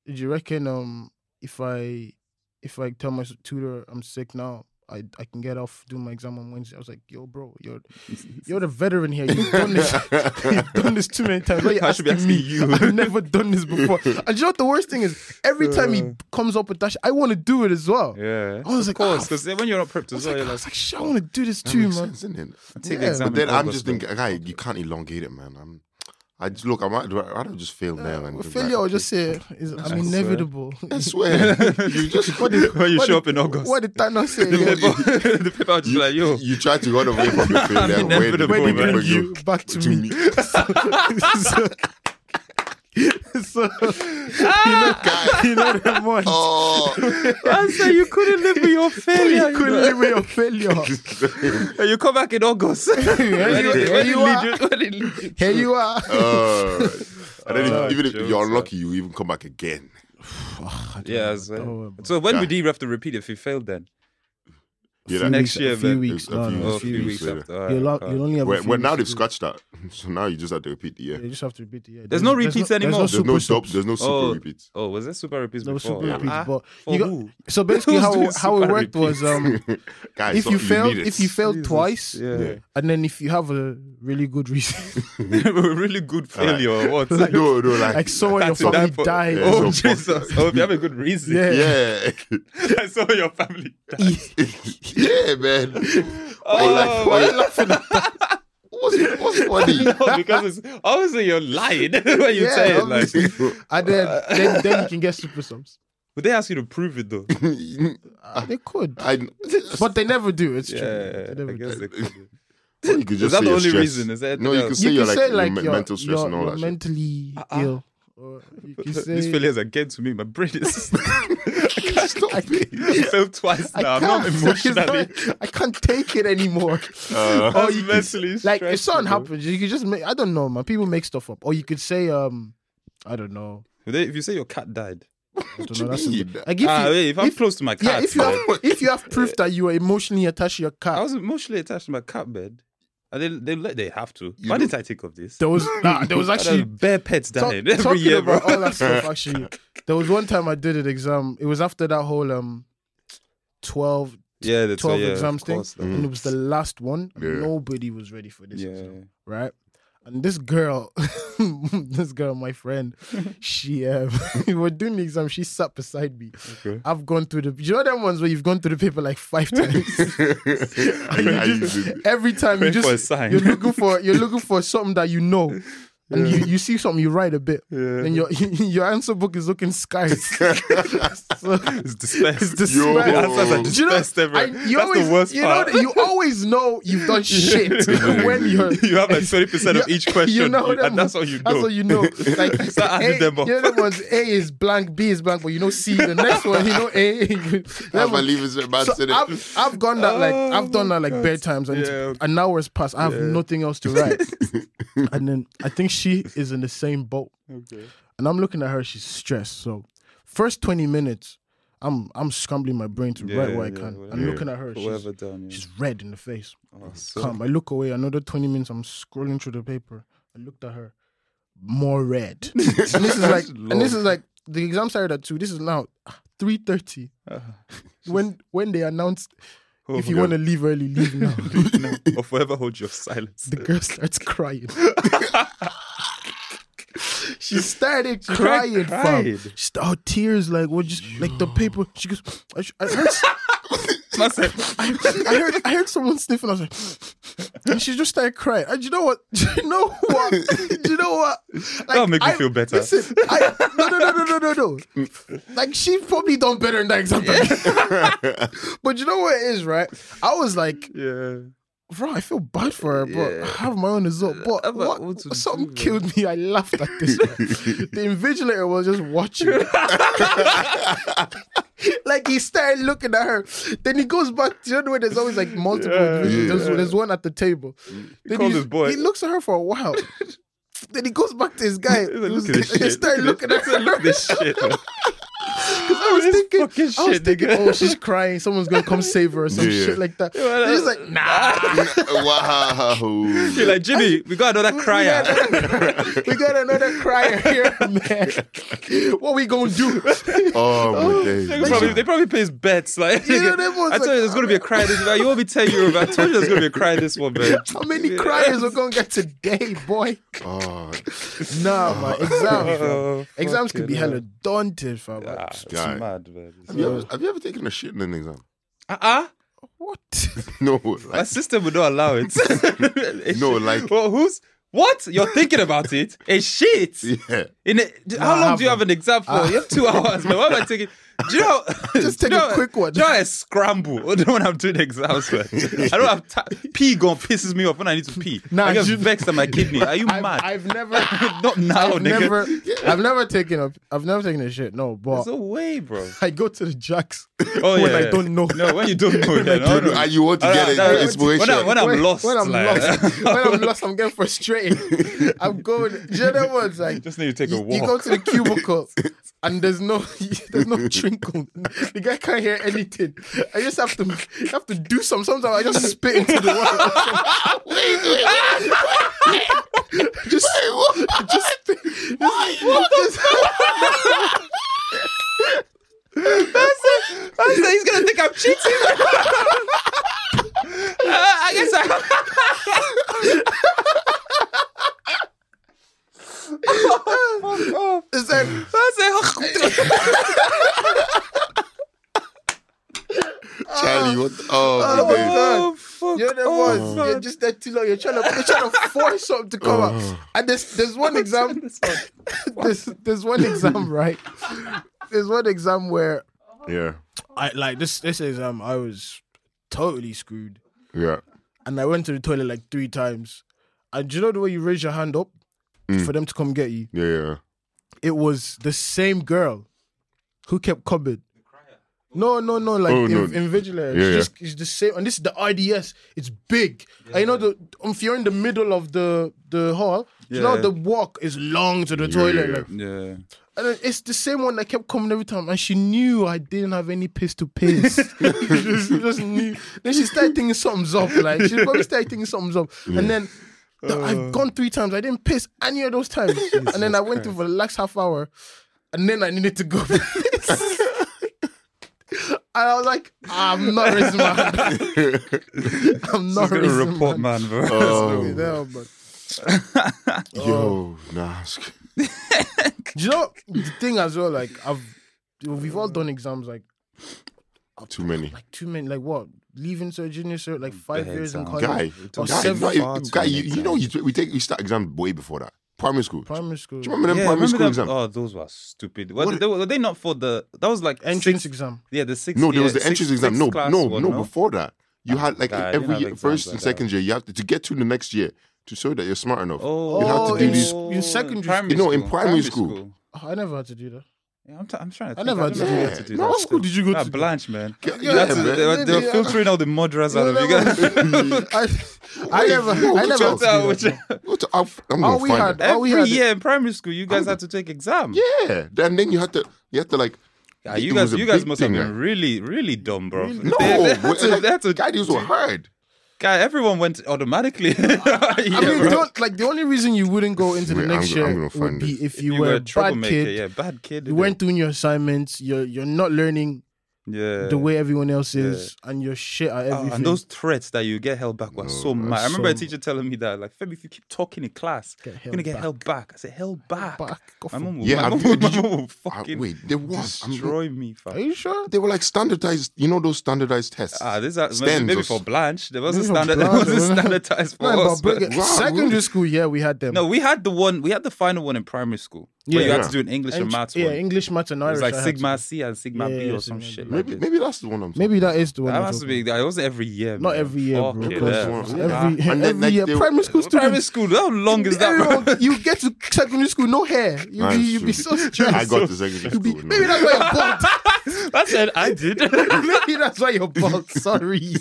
Speaker 2: Do you reckon um if I if I tell my tutor I'm sick now, I, I can get off doing my exam on Wednesday. I was like, yo, bro,
Speaker 1: *laughs*
Speaker 2: you're you're the veteran here. You've done
Speaker 3: *laughs*
Speaker 2: this, you've done this too many times. Why are you
Speaker 1: I should be
Speaker 2: asking me?
Speaker 1: asking you.
Speaker 2: I've never done this before. And you know what the worst thing is? Every time he
Speaker 1: Uh.
Speaker 2: comes up with that, shit, I want to do it as well.
Speaker 1: Yeah.
Speaker 2: I
Speaker 1: of
Speaker 2: was like,
Speaker 1: course,
Speaker 2: ah,
Speaker 1: because when you're not prepped as well,
Speaker 2: I
Speaker 1: you're
Speaker 2: was
Speaker 1: like,
Speaker 2: like, shit, I want to do this
Speaker 3: That
Speaker 2: too,
Speaker 3: makes
Speaker 2: man.
Speaker 3: sense, isn't it?
Speaker 1: take the
Speaker 2: yeah.
Speaker 1: exam.
Speaker 3: But then
Speaker 1: in
Speaker 3: I'm
Speaker 1: August,
Speaker 3: just
Speaker 1: bro.
Speaker 3: thinking, guy, you can't elongate it, man. I'm, I just- look, I might, I don't just fail now. And
Speaker 2: Well,
Speaker 3: be
Speaker 2: Uh, failure,
Speaker 3: like,
Speaker 2: I'll just say, is, I'm
Speaker 1: I swear.
Speaker 2: inevitable.
Speaker 3: I
Speaker 2: *laughs*
Speaker 3: swear, you just what the,
Speaker 1: when you
Speaker 2: What
Speaker 1: show
Speaker 2: did-
Speaker 1: up in August,
Speaker 2: What did Thanos say?
Speaker 1: the,
Speaker 2: Yeah.
Speaker 1: paper, the paper was just like, yo,
Speaker 3: you try to run away from the
Speaker 1: *laughs*
Speaker 3: failure.
Speaker 1: I'm
Speaker 3: where did
Speaker 1: inevitable,
Speaker 2: When
Speaker 1: Where
Speaker 2: he
Speaker 1: did man.
Speaker 2: bring
Speaker 3: people
Speaker 1: bring
Speaker 2: you
Speaker 3: go
Speaker 2: back to
Speaker 3: to
Speaker 2: me. *laughs*
Speaker 3: me?
Speaker 2: so, you know, you know the month.
Speaker 3: *laughs* Oh,
Speaker 1: I said you couldn't live with your failure.
Speaker 2: you couldn't live with your failure.
Speaker 1: And you come back in August. *laughs* When
Speaker 2: you-
Speaker 1: it-
Speaker 2: here
Speaker 1: when it
Speaker 2: you are.
Speaker 1: lead you- when it lead you-
Speaker 2: Here you are.
Speaker 3: uh, and then
Speaker 1: Oh,
Speaker 3: if- even if
Speaker 1: jokes,
Speaker 3: you're
Speaker 1: man.
Speaker 3: unlucky, you even come back again.
Speaker 1: Yeah, as
Speaker 2: Oh,
Speaker 1: well. So when would you have to repeat if you failed then?
Speaker 3: Yeah,
Speaker 2: Few
Speaker 3: that-
Speaker 1: next
Speaker 2: weeks-
Speaker 1: year,
Speaker 2: a few
Speaker 1: man.
Speaker 2: weeks.
Speaker 3: A
Speaker 2: no,
Speaker 3: few-
Speaker 2: no,
Speaker 1: Oh,
Speaker 2: a few weeks.
Speaker 3: later.
Speaker 1: after. Ah, alright,
Speaker 2: You'll, al-
Speaker 1: alright.
Speaker 2: you'll only have a
Speaker 3: Well,
Speaker 2: few
Speaker 3: well, now
Speaker 2: weeks
Speaker 3: they've
Speaker 2: to-
Speaker 3: scratched that, *laughs* so now you just have to repeat the year.
Speaker 2: Yeah, you just have to repeat the year.
Speaker 1: There's no repeats anymore.
Speaker 3: There's no
Speaker 2: super
Speaker 3: dub,
Speaker 2: subs.
Speaker 3: there's no super
Speaker 1: Oh.
Speaker 3: repeats.
Speaker 1: Oh, was there super repeats
Speaker 2: There was
Speaker 1: before?
Speaker 2: super repeats,
Speaker 1: Ah,
Speaker 2: but
Speaker 1: for
Speaker 2: you got-
Speaker 1: who?
Speaker 3: *laughs*
Speaker 2: So basically,
Speaker 1: Who's
Speaker 2: how
Speaker 1: doing
Speaker 2: how it
Speaker 1: super
Speaker 2: worked was um,
Speaker 3: Guys,
Speaker 2: if
Speaker 3: so
Speaker 2: you failed,
Speaker 3: need it.
Speaker 2: if you
Speaker 3: *laughs*
Speaker 2: failed
Speaker 1: Jesus. *laughs*
Speaker 2: twice,
Speaker 1: Yeah.
Speaker 2: and then if you have a really good
Speaker 3: *laughs*
Speaker 2: reason,
Speaker 1: really good failure. or What?
Speaker 3: no, no, like,
Speaker 2: *laughs* like someone your
Speaker 1: That's it, that
Speaker 2: family
Speaker 1: for-
Speaker 2: died,
Speaker 3: Yeah,
Speaker 2: *laughs*
Speaker 1: Oh,
Speaker 3: so fuck
Speaker 1: Jesus.
Speaker 3: that.
Speaker 1: Oh, if you have a good reason.
Speaker 2: Yeah.
Speaker 3: yeah,
Speaker 1: *laughs*
Speaker 3: *laughs*
Speaker 1: I saw your family.
Speaker 3: yeah,
Speaker 1: *laughs*
Speaker 3: man. Why you laugh-
Speaker 1: Oh,
Speaker 3: why you laughing at that? What's, what's
Speaker 1: *laughs*
Speaker 3: funny?
Speaker 1: no, because it's, obviously you're lying *laughs* when you
Speaker 2: Yeah,
Speaker 1: say it. Like,
Speaker 2: obviously. and then, then then you can get super subs.
Speaker 1: would they ask you to prove it though?
Speaker 2: Uh, they could,
Speaker 3: *laughs* I,
Speaker 2: but they never do. It's true.
Speaker 1: yeah,
Speaker 2: They never
Speaker 1: I guess
Speaker 2: do.
Speaker 1: they could.
Speaker 2: *laughs*
Speaker 3: Well, you could just
Speaker 1: that the
Speaker 3: say you're
Speaker 1: only *laughs*
Speaker 3: stressed.
Speaker 1: reason? Is there
Speaker 3: no, you
Speaker 1: anything
Speaker 3: could
Speaker 1: else?
Speaker 3: say
Speaker 2: you
Speaker 3: you're
Speaker 2: can
Speaker 3: like,
Speaker 2: say
Speaker 3: you're
Speaker 2: like
Speaker 3: me-
Speaker 2: you're,
Speaker 3: mental stress
Speaker 2: you're,
Speaker 3: and all
Speaker 2: you're
Speaker 3: that. shit.
Speaker 2: mentally
Speaker 1: Uh-uh.
Speaker 2: ill. Or you
Speaker 3: *laughs*
Speaker 2: can
Speaker 1: These
Speaker 2: *laughs* say
Speaker 1: failures are getting to me. My brain
Speaker 2: *laughs*
Speaker 1: is
Speaker 3: *laughs*
Speaker 1: *laughs*
Speaker 3: Stop it.
Speaker 1: I failed twice
Speaker 3: *laughs*
Speaker 2: I
Speaker 1: now. I'm
Speaker 2: can't, *laughs*
Speaker 1: not
Speaker 2: it's not-
Speaker 1: emotionally. *laughs*
Speaker 2: I can't take it anymore.
Speaker 3: Uh,
Speaker 1: Oh,
Speaker 2: Or you
Speaker 1: you
Speaker 2: could-
Speaker 1: mentally
Speaker 2: like if
Speaker 1: stressed, you
Speaker 2: something
Speaker 1: know.
Speaker 2: happens, you could just make. I don't know, man. People make stuff up, or you could say, um, I don't know.
Speaker 1: If they- if you say your cat died,
Speaker 2: I don't
Speaker 3: do
Speaker 2: know.
Speaker 3: you
Speaker 2: That's a good-
Speaker 3: *laughs* mean?
Speaker 2: like if
Speaker 1: Ah,
Speaker 2: you,
Speaker 1: wait, if I'm
Speaker 2: if-
Speaker 1: close to my
Speaker 2: yeah,
Speaker 1: cat,
Speaker 2: if you have
Speaker 1: bed-
Speaker 2: *laughs* if you
Speaker 1: *laughs*
Speaker 2: have proof that you are emotionally attached to your
Speaker 1: I
Speaker 2: cat,
Speaker 1: was emotionally attached to my cat bed. And they they let they have to.
Speaker 3: You
Speaker 1: Why
Speaker 3: know-
Speaker 1: did I take of this?
Speaker 2: there was nah, there
Speaker 1: *laughs*
Speaker 2: was
Speaker 1: Why does
Speaker 2: actually
Speaker 1: bare pets
Speaker 2: Talk-
Speaker 1: dying every
Speaker 2: talking
Speaker 1: year, bro.
Speaker 2: about all that stuff. Actually, there was one time I did an exam. It was after that whole um, twelve
Speaker 1: *laughs* Yeah, that's
Speaker 2: 12
Speaker 1: yeah, of
Speaker 2: exams thing. Mm.
Speaker 1: course,
Speaker 2: and it was the last one. and
Speaker 3: Yeah.
Speaker 2: Nobody was ready for this,
Speaker 1: Yeah.
Speaker 2: exam, right? And this girl, *laughs* this girl, my friend, she um, *laughs* we were doing the exam. She sat beside me.
Speaker 1: Okay.
Speaker 2: I've gone through the. You know them ones where you've gone through the paper like five times. *laughs*
Speaker 3: I- I used it.
Speaker 2: Every time you
Speaker 1: Wait
Speaker 2: just
Speaker 1: for a sign.
Speaker 2: you're
Speaker 1: *laughs*
Speaker 2: looking for you're looking for something that you know, and you, you see something you write a bit,
Speaker 1: Yeah.
Speaker 2: and your *laughs* your answer book is
Speaker 1: *laughs*
Speaker 2: looking *laughs* scarce. so,
Speaker 1: It's dispersed.
Speaker 2: It's dispersed.
Speaker 1: The answers *laughs* are
Speaker 3: Yo.
Speaker 2: Do you know,
Speaker 1: dispersed everywhere.
Speaker 2: I- you
Speaker 1: That's
Speaker 2: always,
Speaker 1: the worst
Speaker 2: you
Speaker 1: part.
Speaker 2: Know, you always know
Speaker 1: *laughs*
Speaker 2: you've done shit when you're.
Speaker 1: you have
Speaker 2: *laughs*
Speaker 1: like twenty percent of each question,
Speaker 2: you know them
Speaker 1: and that's all
Speaker 2: ones-
Speaker 1: you know.
Speaker 2: That's all you know. Like
Speaker 1: *laughs* Start adding
Speaker 2: A,
Speaker 1: them up.
Speaker 2: You know the ones A is blank, B is blank, but you know C. The next one, you know A. *laughs*
Speaker 3: I believe it's a bad
Speaker 2: so
Speaker 3: city. *laughs*
Speaker 2: I've, I've gone that like
Speaker 1: Oh
Speaker 2: I've done
Speaker 1: my
Speaker 2: that like
Speaker 1: God.
Speaker 2: bare times and
Speaker 1: Yeah, okay.
Speaker 2: an hour's passed. I have
Speaker 1: Yeah.
Speaker 2: nothing else
Speaker 1: *laughs*
Speaker 2: to write, and then I think she is in the same boat.
Speaker 1: *laughs* Okay.
Speaker 2: And I'm looking at her; she's stressed. So, first twenty minutes, I'm I'm scrambling my brain to write
Speaker 1: Yeah,
Speaker 2: what I
Speaker 1: yeah,
Speaker 2: can.
Speaker 1: whatever.
Speaker 2: I'm looking at her; she's,
Speaker 1: Whoever done, yeah.
Speaker 2: she's red in the face.
Speaker 1: Oh, so-
Speaker 2: Come, I look away. Another twenty minutes, I'm scrolling through the paper. I looked at her,
Speaker 1: *laughs*
Speaker 2: more red. and this is like, and this is like the exam started at two. This is now three thirty.
Speaker 1: Ah.
Speaker 2: When when they announced
Speaker 1: Oh,
Speaker 2: if you
Speaker 1: God.
Speaker 2: want to leave early,
Speaker 1: *laughs*
Speaker 2: leave now.
Speaker 1: or forever hold your silence.
Speaker 2: the girl
Speaker 1: *laughs*
Speaker 2: starts crying. she started
Speaker 1: cried-
Speaker 2: crying,
Speaker 1: cried.
Speaker 2: fam. She st- her tears like were just like the paper. She goes, I, sh- I heard,
Speaker 1: I
Speaker 2: *laughs*
Speaker 1: said,
Speaker 2: I heard, I heard someone sniffing. I was like, and she just started crying. And you know what? *laughs* Do you know what? Do you know what? Like,
Speaker 1: That'll make me
Speaker 2: I-
Speaker 1: feel better.
Speaker 2: Listen, I, no, no, no, no, no, no, no. Like she probably done better in that exam. than me. *laughs* but you know what it is, right? I was like,
Speaker 1: yeah.
Speaker 2: bro, I feel bad for her, but
Speaker 1: Yeah.
Speaker 2: I have my own result. But
Speaker 1: I'm like,
Speaker 2: what,
Speaker 1: what to
Speaker 2: something
Speaker 1: do,
Speaker 2: killed me. I laughed at
Speaker 1: *laughs*
Speaker 2: this. man. the invigilator was just watching. *laughs* like he started looking at her. Then he goes back. You know where there's always like multiple.
Speaker 1: Yeah.
Speaker 2: invigilators. There's,
Speaker 1: Yeah.
Speaker 2: there's one at the table. Then
Speaker 1: calls
Speaker 2: he's-
Speaker 1: his boy.
Speaker 2: He looks at her for
Speaker 1: *laughs*
Speaker 2: a while. then he goes back to his guy.
Speaker 1: Look at this
Speaker 2: They *laughs*
Speaker 1: shit.
Speaker 2: started looking at her. *laughs*
Speaker 1: Look at this shit.
Speaker 2: Because
Speaker 3: I was thinking.
Speaker 1: Fucking
Speaker 2: I was
Speaker 1: shit,
Speaker 2: thinking,
Speaker 1: nigga.
Speaker 2: oh, she's crying. Someone's gonna come save her or some
Speaker 3: Yeah.
Speaker 2: shit like
Speaker 1: *laughs*
Speaker 2: that.
Speaker 1: Yeah,
Speaker 2: He's like, nah.
Speaker 3: wow.
Speaker 1: *laughs* You're like, Jimmy, we got another crier.
Speaker 2: we got another crier here, man. What we gonna do?
Speaker 3: Oh
Speaker 1: *laughs*
Speaker 3: my
Speaker 1: They probably, they
Speaker 3: days.
Speaker 1: probably pays bets. Like, *laughs*
Speaker 2: You know, them ones
Speaker 1: I told you
Speaker 2: like-
Speaker 1: there's gonna be a cry this. Like, you want me to tell you about? I told you there's gonna be a cry this one, man.
Speaker 2: *laughs* How many criers are gonna get today, boy?
Speaker 3: Oh,
Speaker 1: *laughs*
Speaker 2: Nah, man. Exams, fam.
Speaker 1: Oh,
Speaker 2: Exams could be
Speaker 1: fucking
Speaker 2: hella daunted, fam. *laughs*
Speaker 1: hell. Ah,
Speaker 2: Like,
Speaker 1: it's
Speaker 3: Yeah.
Speaker 1: mad, man.
Speaker 3: have, you ever, have you ever taken a shit in an exam? *laughs*
Speaker 1: Uh uh
Speaker 2: What?
Speaker 3: No,
Speaker 1: My
Speaker 3: like,
Speaker 1: system would not allow it.
Speaker 3: *laughs* No, like-
Speaker 1: *laughs* well, who's what? You're thinking about it? A
Speaker 3: *laughs*
Speaker 1: shit.
Speaker 3: yeah.
Speaker 1: In a, d- how
Speaker 2: I
Speaker 1: long do you have
Speaker 2: haven't.
Speaker 1: an exam for? you have two hours, man. Why am I taking? Do you know?
Speaker 2: Ah. *laughs* Just
Speaker 1: do you
Speaker 2: take a
Speaker 1: know-
Speaker 2: quick one.
Speaker 1: Do you know I scramble *laughs* when I'm doing exams, man? I don't have time. Pee gone pisses me off when I need to pee.
Speaker 2: Nah,
Speaker 1: I get
Speaker 2: you-
Speaker 1: vexed at my kidney.
Speaker 2: *laughs*
Speaker 1: Are you
Speaker 2: I've,
Speaker 1: mad?
Speaker 2: I've
Speaker 1: *laughs*
Speaker 2: never.
Speaker 1: Not now,
Speaker 2: I've
Speaker 1: Oh, nigga.
Speaker 2: never, I've never taken a, I've never taken a shit. No, but
Speaker 1: There's no way, bro.
Speaker 2: *laughs* I go to the jacks
Speaker 1: Oh
Speaker 2: when
Speaker 1: yeah.
Speaker 2: I don't know.
Speaker 1: No, when you don't know. yeah, no, no.
Speaker 3: And you want to
Speaker 1: All
Speaker 3: get
Speaker 1: right,
Speaker 3: an
Speaker 1: all right.
Speaker 3: inspiration.
Speaker 1: When, I, when I'm lost,
Speaker 2: When I'm
Speaker 1: like-
Speaker 2: lost, when
Speaker 1: *laughs*
Speaker 2: I'm lost, I'm getting frustrated. I'm going. Do you know what's like?
Speaker 1: just need to take a
Speaker 2: You,
Speaker 1: walk.
Speaker 2: you go to
Speaker 1: *laughs*
Speaker 2: the cubicle and there's no *laughs* there's no trinkle. The guy can't hear anything. I just have to you have to do some. Sometimes I just spit into the water. *laughs* just just just,
Speaker 1: *laughs* I said he's gonna think I'm cheating. *laughs* Uh, I guess I.
Speaker 2: just- then *laughs*
Speaker 1: I said, *laughs*
Speaker 3: Charlie, what? Oh, my days.
Speaker 1: oh fuck.
Speaker 2: you know that
Speaker 1: off,
Speaker 2: was you're
Speaker 1: man.
Speaker 2: just there too long. You're trying to you're trying to force something to come out.
Speaker 1: Oh.
Speaker 2: And there's there's
Speaker 1: *laughs*
Speaker 2: one *laughs* exam there's there's one exam right. There's one exam where
Speaker 3: Yeah,
Speaker 2: I like this this exam I was totally screwed.
Speaker 3: yeah.
Speaker 2: And I went to the toilet like three times. And do you know the way you raise your hand up
Speaker 3: Mm.
Speaker 2: for them to come get you?
Speaker 3: Yeah, yeah.
Speaker 2: It was the same girl who kept coming. No, no, no, like
Speaker 3: Oh,
Speaker 2: in,
Speaker 3: no.
Speaker 2: in Vigilant.
Speaker 3: Yeah,
Speaker 2: it's,
Speaker 3: yeah.
Speaker 2: just, it's the same. And this is the IDS. It's big. I know the um, if you're in the middle of the the hall, you know
Speaker 1: Yeah.
Speaker 2: the walk is long to the toilet.
Speaker 3: yeah.
Speaker 2: like-
Speaker 1: Yeah.
Speaker 2: and then it's the same one that kept coming every time. And she knew I didn't have any piss
Speaker 1: *laughs*
Speaker 2: to piss. *laughs* she just, she just knew. Then she started thinking something's up. Like she probably started thinking something's up. And then th-
Speaker 1: Uh.
Speaker 2: I've gone three times. I didn't piss any of those times. and then I went to for the last half hour. And then I needed to go. *laughs* piss. and I was like, I'm not raising my hand. *laughs* I'm not
Speaker 1: He's gonna
Speaker 2: raising
Speaker 1: report,
Speaker 2: my
Speaker 1: man, bro. *laughs*
Speaker 3: Oh,
Speaker 2: hand. Yeah, but-
Speaker 3: yo, nah. it's-
Speaker 2: Do you know the thing as well? Like I've, we've all done exams. Like
Speaker 3: Too many.
Speaker 2: like two men, like what? Leaving Sir Junior Sir, like five
Speaker 1: The
Speaker 2: years in
Speaker 1: exam.
Speaker 2: college.
Speaker 3: Guy,
Speaker 2: Or
Speaker 3: guy,
Speaker 2: seven-
Speaker 3: not even-
Speaker 1: far too
Speaker 3: guy.
Speaker 1: many
Speaker 3: You, you know, you, we take we start exams way before that. Primary school. Do
Speaker 2: Primary school.
Speaker 3: you remember them
Speaker 1: Yeah,
Speaker 3: primary
Speaker 1: remember
Speaker 3: school
Speaker 1: that?
Speaker 3: exams?
Speaker 1: Oh, those were stupid. What, they, were were they not for the? That was like
Speaker 2: Entrance
Speaker 1: sixth-
Speaker 2: exam.
Speaker 1: Yeah, the six.
Speaker 3: No, there was the entrance exam. No, no, no. Before that, you had like
Speaker 1: Nah, Ah, I didn't
Speaker 3: every
Speaker 1: have
Speaker 3: year,
Speaker 1: exams
Speaker 3: first
Speaker 1: like
Speaker 3: and
Speaker 1: that.
Speaker 3: second year, you have to to get to the next year to show that you're smart enough.
Speaker 1: Oh,
Speaker 3: You have to do
Speaker 2: in,
Speaker 3: *laughs* these-
Speaker 2: in secondary
Speaker 1: Primary
Speaker 3: No, in
Speaker 1: school,
Speaker 3: primary school.
Speaker 2: school. Oh, I never had to do that.
Speaker 1: Yeah, I'm, t- I'm trying to.
Speaker 2: I
Speaker 1: Think.
Speaker 2: never had to
Speaker 1: don't
Speaker 2: do
Speaker 1: know
Speaker 3: that.
Speaker 1: how to do
Speaker 3: No,
Speaker 1: that.
Speaker 3: what
Speaker 2: school did you go
Speaker 1: Nah,
Speaker 2: to?
Speaker 1: Blanche, man.
Speaker 3: Yeah,
Speaker 1: You had to-
Speaker 3: man.
Speaker 1: they, were, they were
Speaker 2: Yeah.
Speaker 1: filtering out the murderers out of you *laughs* guys.
Speaker 3: *laughs*
Speaker 2: I, *laughs* I never, I
Speaker 3: Wait,
Speaker 2: never had
Speaker 3: what's
Speaker 1: Out
Speaker 2: to
Speaker 1: which-
Speaker 2: do that.
Speaker 3: What the- I'm I'm
Speaker 2: All
Speaker 3: gonna
Speaker 2: we
Speaker 3: find
Speaker 2: had-
Speaker 3: it.
Speaker 2: Oh, we
Speaker 1: Every
Speaker 2: had-
Speaker 1: year in primary school, you guys had to take exam.
Speaker 3: Yeah, then then you had to you had to like.
Speaker 1: Yeah,
Speaker 3: it
Speaker 1: Ah, you
Speaker 3: was
Speaker 1: guys,
Speaker 3: a
Speaker 1: you guys
Speaker 3: big
Speaker 1: must have
Speaker 3: thing,
Speaker 1: been
Speaker 3: like-
Speaker 1: really, really dumb, bro.
Speaker 3: No,
Speaker 1: *laughs* They- they had to- they had to-
Speaker 3: guy, these were hard.
Speaker 1: guy, everyone went automatically. *laughs* Yeah,
Speaker 2: I mean,
Speaker 1: bro.
Speaker 2: don't, like the only reason you wouldn't go into the
Speaker 3: Wait,
Speaker 2: next
Speaker 3: I'm-
Speaker 2: year
Speaker 3: I'm gonna
Speaker 2: would
Speaker 3: find
Speaker 2: be
Speaker 3: it.
Speaker 2: if you, were a bad kid.
Speaker 1: yeah, bad kid.
Speaker 2: You weren't doing your assignments. You're you're not learning
Speaker 1: yeah.
Speaker 2: the way everyone else is, and you're shit at
Speaker 1: Oh,
Speaker 2: everything.
Speaker 1: and those threats that you get held back were so mad. I remember a teacher telling me that, like, Feb, if you keep talking in class,
Speaker 2: Get
Speaker 1: you're gonna
Speaker 2: held
Speaker 1: get
Speaker 2: back.
Speaker 1: held back. I said, held back.
Speaker 2: Back off
Speaker 1: My
Speaker 2: of-
Speaker 1: mom will,
Speaker 3: Yeah,
Speaker 1: my
Speaker 3: I-
Speaker 1: mom, will-
Speaker 3: did
Speaker 1: my
Speaker 3: you-
Speaker 1: mom will
Speaker 3: Ah,
Speaker 1: fucking
Speaker 3: wait, there was. I'm-
Speaker 1: destroy me. Fam.
Speaker 2: Are you sure?
Speaker 3: They were like standardized. You know those standardized tests.
Speaker 1: Ah, this are,
Speaker 3: Stands
Speaker 1: maybe, maybe
Speaker 3: or
Speaker 1: for Blanche. There wasn't
Speaker 2: Maybe for
Speaker 1: standard. *laughs* There
Speaker 2: Blanche,
Speaker 1: wasn't
Speaker 2: wasn't it?
Speaker 1: standardized for
Speaker 2: No,
Speaker 1: us.
Speaker 2: but
Speaker 1: But
Speaker 2: big-
Speaker 3: Wow,
Speaker 2: secondary
Speaker 3: really?
Speaker 2: school, yeah, we had them.
Speaker 1: no, we had the one. We had the final one in primary school. Yeah,
Speaker 2: Yeah.
Speaker 1: you had
Speaker 3: Yeah.
Speaker 1: to do an English and
Speaker 2: Eng-
Speaker 1: maths
Speaker 2: yeah,
Speaker 1: one. It
Speaker 2: English, maths, and Irish.
Speaker 1: was like
Speaker 2: I had
Speaker 1: Sigma
Speaker 2: to-
Speaker 1: C and Sigma
Speaker 2: Yeah,
Speaker 1: B
Speaker 2: yeah,
Speaker 1: or some
Speaker 2: Sigma
Speaker 1: shit like
Speaker 2: B.
Speaker 3: maybe
Speaker 1: this.
Speaker 3: maybe that's the one I'm.
Speaker 2: Maybe that is the one.
Speaker 1: That
Speaker 2: you're
Speaker 1: must
Speaker 2: talking
Speaker 1: be. That was every year.
Speaker 2: Not
Speaker 1: man.
Speaker 2: every year,
Speaker 1: Fuck
Speaker 2: bro,
Speaker 1: it,
Speaker 2: because
Speaker 1: yeah.
Speaker 3: it's
Speaker 2: about.
Speaker 1: Ah.
Speaker 2: *laughs* Every,
Speaker 3: And then,
Speaker 2: every
Speaker 3: like,
Speaker 2: year,
Speaker 3: they-
Speaker 2: primary school students.
Speaker 1: Primary school. How long is that?
Speaker 2: *laughs*
Speaker 1: bro?
Speaker 2: everyone- you get to secondary school, no hair. You
Speaker 3: That's
Speaker 2: be, you be so
Speaker 3: true.
Speaker 2: stressed.
Speaker 3: *laughs*
Speaker 1: *laughs*
Speaker 3: I got the
Speaker 2: *laughs*
Speaker 3: secondary
Speaker 2: You
Speaker 3: school.
Speaker 2: be,
Speaker 3: no.
Speaker 2: maybe that's why you're
Speaker 3: *laughs*
Speaker 2: bald.
Speaker 1: I said I
Speaker 2: *laughs*
Speaker 1: did.
Speaker 2: maybe that's why you're bald.
Speaker 3: *laughs*
Speaker 2: Sorry.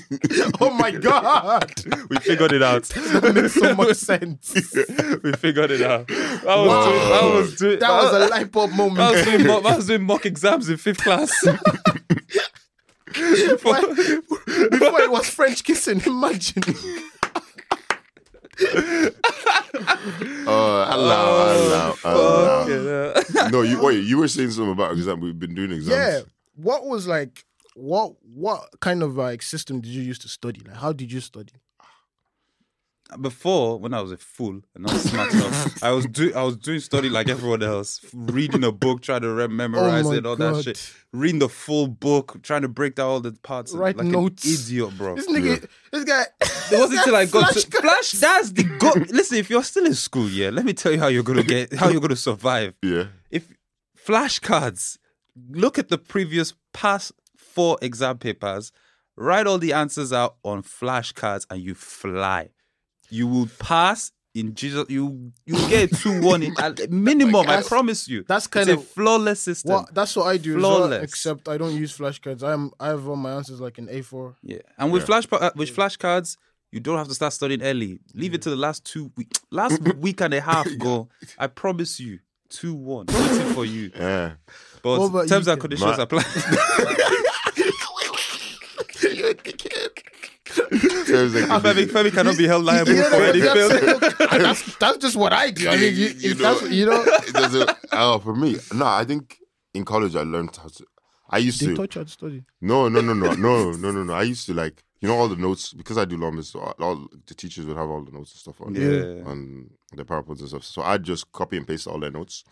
Speaker 2: Oh my god,
Speaker 1: we figured
Speaker 2: *laughs*
Speaker 1: it out.
Speaker 2: that makes so much sense.
Speaker 3: *laughs*
Speaker 1: we figured it out. I was,
Speaker 3: Wow.
Speaker 1: doing, I was doing, it.
Speaker 2: That was a light bulb
Speaker 1: I was,
Speaker 2: moment.
Speaker 1: doing mock, I was doing mock exams in fifth
Speaker 2: *laughs*
Speaker 1: class. *laughs*
Speaker 2: Why- *laughs* Before it was French kissing. Imagine.
Speaker 3: Oh, allow, allow,
Speaker 1: Fucking
Speaker 3: allow.
Speaker 1: hell.
Speaker 3: No, you wait. You were saying something about exam. We've been doing
Speaker 2: yeah.
Speaker 3: exams.
Speaker 2: What was like? What what kind of like system did you use to study? Like, how did you study?
Speaker 1: Before, when I was a fool and not smart enough, I was do I was doing study like everyone else, reading a book, trying to re- memorize
Speaker 2: Oh my
Speaker 1: it, all that
Speaker 2: God.
Speaker 1: shit, reading the full book, trying to break down all the parts,
Speaker 2: Write
Speaker 1: like
Speaker 2: notes.
Speaker 1: an idiot, bro.
Speaker 3: Oh,
Speaker 2: This nigga, this guy.
Speaker 1: It
Speaker 2: *laughs*
Speaker 1: wasn't until I got to
Speaker 2: flashcards.
Speaker 1: flash. That's the go. Listen, if you're still in school, yeah, let me tell you how you're gonna get how you're gonna survive.
Speaker 3: Yeah.
Speaker 1: If flashcards, look at the previous past four exam papers, write all the answers out on flashcards, and you fly. You will pass in Jesus. You you will get a
Speaker 2: *laughs*
Speaker 1: two one in, at minimum. I
Speaker 2: That's-
Speaker 1: promise you.
Speaker 2: that's
Speaker 1: It's
Speaker 2: kind
Speaker 1: a
Speaker 2: of-
Speaker 1: flawless system.
Speaker 2: Well, that's what I do. as well,
Speaker 1: Flawless.
Speaker 2: except I don't use flashcards. I'm I have all my answers like in *laughs*
Speaker 3: *laughs*
Speaker 2: A4.
Speaker 1: Yeah, and with flash uh, with flashcards, you don't have to start studying early. Leave it to the last two week,
Speaker 2: *laughs*
Speaker 1: last week and a half. Go, I promise you, two one waiting for you.
Speaker 3: Yeah.
Speaker 1: But
Speaker 2: What about
Speaker 1: terms
Speaker 2: you,
Speaker 1: and
Speaker 2: Ken?
Speaker 1: conditions
Speaker 3: Ma-
Speaker 1: apply. *laughs*
Speaker 3: Terms *laughs* and
Speaker 1: Femi,
Speaker 3: conditions.
Speaker 1: Femi cannot be held liable
Speaker 2: You know,
Speaker 1: for any
Speaker 2: that's-
Speaker 1: failure. *laughs*
Speaker 2: that's, that's just what I do. I mean, you,
Speaker 3: You
Speaker 2: if
Speaker 3: know-
Speaker 2: that's, you
Speaker 3: *laughs*
Speaker 2: know
Speaker 3: It doesn't. Oh, for me, no. I think in college I learned how to. I used
Speaker 2: they
Speaker 3: to.
Speaker 2: taught you how to study.
Speaker 3: No, no, no, no, no, no, no, no. I used to like you know all the notes because I do long business. All, all the teachers would have all the notes and stuff on
Speaker 1: Yeah.
Speaker 3: on the powerpoints and stuff. So I just copy and paste all their notes,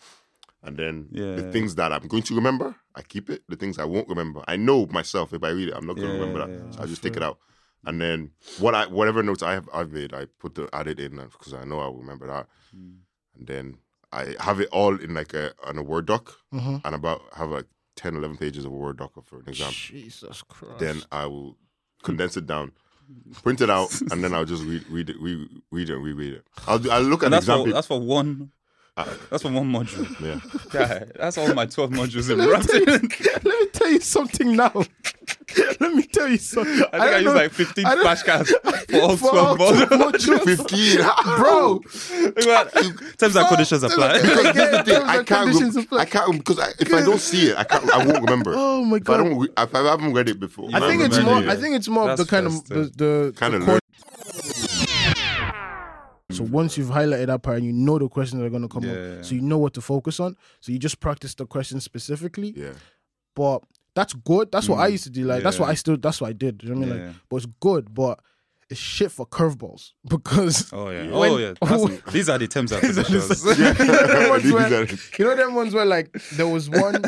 Speaker 3: and then
Speaker 1: Yeah.
Speaker 3: the things that I'm going to remember, I keep it. The things I won't remember, I know myself if I read it, I'm not going to
Speaker 1: Yeah,
Speaker 3: remember
Speaker 1: yeah,
Speaker 3: that. So I just take it out, and then what I whatever notes I have I've made, I put the add it in because I know I'll remember that,
Speaker 1: Hmm.
Speaker 3: and then I have it all in like a on a Word doc,
Speaker 1: Mm-hmm.
Speaker 2: Mhm.
Speaker 3: and about have like 10, 11 pages of a Word doc for an example
Speaker 2: Jesus Christ. *laughs*
Speaker 3: then I will condense it down, print it out, and then I'll just read read it, re read it, and reread it. I'll do, I'll look at
Speaker 1: And that's
Speaker 3: exam
Speaker 1: for
Speaker 3: paper.
Speaker 1: that's for one. That's for one module.
Speaker 2: *laughs*
Speaker 3: Yeah.
Speaker 1: *laughs* Yeah, that's all my twelve modules in wrapped in. I think
Speaker 2: Let me tell you something now. *laughs* Let me tell you something.
Speaker 1: I,
Speaker 2: don't
Speaker 1: used
Speaker 2: know-
Speaker 1: like fifteen
Speaker 2: I don't- *laughs*
Speaker 1: flashcards for all
Speaker 2: for
Speaker 1: twelve *laughs*
Speaker 2: all
Speaker 1: modules.
Speaker 3: 15.
Speaker 2: Bro,
Speaker 1: terms and conditions apply.
Speaker 3: Because that's the thing.
Speaker 2: Terms
Speaker 3: I
Speaker 2: and
Speaker 3: can't.
Speaker 2: conditions
Speaker 3: Re-
Speaker 2: apply.
Speaker 3: I can't because I, if I don't see it, I can't. I won't remember.
Speaker 2: *gasps* Oh my
Speaker 3: If
Speaker 2: God.
Speaker 3: I don't. Re- if I haven't read it before,
Speaker 2: I think it's
Speaker 1: remember
Speaker 2: more.
Speaker 1: you.
Speaker 2: I think it's more of the
Speaker 1: That's
Speaker 2: kind of
Speaker 1: first,
Speaker 2: the, the
Speaker 3: kind
Speaker 2: the
Speaker 3: of
Speaker 2: qual-
Speaker 3: learn.
Speaker 2: So once you've highlighted that part and you know the questions that are going to come
Speaker 1: Yeah.
Speaker 2: up, so you know what to focus on. So you just practice the questions specifically.
Speaker 3: Yeah.
Speaker 2: But that's good. That's what I used to do. Like that's what
Speaker 1: Mm. Yeah.
Speaker 2: I still. That's what I did. You know what I mean?
Speaker 1: Yeah.
Speaker 2: Like, but it's good. But it's shit for curveballs *laughs* because
Speaker 1: *laughs* Oh yeah.
Speaker 2: when-
Speaker 1: Oh yeah. That's- These are the terms and conditions.
Speaker 2: *laughs* you, know them ones
Speaker 3: These
Speaker 2: where,
Speaker 3: are-
Speaker 1: *laughs*
Speaker 2: you know them ones where like there was one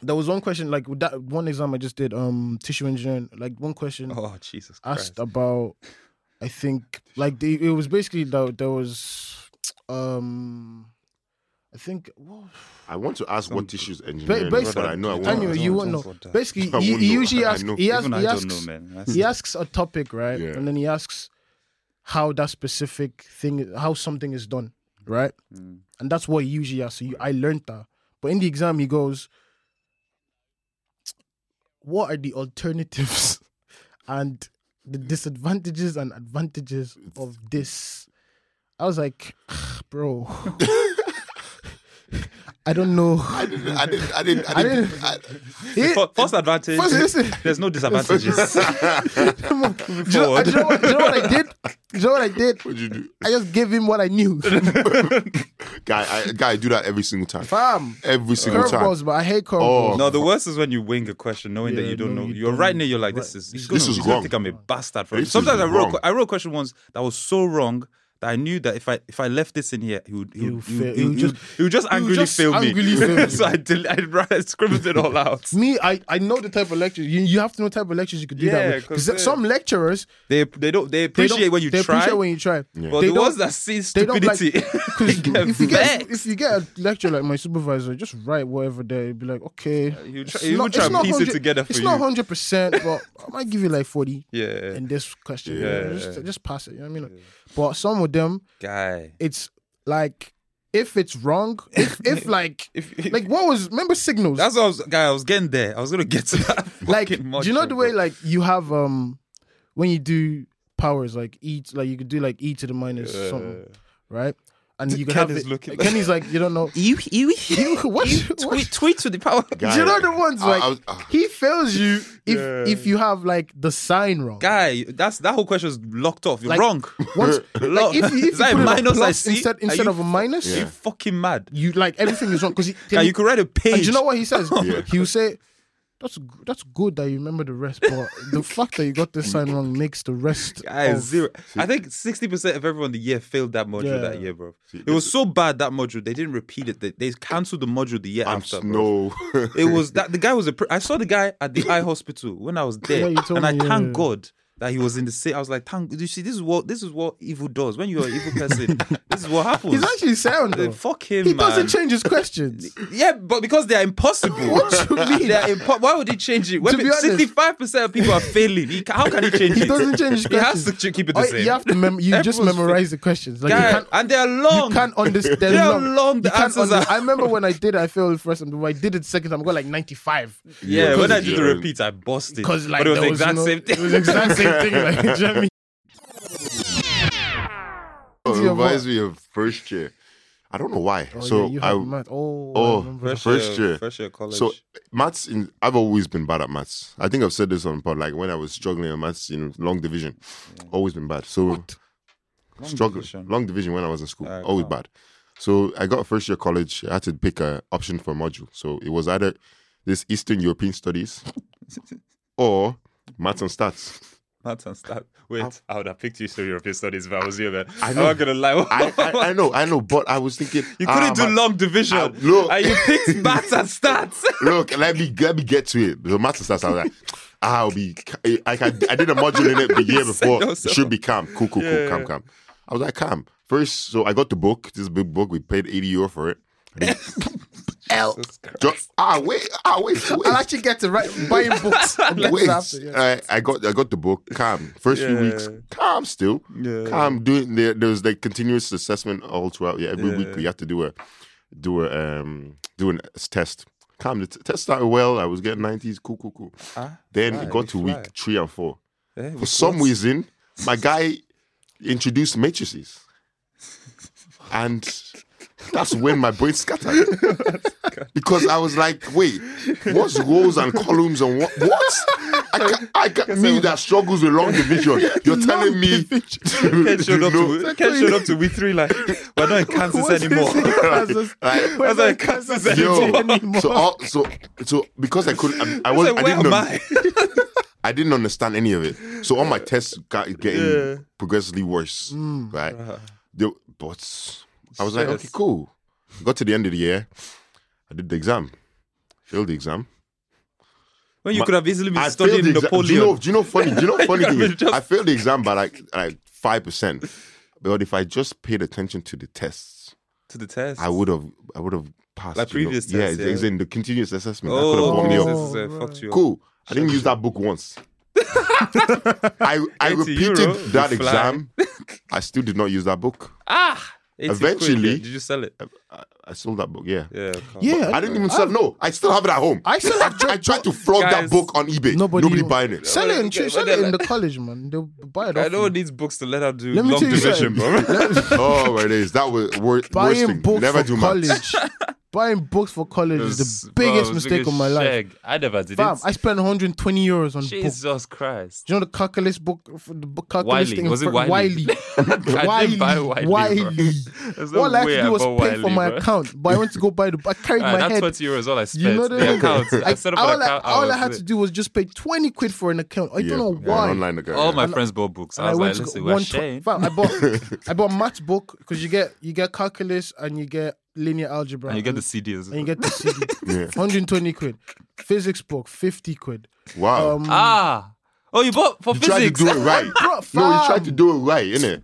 Speaker 2: there was one question like with that one exam I just did um tissue engineering like one question
Speaker 1: Oh Jesus Christ.
Speaker 2: asked about I think like they, it was basically that there was um I think well,
Speaker 3: I want to ask
Speaker 1: Some-
Speaker 3: what tissues engineering,
Speaker 2: Ba-
Speaker 3: is, but I know
Speaker 1: basically-
Speaker 3: I won't.
Speaker 1: Well,
Speaker 2: anyway
Speaker 1: I
Speaker 2: you
Speaker 1: don't-
Speaker 2: won't
Speaker 1: don't
Speaker 2: know
Speaker 1: want that.
Speaker 2: basically
Speaker 3: I
Speaker 2: he,
Speaker 3: won't
Speaker 2: he
Speaker 3: know.
Speaker 2: usually
Speaker 3: I
Speaker 2: asks
Speaker 3: know.
Speaker 2: he, asks
Speaker 1: Even I
Speaker 2: he asks
Speaker 1: don't know, man. That's-
Speaker 2: he asks a topic right
Speaker 3: Yeah.
Speaker 2: and then he asks how that specific thing how something is done right
Speaker 1: Mm.
Speaker 2: and that's what he usually asks. So you, I learned that. But in the exam, he goes, "What are the alternatives *laughs* and the disadvantages and advantages of this?" I was like, "Ah, "Bro, *laughs* I don't know."
Speaker 3: *laughs* I didn't. I didn't. I didn't. I
Speaker 2: I
Speaker 3: didn't,
Speaker 2: didn't-
Speaker 3: I-
Speaker 2: Yeah,
Speaker 1: Fir- First advantage.
Speaker 2: First, listen.
Speaker 1: There's no disadvantages.
Speaker 2: *laughs* Come
Speaker 3: *laughs*
Speaker 2: on. Do you, know,
Speaker 1: Forward.
Speaker 2: do you know what, do you know what I did? Do you know what I did?
Speaker 3: What'd you do,
Speaker 2: I just gave him what I knew.
Speaker 3: guy? I, guy, I do that every single time.
Speaker 2: Fam,
Speaker 3: Every single time.
Speaker 2: curveballs, but I hate curveballs.
Speaker 1: no, the worst is when you wing a question knowing that
Speaker 2: Yeah,
Speaker 1: you don't
Speaker 2: no,
Speaker 1: know.
Speaker 2: you
Speaker 1: You are
Speaker 2: don't
Speaker 1: right
Speaker 2: know.
Speaker 1: now. You're like,
Speaker 2: Right.
Speaker 1: this is. he's
Speaker 2: This
Speaker 1: gonna-
Speaker 3: is
Speaker 1: he's gonna
Speaker 3: wrong.
Speaker 1: Think I'm a bastard for
Speaker 3: This
Speaker 1: it.
Speaker 3: is
Speaker 1: Sometimes I wrote.
Speaker 3: wrong.
Speaker 1: I wrote a question once that was so wrong. that I knew that if I if I left this in here, he would he
Speaker 2: He'll
Speaker 1: would, he
Speaker 2: fail-
Speaker 1: would, he
Speaker 2: he'll
Speaker 1: would
Speaker 2: just-
Speaker 1: just he would just
Speaker 2: he'll
Speaker 1: angrily
Speaker 2: just
Speaker 1: fail me. *laughs*
Speaker 2: angrily fail you.
Speaker 1: so I did, I, wrote- I scribbled it all
Speaker 2: *laughs*
Speaker 1: out.
Speaker 2: me, I, I know the type of lectures. You, you have to know the type of lectures you could do
Speaker 1: Yeah,
Speaker 2: that with.
Speaker 1: 'cause
Speaker 2: Because
Speaker 1: they-
Speaker 2: some lecturers
Speaker 1: They they don't they
Speaker 2: they
Speaker 1: appreciate
Speaker 2: don't-
Speaker 1: when you
Speaker 2: they
Speaker 1: try.
Speaker 2: appreciate when you try.
Speaker 1: but
Speaker 2: they
Speaker 1: the
Speaker 2: don't-
Speaker 1: ones that see
Speaker 2: they don't like-
Speaker 1: stupidity, *laughs*
Speaker 2: Because
Speaker 1: get
Speaker 2: *laughs* if you get
Speaker 1: vexed.
Speaker 2: if you get a lecture like my supervisor, just write whatever there. You'd be like, okay,
Speaker 1: you
Speaker 2: it's
Speaker 1: try- you
Speaker 2: not-
Speaker 1: would try
Speaker 2: it's
Speaker 1: and
Speaker 2: not
Speaker 1: piece it
Speaker 2: 100
Speaker 1: together for
Speaker 2: It's not
Speaker 1: you.
Speaker 2: hundred percent, but I might give you like forty
Speaker 1: yeah,
Speaker 2: in this question.
Speaker 3: Yeah.
Speaker 2: You know, just, just pass it. You know what I mean? Like, But some of them,
Speaker 1: guy.
Speaker 2: it's like if it's wrong, if,
Speaker 1: *laughs*
Speaker 2: if like
Speaker 1: If,
Speaker 2: like what was remember signals?
Speaker 1: That's what I was, guy. I was getting there. I was gonna get to that.
Speaker 2: *laughs* like
Speaker 1: fucking
Speaker 2: do you know the
Speaker 1: module,
Speaker 2: way
Speaker 1: bro.
Speaker 2: like you have um when you do powers like e to, like you could do like e to the minus
Speaker 1: Yeah.
Speaker 2: something right and you can
Speaker 1: Ken
Speaker 2: have
Speaker 1: is
Speaker 2: it.
Speaker 1: looking-
Speaker 2: Kenny's like, you
Speaker 1: *laughs*
Speaker 2: don't know. E.
Speaker 1: You, you,
Speaker 2: *laughs* You- what?
Speaker 1: *laughs* tweet, tweet to the
Speaker 2: *laughs*
Speaker 1: power.
Speaker 3: Guy,
Speaker 2: Do you know the ones
Speaker 3: I-
Speaker 2: like
Speaker 3: I was- ah.
Speaker 2: he fails you
Speaker 1: uh,
Speaker 2: if
Speaker 1: Yeah.
Speaker 2: if you have like the sign wrong.
Speaker 1: Guy, that's that whole question is locked off. You're
Speaker 2: Like,
Speaker 1: wrong.
Speaker 2: *laughs*
Speaker 1: *laughs*
Speaker 2: Once, like
Speaker 1: Lock-
Speaker 2: if, you-
Speaker 1: Is
Speaker 2: if you
Speaker 1: that
Speaker 2: put
Speaker 1: a
Speaker 2: it on
Speaker 1: minus I
Speaker 2: plus
Speaker 1: see?
Speaker 2: instead
Speaker 1: Are
Speaker 2: instead
Speaker 1: you-
Speaker 2: of a minus,
Speaker 1: You
Speaker 3: Yeah.
Speaker 1: fucking mad.
Speaker 2: you like everything is wrong because
Speaker 1: Guy, you could write a page.
Speaker 2: And do you know what
Speaker 1: *laughs*
Speaker 2: he says?
Speaker 3: Yeah.
Speaker 2: He'll say, "That's g- that's good that you remember the rest, but
Speaker 1: *laughs*
Speaker 2: the fact that you got this sign wrong makes the rest
Speaker 1: Guy,
Speaker 2: of-
Speaker 1: zero. I think sixty percent of everyone the year failed that module
Speaker 2: Yeah.
Speaker 1: that year, bro. It was so bad that module they didn't repeat it. They, they cancelled the module the year
Speaker 3: I'm
Speaker 1: after. bro.
Speaker 3: no. *laughs*
Speaker 1: It was that the guy was a. Pr- I saw the guy at
Speaker 2: *laughs*
Speaker 1: the eye hospital when I was
Speaker 2: Yeah,
Speaker 1: there,
Speaker 2: you told
Speaker 1: and I
Speaker 2: me,
Speaker 1: thank
Speaker 2: yeah.
Speaker 1: God that he was in the same. I was like, thank. You see, this is what this is what evil does. When you're an evil
Speaker 2: *laughs*
Speaker 1: person, this is what happens.
Speaker 2: He's actually sound.
Speaker 1: Uh,
Speaker 2: Though.
Speaker 1: fuck him,
Speaker 2: he
Speaker 1: man.
Speaker 2: doesn't change
Speaker 1: *laughs*
Speaker 2: his questions.
Speaker 1: yeah, but because they are impossible.
Speaker 2: *laughs* What do you mean?
Speaker 1: They are impo- Why would he change it?
Speaker 2: To be honest-
Speaker 1: Sixty-five percent of people are failing. He, ca- how
Speaker 2: *laughs*
Speaker 1: can he change it?
Speaker 2: He doesn't change his
Speaker 1: He has
Speaker 2: questions.
Speaker 1: to ch- keep it the
Speaker 2: Oh,
Speaker 1: same.
Speaker 2: you have
Speaker 1: *laughs*
Speaker 2: to mem- you just
Speaker 1: Everyone's
Speaker 2: memorize the questions. Like
Speaker 1: Guy,
Speaker 2: you can't
Speaker 1: and they are long.
Speaker 2: you can't
Speaker 1: *laughs*
Speaker 2: understand.
Speaker 1: They are long, the answers are-
Speaker 2: I
Speaker 1: *laughs*
Speaker 2: remember when I did, I failed first time. but When I did it second time, I got like ninety five.
Speaker 1: yeah,
Speaker 3: Yeah,
Speaker 1: when I
Speaker 3: because-
Speaker 1: did the repeats, I busted.
Speaker 2: Because like
Speaker 1: but it was the
Speaker 2: there
Speaker 1: exact
Speaker 2: no-
Speaker 1: same
Speaker 2: It
Speaker 1: thing.
Speaker 2: was the exact same thing. Like, *laughs* do you know what I mean?
Speaker 3: it
Speaker 2: your
Speaker 3: Oh, reminds
Speaker 2: voice.
Speaker 3: me of first year. I don't know why.
Speaker 1: *laughs*
Speaker 2: Oh,
Speaker 3: so
Speaker 2: yeah, you
Speaker 3: I
Speaker 2: have math. Oh,
Speaker 3: oh,
Speaker 2: I remember. that.
Speaker 3: First year.
Speaker 1: *laughs* first year college.
Speaker 3: So maths in I've always been bad at maths. I think I've said this on pod like when I was struggling at maths in long division. Always been bad. So
Speaker 1: Long
Speaker 3: struggle
Speaker 1: division. Ah,
Speaker 3: long division when I was in school.
Speaker 1: Alright,
Speaker 3: always
Speaker 1: wow.
Speaker 3: bad. So I got first year college, I had to pick a option for module. So it was either this Eastern
Speaker 1: *laughs*
Speaker 3: European studies or maths and stats.
Speaker 1: Maths and stats. Wait, I would have picked you through European studies if I was you then. I
Speaker 3: know.
Speaker 1: am not gonna lie.
Speaker 3: I, I, I know, I know, but I was thinking
Speaker 1: *laughs* you
Speaker 3: ah,
Speaker 1: couldn't do
Speaker 3: ma-
Speaker 1: long division.
Speaker 3: Ah, look.
Speaker 1: And you picked maths and stats.
Speaker 3: *laughs* Look, let me let me get to it. The maths and stats, I was like, ah, I'll be. I can, I did a module in it the
Speaker 1: *laughs*
Speaker 3: year
Speaker 1: You said
Speaker 3: before. It
Speaker 1: yourself.
Speaker 3: should be calm. Cool, cool,
Speaker 1: Yeah,
Speaker 3: cool, calm,
Speaker 1: yeah.
Speaker 3: calm. I was like, calm. First, so I got the book. This big book. We paid eighty euro for it.
Speaker 2: L.
Speaker 3: Just, ah wait, ah wait, wait.
Speaker 2: I'll actually
Speaker 3: *laughs*
Speaker 2: get to right buying
Speaker 1: *laughs*
Speaker 2: books. I'll get to
Speaker 3: Wait,
Speaker 2: after, yeah.
Speaker 3: I, I got I got the book. Calm. First few
Speaker 1: Yeah.
Speaker 3: weeks, calm still.
Speaker 1: Yeah.
Speaker 3: Calm. Doing there, there was like continuous assessment all throughout. Yeah, every week we had to do a do a um do a test. Calm. The t- test started well. I was getting nineties. Cool, cool, cool.
Speaker 1: Ah,
Speaker 3: then
Speaker 1: fly,
Speaker 3: it got to
Speaker 1: fly.
Speaker 3: week three and four.
Speaker 1: Eh,
Speaker 3: For
Speaker 1: with
Speaker 3: some
Speaker 1: what?
Speaker 3: reason, my guy introduced matrices, and that's when my brain scattered. Because I was like, wait, what's rows and columns and what? What? I can't, I can't, me that struggles with long division. You're telling me
Speaker 1: Ken
Speaker 3: to,
Speaker 1: showed,
Speaker 3: *laughs* you
Speaker 1: up
Speaker 3: know,
Speaker 1: to, Ken showed up to week three like, we're
Speaker 2: *laughs*
Speaker 1: not in Kansas
Speaker 2: What's
Speaker 4: *laughs*
Speaker 1: anymore.
Speaker 2: this?
Speaker 1: *laughs*
Speaker 2: Kansas-
Speaker 3: like,
Speaker 2: We're
Speaker 1: That's
Speaker 2: not
Speaker 1: like
Speaker 2: in Kansas
Speaker 1: Kansas
Speaker 3: yo,
Speaker 1: *laughs*
Speaker 2: City anymore.
Speaker 3: so all, so so because I couldn't, I,
Speaker 1: I
Speaker 3: I
Speaker 1: was
Speaker 3: wasn't,
Speaker 1: like,
Speaker 3: I
Speaker 1: where
Speaker 3: didn't,
Speaker 1: am
Speaker 3: know,
Speaker 1: I? *laughs*
Speaker 3: I didn't understand any of it. So all my tests got getting
Speaker 1: Yeah. Mm. Uh-huh.
Speaker 3: progressively worse. Right. The, but I was like, okay,
Speaker 1: Stress.
Speaker 3: cool. Got to the end of the year. I did the exam. Failed the exam.
Speaker 1: When you
Speaker 3: My-
Speaker 1: could have easily been
Speaker 3: I failed
Speaker 1: studying
Speaker 3: the exam.
Speaker 1: Napoleon.
Speaker 3: Do you know? Do you know funny? Do
Speaker 1: *laughs*
Speaker 3: you know funny thing?
Speaker 1: Just-
Speaker 3: is, I failed the exam by like like five percent. But if I just paid attention to the tests,
Speaker 1: to the test.
Speaker 3: I would have I would have passed.
Speaker 1: Like
Speaker 3: you know?
Speaker 1: previous
Speaker 3: yeah,
Speaker 1: tests,
Speaker 3: it's- it's
Speaker 1: yeah.
Speaker 3: in the continuous assessment. I could have
Speaker 1: Oh,
Speaker 3: warmed me
Speaker 1: this
Speaker 3: up.
Speaker 1: is, uh,
Speaker 2: Oh,
Speaker 1: fucked you up.
Speaker 3: Cool. I didn't use that
Speaker 2: *laughs*
Speaker 3: book once. I I
Speaker 1: 80
Speaker 3: repeated
Speaker 1: euro,
Speaker 3: that
Speaker 1: you fly.
Speaker 2: *laughs*
Speaker 3: exam. I still did not use that book.
Speaker 1: Ah! 80 quid,
Speaker 3: Eventually-
Speaker 1: yeah. Did you sell it?
Speaker 3: I, I sold that book. Yeah.
Speaker 1: Uh, Yeah.
Speaker 2: Yeah,
Speaker 3: I didn't even sell. No, I still have it at home.
Speaker 2: I still
Speaker 4: *laughs*
Speaker 2: have
Speaker 3: I tried to flog
Speaker 1: Guys,
Speaker 3: that book on eBay. Nobody, buying
Speaker 2: *laughs*
Speaker 3: it.
Speaker 2: Sell it in,
Speaker 1: Okay,
Speaker 2: sell
Speaker 1: but
Speaker 2: it in
Speaker 1: then-
Speaker 2: the college, man. They'll buy it.
Speaker 1: I
Speaker 2: off
Speaker 1: know
Speaker 2: you.
Speaker 1: it needs books to let her do
Speaker 2: Let me
Speaker 1: long
Speaker 2: tell you
Speaker 1: division, bro.
Speaker 3: *laughs* oh, it is. That was wor- worst
Speaker 2: buying
Speaker 3: thing.
Speaker 2: books
Speaker 3: Never do
Speaker 2: for
Speaker 3: maths.
Speaker 2: college.
Speaker 4: *laughs*
Speaker 2: buying books for college is the biggest mistake of my life.
Speaker 4: I never did
Speaker 2: Fam, I
Speaker 4: it.
Speaker 2: spent 120 euros on books.
Speaker 4: Jesus Christ.
Speaker 2: Do you know the calculus book? for The book- calculus
Speaker 4: Wiley.
Speaker 2: thing.
Speaker 4: Was it
Speaker 2: for-
Speaker 4: Wiley?
Speaker 2: Wiley.
Speaker 4: *laughs* I didn't buy Wiley, bro. *laughs* There's no
Speaker 2: All I had
Speaker 4: way
Speaker 2: to do was
Speaker 4: bought
Speaker 2: pay for
Speaker 4: Wiley,
Speaker 2: my
Speaker 4: bro.
Speaker 2: account, but I went to go buy the. I carried
Speaker 4: Ah,
Speaker 2: my
Speaker 4: that's
Speaker 2: head.
Speaker 4: 20 euros all I spent.
Speaker 2: You know the
Speaker 4: the account.
Speaker 2: I-
Speaker 4: I set up
Speaker 2: all
Speaker 4: an
Speaker 2: I,
Speaker 4: account.
Speaker 2: all I
Speaker 4: was
Speaker 2: had
Speaker 4: lit.
Speaker 2: to do was just pay 20 quid for an account. I
Speaker 3: Yeah,
Speaker 2: don't know
Speaker 3: yeah,
Speaker 2: why.
Speaker 3: Online account,
Speaker 1: Oh
Speaker 4: All
Speaker 3: yeah.
Speaker 4: my friends bought books.
Speaker 2: And
Speaker 4: I was like,
Speaker 2: go-
Speaker 4: listen, we're
Speaker 2: tw-
Speaker 4: sharing.
Speaker 2: fam, I bought I bought maths book because you get you get calculus and you get linear algebra
Speaker 4: And you get the CD as
Speaker 2: and you
Speaker 4: well.
Speaker 2: get the CD.
Speaker 3: Yeah.
Speaker 2: 120 quid. Physics book 50 quid.
Speaker 3: Wow.
Speaker 2: Um,
Speaker 4: Ah. Oh, you bought for
Speaker 3: you tried to
Speaker 4: physics.
Speaker 3: do it
Speaker 2: *laughs*
Speaker 3: right.
Speaker 2: Bro,
Speaker 3: no, you
Speaker 2: fam.
Speaker 3: tried to do it right, innit?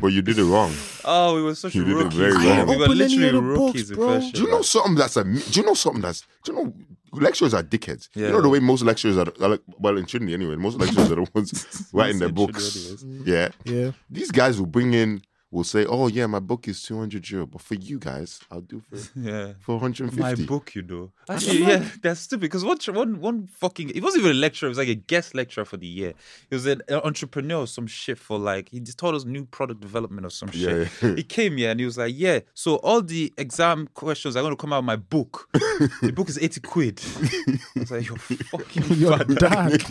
Speaker 3: But you did it wrong.
Speaker 1: *laughs* Oh, we were such
Speaker 3: You did it
Speaker 1: rookies.
Speaker 3: very
Speaker 1: bro. *laughs*
Speaker 3: wrong.
Speaker 1: We were
Speaker 2: Open any
Speaker 1: literally
Speaker 2: other books,
Speaker 1: rookies
Speaker 2: bro.
Speaker 1: in first
Speaker 3: Do you know something that's a? Do you know something that's? Do you know lecturers are dickheads?
Speaker 1: Yeah.
Speaker 3: You know the way most lecturers are, are like, well in
Speaker 1: *laughs*
Speaker 3: Trinity anyway. Most lecturers are the ones writing their
Speaker 1: in Trinity
Speaker 3: books. Yeah.
Speaker 2: Yeah. *laughs*
Speaker 3: These guys will bring in will say, "Oh yeah, my book is 200 euro," but for you guys, I'll do
Speaker 1: *laughs*
Speaker 3: for
Speaker 1: Yeah.
Speaker 3: for 150.
Speaker 1: My
Speaker 3: *laughs*
Speaker 1: book, you know. Actually, yeah, that's stupid. Because one, one, one fucking, it wasn't even a lecturer. It was like a guest lecturer for the year. It was an entrepreneur, or some shit for like he just taught us new product development or some shit.
Speaker 3: Yeah.
Speaker 1: He came here and he was like, "Yeah, so all the exam questions are going to come out of my book. the book is eighty quid." I was like, "You're fucking
Speaker 2: You're
Speaker 1: mad."
Speaker 2: dark.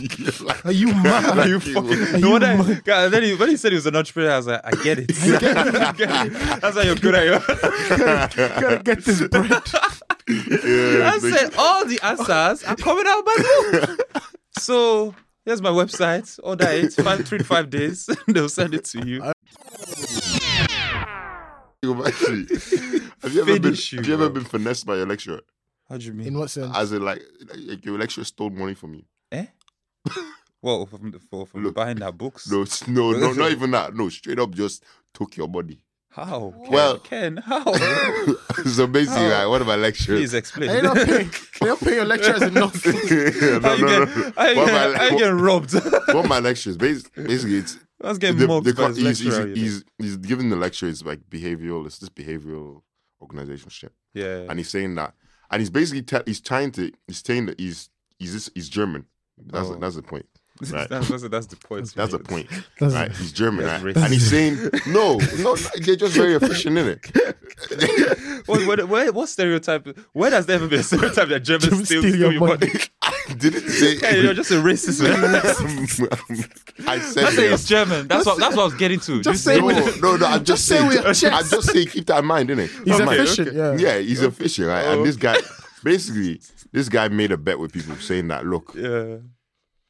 Speaker 2: *laughs*
Speaker 3: Like,
Speaker 2: Are you
Speaker 1: Are
Speaker 2: mad?
Speaker 1: you fucking? *laughs*
Speaker 2: Are
Speaker 1: No
Speaker 2: you
Speaker 1: wonder-
Speaker 2: mad?
Speaker 1: God, and then he, when he said he was an entrepreneur, I was like, "I get
Speaker 2: *laughs*
Speaker 1: it. *laughs* I get it. That's how you're good at your."
Speaker 2: gotta get this bread.
Speaker 3: yeah,
Speaker 1: I
Speaker 3: big-
Speaker 1: said all the answers are coming out by the
Speaker 2: *laughs*
Speaker 1: So here's my website. Order it. Five, three to five days. *laughs* They'll send it to you. *laughs*
Speaker 3: Actually, have you ever been?
Speaker 1: Finish you,
Speaker 3: have you ever
Speaker 1: bro.
Speaker 3: been finessed by a lecturer?
Speaker 1: How do you
Speaker 2: In
Speaker 1: mean?
Speaker 2: what sense?
Speaker 3: As in, like, like your lecturer stole money
Speaker 1: *laughs*
Speaker 3: from you?
Speaker 1: Eh? Well, from the for, from
Speaker 3: Look.
Speaker 1: buying our books.
Speaker 3: No, s- no,
Speaker 1: *laughs*
Speaker 3: no, not even that. No, straight up, just took your money. *laughs*
Speaker 1: How? Ken,
Speaker 3: Well-
Speaker 1: Ken,
Speaker 3: *laughs*
Speaker 1: how?
Speaker 3: it's amazing.
Speaker 1: Oh.
Speaker 3: Like, one of my lecturers.
Speaker 1: Please explain. *laughs*
Speaker 2: Are you not paying? Are you not paying your lecturers enough?
Speaker 3: no, no,
Speaker 1: How you
Speaker 3: no,
Speaker 1: get-
Speaker 3: no.
Speaker 1: how you
Speaker 3: One of
Speaker 1: get-
Speaker 3: my
Speaker 1: how you
Speaker 3: le-
Speaker 1: getting robbed? *laughs*
Speaker 3: One of my lecturers, bas- basically, it's
Speaker 1: I was getting
Speaker 3: the-
Speaker 1: mocked
Speaker 3: the
Speaker 1: by
Speaker 3: co-
Speaker 1: his
Speaker 3: he's,
Speaker 1: lecturer.
Speaker 3: he's,
Speaker 1: you know.
Speaker 3: he's, he's giving the lecture. It's like behavioral. It's this behavioral organization shit,
Speaker 1: yeah. *laughs*
Speaker 3: and he's saying that, and he's basically te- he's trying to he's saying that he's he's this, he's German. That's
Speaker 1: Oh.
Speaker 3: that's the point. right.
Speaker 1: that's, that's, that's the point.
Speaker 3: That's the
Speaker 1: mate. *laughs*
Speaker 3: point.
Speaker 2: That's-
Speaker 3: right? He's German,
Speaker 1: That's
Speaker 3: right?
Speaker 1: racist.
Speaker 3: and he's saying no, no. They're just very efficient in it.
Speaker 1: *laughs* What, what, what, what stereotype? Where has there ever been a stereotype that Germans steal, steal your money?
Speaker 3: Did it
Speaker 1: *laughs* Yeah,
Speaker 3: say?
Speaker 1: you're just a
Speaker 3: *laughs*
Speaker 1: racist. Man.
Speaker 3: I said
Speaker 4: That's it,
Speaker 3: yes.
Speaker 4: it's German. That's what that's what I was getting to. Just
Speaker 2: Just say
Speaker 4: say
Speaker 3: No, no, no. I'm just
Speaker 2: Just say
Speaker 3: saying.
Speaker 2: we are
Speaker 3: I'm
Speaker 2: Czechs.
Speaker 3: just saying. Keep that in mind, innit?
Speaker 2: He's
Speaker 3: Keep that in mind.
Speaker 2: efficient. Yeah.
Speaker 3: Yeah, he's a fisher, right? and
Speaker 2: *laughs*
Speaker 3: this guy, basically, this guy made a bet with people saying that, look,
Speaker 1: yeah,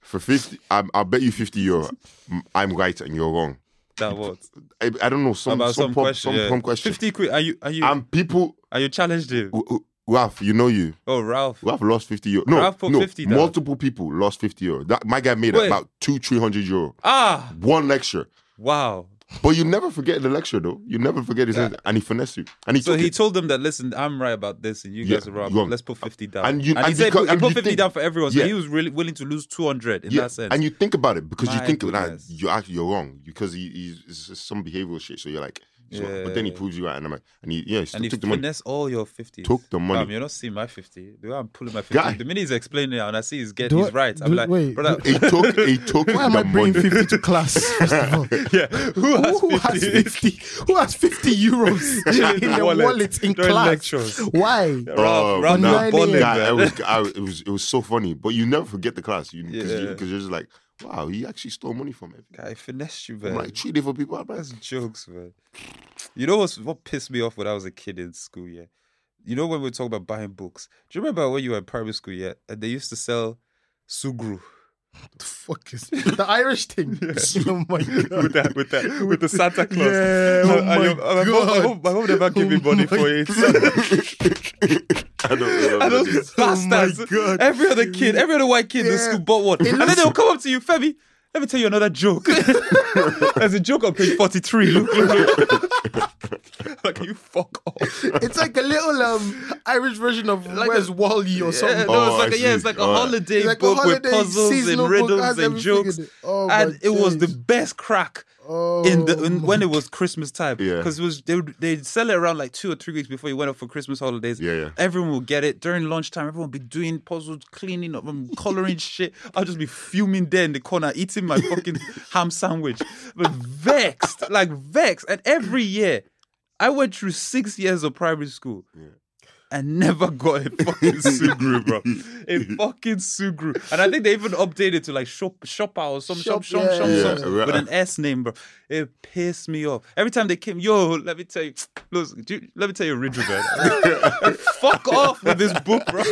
Speaker 3: for 50, I'm, I'll bet you 50 euro, m- I'm right and you're wrong.
Speaker 1: that what
Speaker 3: I, I don't know, some,
Speaker 1: about
Speaker 3: some,
Speaker 1: some
Speaker 3: prob-
Speaker 1: question?
Speaker 3: some
Speaker 1: yeah.
Speaker 3: prom question.
Speaker 1: Fifty quid. Are you? Are you?
Speaker 3: And people,
Speaker 1: are you challenged him?
Speaker 3: w- w- Ralph, you know you,
Speaker 1: Oh, Ralph.
Speaker 3: Ralph lost 50 euro. No,
Speaker 1: Ralph put
Speaker 3: no
Speaker 1: 50 down.
Speaker 3: multiple people lost 50 euro. That, my guy made
Speaker 1: Wait.
Speaker 3: about two, 300 euro.
Speaker 1: Ah,
Speaker 3: One lecture.
Speaker 1: wow.
Speaker 3: But you never forget the lecture, though. You never forget his And he finessed you. And he
Speaker 1: So
Speaker 3: took
Speaker 1: he
Speaker 3: it.
Speaker 1: told them that listen, I'm right about this, and you
Speaker 3: Yeah,
Speaker 1: guys are wrong.
Speaker 3: wrong.
Speaker 1: Let's put fifty down.
Speaker 3: And you-
Speaker 1: he
Speaker 3: and
Speaker 1: said,
Speaker 3: because-
Speaker 1: I
Speaker 3: and
Speaker 1: put
Speaker 3: you
Speaker 1: fifty
Speaker 3: think-
Speaker 1: down for everyone. So
Speaker 3: Yeah.
Speaker 1: he was really willing to lose two hundred in that sense.
Speaker 3: And you think about it because
Speaker 1: My
Speaker 3: you think that
Speaker 1: goodness.
Speaker 3: you're actually you're wrong because he, he's it's just some behavioral shit. So you're like, so, but then he
Speaker 1: Yeah.
Speaker 3: proves you out, and I'm like, and he yeah, he still
Speaker 1: and he
Speaker 3: took the money.
Speaker 1: finessed all your 50s.
Speaker 3: Took the money.
Speaker 1: Fam, you're not seeing my 50. The way I'm pulling my 50.
Speaker 3: Guy.
Speaker 1: The minute he's explaining it and I see he's getting,
Speaker 2: Do
Speaker 1: he's
Speaker 2: I-
Speaker 1: right. I'm
Speaker 2: do-
Speaker 1: like,
Speaker 2: wait,
Speaker 1: brother,
Speaker 3: He took he took
Speaker 2: Why am
Speaker 3: the
Speaker 2: I
Speaker 3: money.
Speaker 2: bringing *laughs* 50 to class? First of all,
Speaker 1: *laughs* yeah, who has
Speaker 2: who
Speaker 1: 50?
Speaker 2: has 50? Who has 50 euros in their
Speaker 1: Wallet.
Speaker 2: wallet in
Speaker 1: During
Speaker 2: class?
Speaker 1: lectures.
Speaker 2: Why?
Speaker 1: *laughs* Ralph, Ralph,
Speaker 2: nah.
Speaker 1: you're balling,
Speaker 3: Oh, Guy, I
Speaker 1: man.
Speaker 3: was, I, it was it was so funny, but you never forget the class, you because
Speaker 1: Yeah.
Speaker 3: you, 'cause you're just like, wow, he actually stole money from me.
Speaker 1: Guy, I finessed you,
Speaker 3: I'm
Speaker 1: man.
Speaker 3: like three different people. I'm
Speaker 1: *laughs*
Speaker 3: like,
Speaker 1: That's jokes, man. You know what's, what pissed me off when I was a kid in school, yeah? You know when we talk about buying books? Do you remember when you were in primary school, yeah? And they used to sell Sugru *laughs*
Speaker 2: the fuck is the Irish thing? *laughs* Oh my god!
Speaker 1: with that, with that, with the Santa Claus. *laughs*
Speaker 2: Yeah,
Speaker 1: And-
Speaker 2: oh
Speaker 1: and
Speaker 2: my
Speaker 1: your- and my mom- my
Speaker 2: God.
Speaker 1: mom- My mom never gave me
Speaker 2: Oh
Speaker 1: money
Speaker 2: my
Speaker 1: for it.
Speaker 3: *laughs* I don't
Speaker 1: *laughs*
Speaker 3: remember
Speaker 1: And
Speaker 3: this.
Speaker 1: those
Speaker 2: *laughs* Oh my
Speaker 1: bastards.
Speaker 2: *laughs* God.
Speaker 1: Every other kid, every other white kid in
Speaker 2: Yeah.
Speaker 1: school bought one. and then they'll come up to you, Femi, let me tell you another
Speaker 2: *laughs*
Speaker 1: joke. There's a joke on page 43. Look, look.
Speaker 2: *laughs*
Speaker 1: like, you fuck off.
Speaker 2: It's like a little um Irish version of Where's Wally or
Speaker 1: Yeah,
Speaker 2: something.
Speaker 1: no, it's
Speaker 3: Oh,
Speaker 1: like
Speaker 3: I
Speaker 1: a, yeah, it's
Speaker 3: see.
Speaker 1: like a
Speaker 3: Alright.
Speaker 1: holiday
Speaker 2: It's like a
Speaker 1: book
Speaker 2: holiday
Speaker 1: with puzzles
Speaker 2: seasonal
Speaker 1: and
Speaker 2: book, has
Speaker 1: riddles and
Speaker 2: everything in
Speaker 1: jokes.
Speaker 2: it. Oh my
Speaker 1: and it was the
Speaker 2: days.
Speaker 1: best crack
Speaker 2: Oh,
Speaker 1: in the in, when it was Christmas time.
Speaker 3: Yeah.
Speaker 1: because it was they would, they'd sell it around like two or three weeks before you went up for Christmas holidays.
Speaker 3: Yeah, yeah.
Speaker 1: Everyone would get it during lunchtime. Everyone would be doing puzzles, cleaning up, and coloring *laughs* shit. I'll just be fuming there in the corner, eating my fucking
Speaker 3: *laughs*
Speaker 1: ham sandwich, but vexed, like vexed. And every year, I went through six years of primary school. And never got a
Speaker 3: *laughs*
Speaker 1: fucking Sugru, bro. A fucking Sugru. And I think they even updated to like Shop Shopper or some
Speaker 2: Shop,
Speaker 1: Shop Shop
Speaker 2: yeah.
Speaker 1: Shop,
Speaker 3: Yeah,
Speaker 1: Shop
Speaker 3: right.
Speaker 1: with an S name, bro. It pissed me off. Every time they came, yo, let me tell you, listen, do you- let me tell you a riddle,
Speaker 3: *laughs*
Speaker 1: man. Fuck off with this book, bro.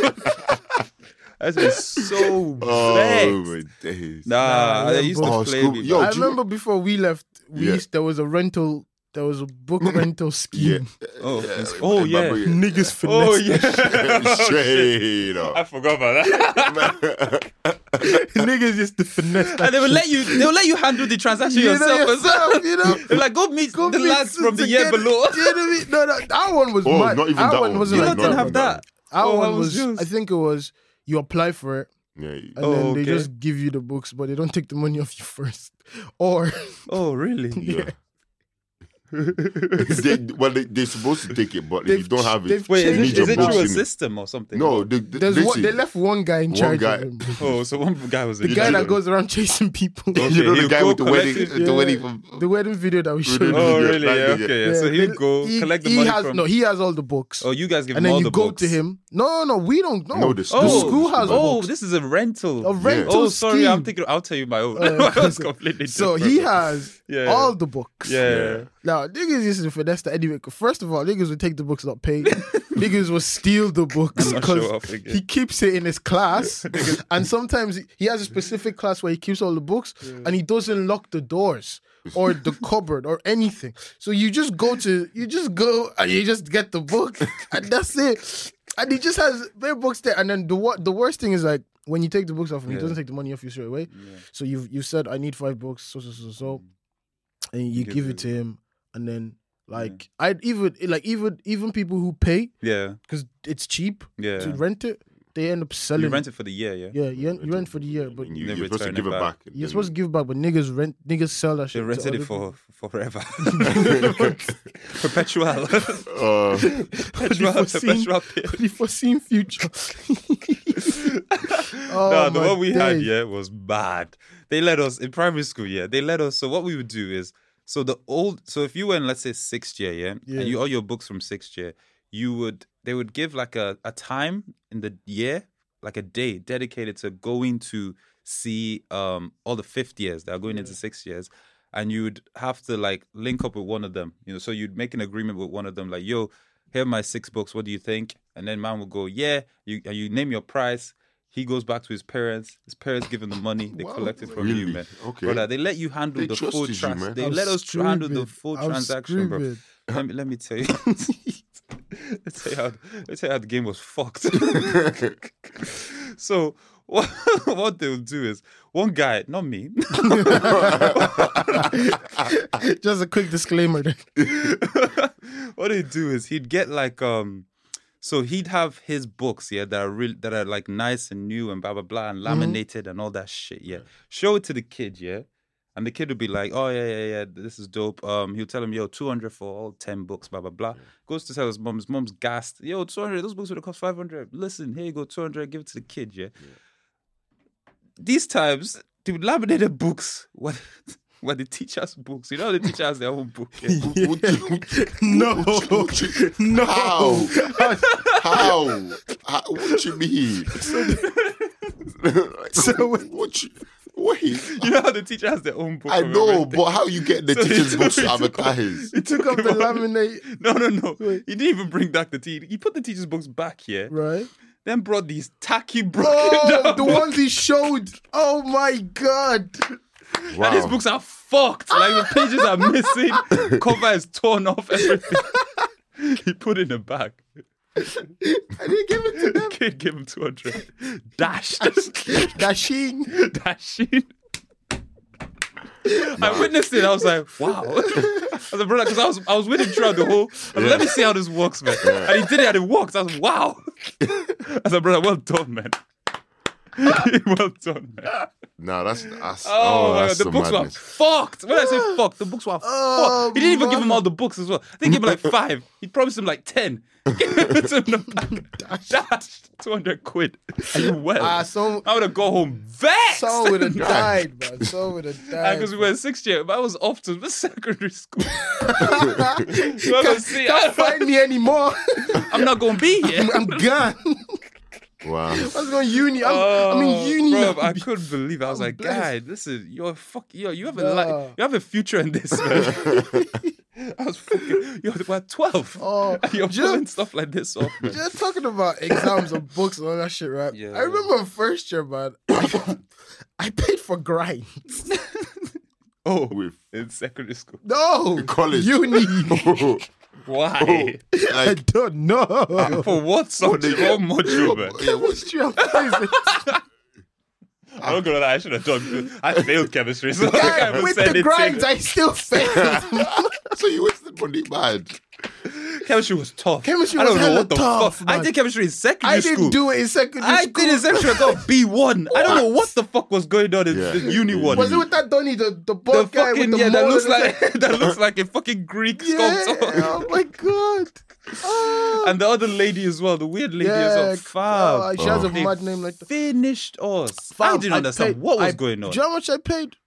Speaker 1: *laughs* That's been so *laughs*
Speaker 3: Oh
Speaker 1: oh,
Speaker 3: my days.
Speaker 1: Nah,
Speaker 2: Nah,
Speaker 1: they
Speaker 2: them
Speaker 1: used to
Speaker 3: books. Oh,
Speaker 1: play
Speaker 3: school-
Speaker 1: me.
Speaker 3: yo,
Speaker 1: bro.
Speaker 2: I
Speaker 3: do you-
Speaker 2: remember before we left, we
Speaker 3: Yeah.
Speaker 2: used, there was a rental, there was a
Speaker 1: *laughs*
Speaker 2: book rental
Speaker 3: Yeah.
Speaker 2: scheme.
Speaker 1: oh, yeah.
Speaker 3: Yeah,
Speaker 1: oh
Speaker 3: my
Speaker 1: yeah.
Speaker 2: *laughs*
Speaker 3: boy-
Speaker 2: Niggas
Speaker 1: *laughs* Oh
Speaker 2: finesse,
Speaker 3: *laughs*
Speaker 1: yeah.
Speaker 3: Straight
Speaker 1: I *laughs*
Speaker 3: up.
Speaker 1: forgot about that.
Speaker 2: niggas used to finesse. that
Speaker 1: And they will
Speaker 2: shit.
Speaker 1: let you they will let you handle the transaction
Speaker 2: You know
Speaker 1: yourself, as well.
Speaker 2: yourself, you know.
Speaker 1: They're like go meet *laughs*
Speaker 2: Go
Speaker 1: the
Speaker 2: meet
Speaker 1: lads from the
Speaker 2: to
Speaker 1: year
Speaker 2: get- *laughs*
Speaker 1: below.
Speaker 2: Do you know what I mean? No, no, that one was
Speaker 3: Oh,
Speaker 2: mad.
Speaker 3: not even
Speaker 2: Our
Speaker 3: that one.
Speaker 2: wasn't
Speaker 1: You
Speaker 3: Yeah,
Speaker 1: lot
Speaker 2: like
Speaker 3: not
Speaker 1: didn't
Speaker 3: even
Speaker 1: have that.
Speaker 2: Our
Speaker 1: Oh,
Speaker 2: one
Speaker 1: that was
Speaker 2: was,
Speaker 1: yours.
Speaker 2: I think it was you apply for it
Speaker 3: Yeah.
Speaker 2: and
Speaker 1: Oh,
Speaker 2: then they
Speaker 1: okay.
Speaker 2: just give you the *laughs* books, but they don't take the money off you first. Or
Speaker 1: Oh really?
Speaker 3: yeah. they, well, they, they're supposed to take it, but if
Speaker 2: They've
Speaker 3: you don't have it,
Speaker 2: they've
Speaker 1: *laughs* Wait,
Speaker 3: you
Speaker 1: is
Speaker 2: changed
Speaker 3: need
Speaker 1: it, is it
Speaker 3: your books
Speaker 1: through a
Speaker 3: in it.
Speaker 1: system or something?
Speaker 3: No, they,
Speaker 2: There's
Speaker 3: listen,
Speaker 2: one, they left one guy in
Speaker 3: One
Speaker 2: charge.
Speaker 3: guy.
Speaker 2: Of him.
Speaker 1: Oh, so one guy was
Speaker 2: The
Speaker 1: in
Speaker 3: You
Speaker 2: guy
Speaker 1: charge
Speaker 3: did
Speaker 2: that
Speaker 1: of-
Speaker 3: it.
Speaker 2: goes around *laughs* chasing people.
Speaker 3: you know
Speaker 1: he'll
Speaker 3: the guy
Speaker 1: go
Speaker 3: with the wedding,
Speaker 1: collect it.
Speaker 3: the
Speaker 2: Yeah.
Speaker 3: wedding from
Speaker 2: *laughs* the wedding video that we showed.
Speaker 3: Oh,
Speaker 1: Oh,
Speaker 3: Yeah,
Speaker 1: really?
Speaker 3: that
Speaker 1: Yeah,
Speaker 3: nigga.
Speaker 1: okay. Yeah. So he'll
Speaker 2: they-
Speaker 1: go
Speaker 2: he-
Speaker 1: collect the
Speaker 2: he
Speaker 1: money
Speaker 2: has,
Speaker 1: from.
Speaker 2: No, he has all the books.
Speaker 1: oh, you guys give
Speaker 2: and
Speaker 1: him
Speaker 2: then
Speaker 1: all
Speaker 2: you
Speaker 1: the
Speaker 2: go
Speaker 1: books.
Speaker 2: to him. No, no, no, we don't. No,
Speaker 3: No, the
Speaker 2: the
Speaker 1: Oh,
Speaker 2: school has
Speaker 1: oh,
Speaker 2: books.
Speaker 1: this is a rental.
Speaker 2: A rental
Speaker 1: Oh, sorry, I'm
Speaker 2: scheme.
Speaker 1: thinking. I'll tell you my own. *laughs*
Speaker 2: Oh,
Speaker 1: I
Speaker 2: *laughs*
Speaker 1: was
Speaker 2: okay.
Speaker 1: completely
Speaker 2: So
Speaker 1: different.
Speaker 2: he has
Speaker 1: Yeah.
Speaker 2: all the books.
Speaker 1: Yeah.
Speaker 2: Now niggas used to finesse that anyway. 'cause First of all, niggas would take the books
Speaker 1: *laughs*
Speaker 2: not pay. niggas would steal the books
Speaker 1: And not show up again.
Speaker 2: he keeps it in his
Speaker 1: *laughs*
Speaker 2: class, and sometimes he has a specific class where he keeps all the books, and he doesn't lock the doors or
Speaker 1: *laughs*
Speaker 2: the cupboard or anything. So you just go to you just go and you just get the
Speaker 1: *laughs*
Speaker 2: book, and that's it. And he just has their books there. And then the what the worst thing is like when you take the books off him, he doesn't take the money off you straight away. So you've you said I need five books, so so so so, and you
Speaker 1: Mm. Give
Speaker 2: give
Speaker 1: it.
Speaker 2: it to him, and then like I'd even like even even people who pay
Speaker 1: Yeah,
Speaker 2: because it's cheap
Speaker 1: yeah.
Speaker 2: to rent it, they end up selling.
Speaker 1: You
Speaker 2: it.
Speaker 1: rent it Mm. for the year, yeah.
Speaker 2: Yeah, you rent, you rent for the year, but
Speaker 3: you,
Speaker 1: They
Speaker 3: you're supposed to
Speaker 1: return
Speaker 3: give
Speaker 1: it
Speaker 3: it
Speaker 1: back.
Speaker 3: back.
Speaker 2: you're
Speaker 3: *laughs*
Speaker 2: supposed to give back. But niggas rent, niggas sell that
Speaker 1: They
Speaker 2: shit. to
Speaker 1: rented
Speaker 2: other
Speaker 1: it *laughs* for for
Speaker 2: *laughs*
Speaker 1: forever. perpetual,
Speaker 3: Uh,
Speaker 2: *laughs*
Speaker 1: perpetual,
Speaker 2: foreseen-
Speaker 1: perpetual. pay-
Speaker 2: people. the foreseen
Speaker 1: *laughs*
Speaker 2: future. *laughs* oh,
Speaker 1: no, the
Speaker 2: my
Speaker 1: one we had,
Speaker 2: days.
Speaker 1: yeah, was bad. They let us in primary school, yeah. They let us. So what we would do is, so the old, so if you were in, let's say sixth year, yeah,
Speaker 2: Yeah.
Speaker 1: and you all your books from sixth year, you would they would give like a a time in the year, like a day dedicated to going to see um all the fifth years that are going into sixth years. And you'd have to like link up with one of them, you know. So you'd make an agreement with one of them, like, "Yo, here are my six books. What do you think?" And then man would go, "Yeah." You and you name your price. He goes back to his parents. His parents give him the money. They collect it from you,
Speaker 3: Really?
Speaker 1: man.
Speaker 3: Okay.
Speaker 1: Brother, they let you handle
Speaker 3: They
Speaker 1: the full
Speaker 3: trusted you,
Speaker 1: trans.
Speaker 3: man.
Speaker 1: They
Speaker 2: I'm
Speaker 1: let us tr- handle the
Speaker 2: screaming.
Speaker 1: full
Speaker 2: I'm
Speaker 1: transaction, bro.
Speaker 2: screaming.
Speaker 1: Let me, let me tell you.
Speaker 3: *laughs*
Speaker 1: let's tell you how let's tell you how the game was
Speaker 3: *laughs*
Speaker 1: fucked. *laughs* so *laughs* what, what they'll do is one guy, not me, *laughs*
Speaker 2: Just a quick disclaimer.
Speaker 1: *laughs*
Speaker 2: Then.
Speaker 1: what he'd do is he'd get like um so he'd have his books, yeah, that are real that are like nice and new and blah blah blah and laminated and all that shit, yeah. Show it to the kid, yeah. And the kid would be like, Oh yeah, yeah, yeah, this is dope. Um he'll tell him, yo, two hundred for all ten books, blah blah blah. Goes to tell his mom, his mom's gassed, yo, two hundred, those books would have cost five hundred. Listen, here you go, two hundred, give it to the kid, yeah. These times, the laminated books were, *laughs* were the teacher's books. You know how the teacher has their own book. yeah?
Speaker 2: *laughs* No,
Speaker 3: no. How? How? How? What you mean? *laughs*
Speaker 2: So-
Speaker 3: what you, wait.
Speaker 1: *laughs* You know how the teacher has their own book.
Speaker 3: I
Speaker 1: of
Speaker 3: know,
Speaker 1: everything?
Speaker 3: but how you get the
Speaker 1: So he
Speaker 3: teacher's
Speaker 1: took-
Speaker 3: books
Speaker 1: he
Speaker 3: to
Speaker 1: took-
Speaker 3: advertise?
Speaker 1: *laughs*
Speaker 2: he took up the laminate,
Speaker 1: No, no, no. He didn't even bring back the tea. He put the teacher's books back here,
Speaker 2: right?
Speaker 1: then brought these tacky *laughs* broken
Speaker 2: Oh,
Speaker 1: down
Speaker 2: the
Speaker 1: books.
Speaker 2: ones he showed. Oh my god.
Speaker 3: Wow.
Speaker 1: These books are fucked. Like the pages are
Speaker 2: *laughs*
Speaker 1: missing. Cover is torn off. Everything. *laughs* he put in a bag.
Speaker 2: I didn't give it to them.
Speaker 1: Kid gave him two hundred. Dash.
Speaker 2: *laughs* Dashing.
Speaker 1: *laughs* Dashing. I witnessed it. I was like, wow. *laughs* I was like, brother, because I was I was with him throughout the whole. I was like, Let me see how this works, man. And he did it, and it worked. I was like, wow. I was like, brother, well done, man. *laughs* well done, man.
Speaker 3: No, that's that's
Speaker 1: Oh,
Speaker 3: oh,
Speaker 1: my god,
Speaker 3: that's
Speaker 1: the
Speaker 3: some
Speaker 1: books
Speaker 3: madness.
Speaker 1: were fucked. When I say fucked, the books were
Speaker 2: Oh,
Speaker 1: fucked. He didn't even give him
Speaker 2: man.
Speaker 1: all the books as well. I think he gave him like five. He promised him like ten. *laughs* Gave it to him the back. Dashed two hundred quid. Are you well?
Speaker 2: Ah, so
Speaker 1: I would have gone home vexed.
Speaker 2: So
Speaker 1: *laughs*
Speaker 2: would have died, man. So would have died.
Speaker 1: Because we *laughs* were in sixth year, but I was off to the *laughs* secondary school. So I
Speaker 2: can't,
Speaker 1: was see, *laughs*
Speaker 2: can't find me anymore.
Speaker 1: I'm not gonna be *laughs* here.
Speaker 2: I'm gone.
Speaker 3: Wow.
Speaker 2: I was going uni. I'm, I'm in uni.
Speaker 1: Oh, bro.
Speaker 2: *laughs* now.
Speaker 1: I couldn't believe. It. I was like,
Speaker 2: blessed.
Speaker 1: guy, listen, you're fuck, yo, you have a
Speaker 2: Nah.
Speaker 1: life, you have a future in this. Man. *laughs* I was fucking, yo, we're twelve.
Speaker 2: Oh,
Speaker 1: and *laughs* you're
Speaker 2: do you know-
Speaker 1: pulling stuff like this off. Man.
Speaker 2: just talking about exams and books and all that shit, right?
Speaker 1: Yeah.
Speaker 2: I remember first year, man. *coughs* I paid for grind.
Speaker 1: *laughs* Oh,
Speaker 2: *laughs*
Speaker 3: With
Speaker 1: in secondary school.
Speaker 2: No,
Speaker 3: college.
Speaker 2: uni.
Speaker 1: Why?
Speaker 2: I
Speaker 3: like
Speaker 2: don't
Speaker 1: *laughs*
Speaker 2: know.
Speaker 1: For Oh. what subject?
Speaker 3: yeah.
Speaker 1: What module, man?
Speaker 3: yeah, what-
Speaker 2: Chemistry and physics.
Speaker 1: *laughs* I'm not gonna lie. I should have done. I failed chemistry, so *laughs* *laughs* I
Speaker 2: Guy,
Speaker 1: can't
Speaker 2: with
Speaker 1: send
Speaker 2: the
Speaker 1: it *laughs*
Speaker 2: grinds,
Speaker 1: to
Speaker 2: I still failed.
Speaker 3: so you wasted money, man.
Speaker 1: Chemistry was tough.
Speaker 2: Chemistry
Speaker 1: I don't
Speaker 2: was
Speaker 1: know
Speaker 2: hella
Speaker 1: what the
Speaker 2: tough,
Speaker 1: fuck. I
Speaker 2: man.
Speaker 1: did chemistry in secondary
Speaker 2: I didn't
Speaker 1: school.
Speaker 2: do it in secondary
Speaker 1: I
Speaker 2: school.
Speaker 1: did in secondary. I got B one. I don't know what the fuck was going on in
Speaker 3: Yeah.
Speaker 1: the uni
Speaker 3: Yeah.
Speaker 1: one.
Speaker 2: *laughs* Was it with that Donny, the, the bald
Speaker 1: the
Speaker 2: guy with
Speaker 1: fucking
Speaker 2: the
Speaker 1: yeah, that
Speaker 2: mole
Speaker 1: looks
Speaker 2: and the-
Speaker 1: like *laughs* that looks like a fucking Greek
Speaker 2: *laughs* Yeah,
Speaker 1: sculptor. *laughs*
Speaker 2: oh my god. Ah.
Speaker 1: And the other lady as well, the weird lady as well. Fab.
Speaker 2: God, she has a
Speaker 1: They
Speaker 2: mad name like that.
Speaker 1: Finished us.
Speaker 2: Fam,
Speaker 1: I didn't understand
Speaker 2: paid-
Speaker 1: what was
Speaker 2: Ah, I-
Speaker 1: going on.
Speaker 2: Do you know how much I paid?